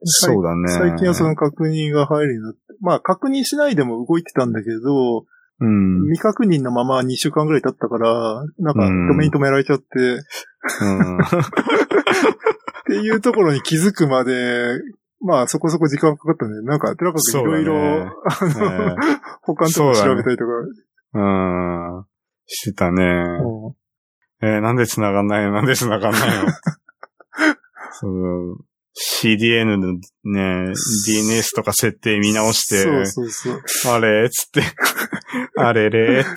そうだね。最近はその確認が入るようになって、まあ確認しないでも動いてたんだけど、うん。未確認のまま2週間ぐらい経ったから、なんかうん止めに止められちゃって、っうんていうところに気づくまで、まあそこそこ時間かかったんで、なんか寺川君いろいろ、そうだねあねの、他のところ調べたりとか、うん。してたね。うんえーなんで繋がんないのなんで繋がん <laughs> ないのその CDN のね、DNS とか設定見直しそうて、そうそう。あれっつ <laughs> って、あれれって。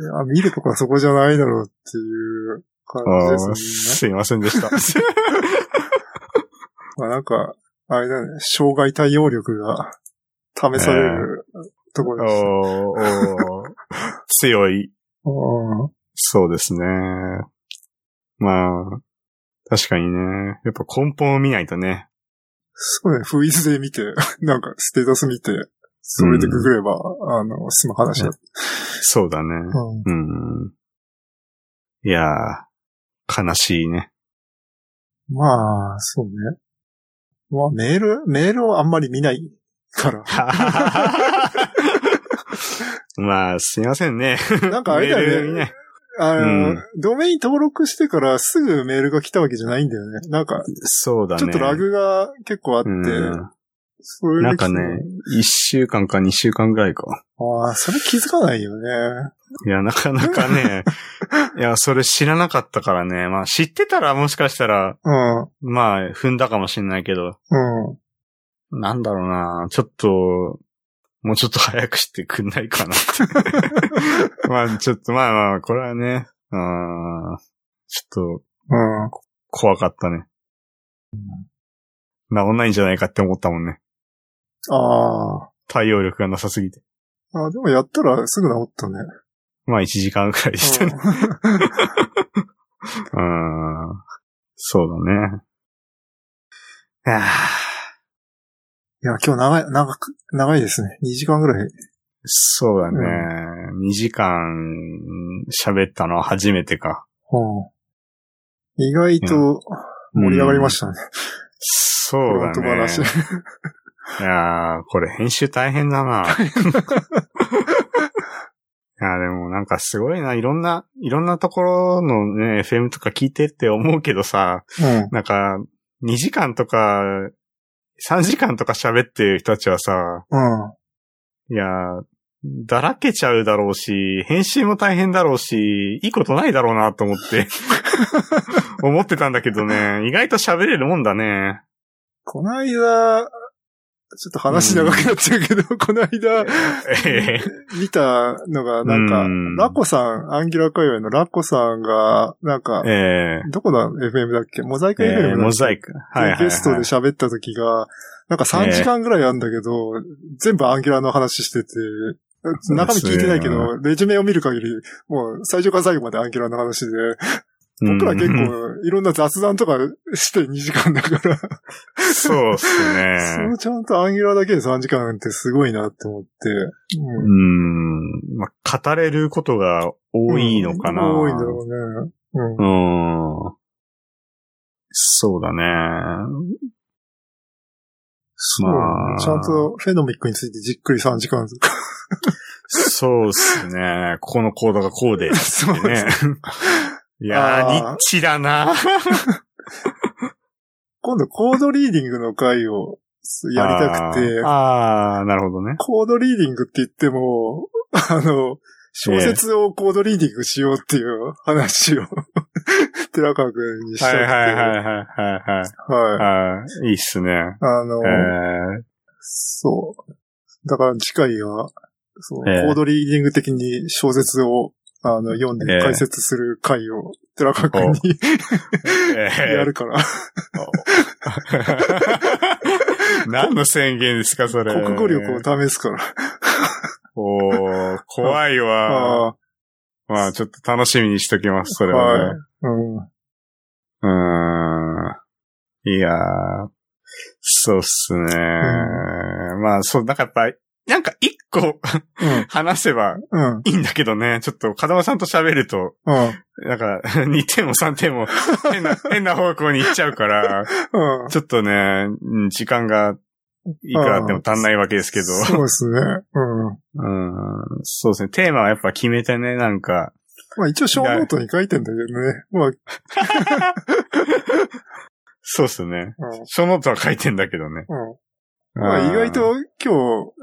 いや、見るとかそこじゃないだろうっていう感じあでーすすいませんで <laughs> した。ね。まあなんか、あれだね、障害対応力が試されるとこおろでした。ーおー強い。うんそうですね。まあ、確かにね。やっぱ根本を見ないとね。そうね、フイズで見て、なんかステータス見て、それでググれば、あの、済む話だ。そうだね。うんうん。いやー、悲しい <laughs> ね。まあ、そうね。まあ、メール、メールをあんまり見ない <laughs> から。まあ、すいませんね。なんかあれだメーよルね。にね。あうの、んドメイン登録してからすぐメールが来たわけじゃないんだよね。なんか、そうだね。ちょっとラグが結構あって、うんそれでなんかね、一週間か二週間ぐらいか。ああ、それ気づかないよね。いや、なかなかね、 <laughs> いや、それ知らなかったからね。まあ、知ってたらもしかしたら、うん、うまあ、踏んだかもしれないけど、ん。なんだろうな。ちょっと、もうちょっと早くしてくんないかな <laughs> って。まあ、ちょっと、まあまあ、これはね、あーちょっと、うん。怖かったね。治んないんじゃないかって思ったもんね。あ対応力がなさすぎて。あ。あでもやったらすぐ治ったね。まあ1時間くらいでしたね。うん。そうだね。いやーいや、今日長い、長く、長いですね。2時間ぐらい。そうだね。2時間喋ったのは初めてか。うん、意外と盛り上がりましたね。そうフロンだトね。話。いやー、これ編集大変だ <laughs> な。いや、でもなんかすごいな。いろんな、いろんなところのね、FM とか聞いてって思うけどさ、うん。なんか、2時間とか、3時間とか喋ってる人たちはさ、うん。いやー、だらけちゃうだろうし、編集も大変だろうし、いいことないだろうなと思って、 <laughs> 思ってたんだけどね、意外と喋れるもんだね。この間、ちょっと話長くなっちゃうけど、この間、え見たのが、なんか、うんラコさん、アンギュラ界隈のラコさんが、なんか、ええどこだ ?FM だっけモザイク FM だっけ、えーモザイク。はいはい、はい。ゲストで喋った時が、なんか3時間ぐらいあるんだけど、全部アンギュラの話してて、中身聞いてないけそうど、レジュメを見る限り、もう最初から最後までアンギュラの話で、僕ら結うん。構いろんな雑談とかして2時間だから、そうっすそね。のちゃんとアンギュラだけで3時間ってすごいなって思って。ううんん。まあ、語れることが多いのかな。多いんだろうね。うん。うん。そうだね。そうねまあちゃんとフェノミックについてじっくり3時間。そうっすね。ここのコードがこうで。そ <laughs> ってね。いやあー、ーニッチだな。今度コードリーディングの回をやりたくてあー、あー、なるほどね。コードリーディングって言っても、あの、小説をコードリーディングしようっていう話を、寺川くんにしたはくいて。はいはいい。はいはいはい。はい。あーいいっすね。あの、えーそう。だから次回は、そう、ええコードリーディング的に小説を、あの、読んでええ解説する回を、寺川くんにえー <laughs> や <laughs> るから、何の宣言ですか、それ。国語力を試すから。おー怖いわ。あまあ、ちょっと楽しみにしときます、そあ、れははいね。。うん。うーん。いやー、そうっすね。まあ、そう、なんかやっぱ、なんか一個うん。話せばうん。いいんだけどね、ちょっと風間さんと喋ると、うん。なんか <laughs> 2点も3点も <laughs> 変な、変な方向に行っちゃうから、うん。ちょっとね、うん時間がいくらあっても足んないわけですけど。そうですね。うん。うん。そうですね。テーマはやっぱ決めてね、なんか、まあ一応小ノートに書いてんだけどね。まあ、うんそうっすね。書ノートは書いてんだけどね。うんまあ、意外と今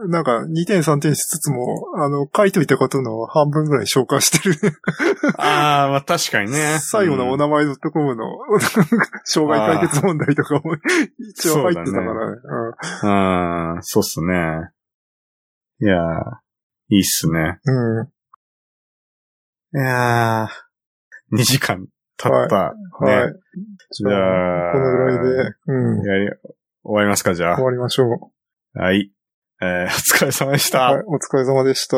日、なんか2点3点しつつも、あの、書いといたことの半分ぐらい消化してるね。うん。ああ、まあ確かにね。最後のおうん名前 .com の、 <laughs> 障害解決問題とかも一応入ってたからね。うん、そうっすね。いやー、いいっすね。うんうん。いやー、2時間経った。ね。はい。じゃあ、このぐらいで、うん。やり、終わりますか、じゃ終わりましょう。あ。はい。えー、お疲れ様でした。はい。お疲れ様でした。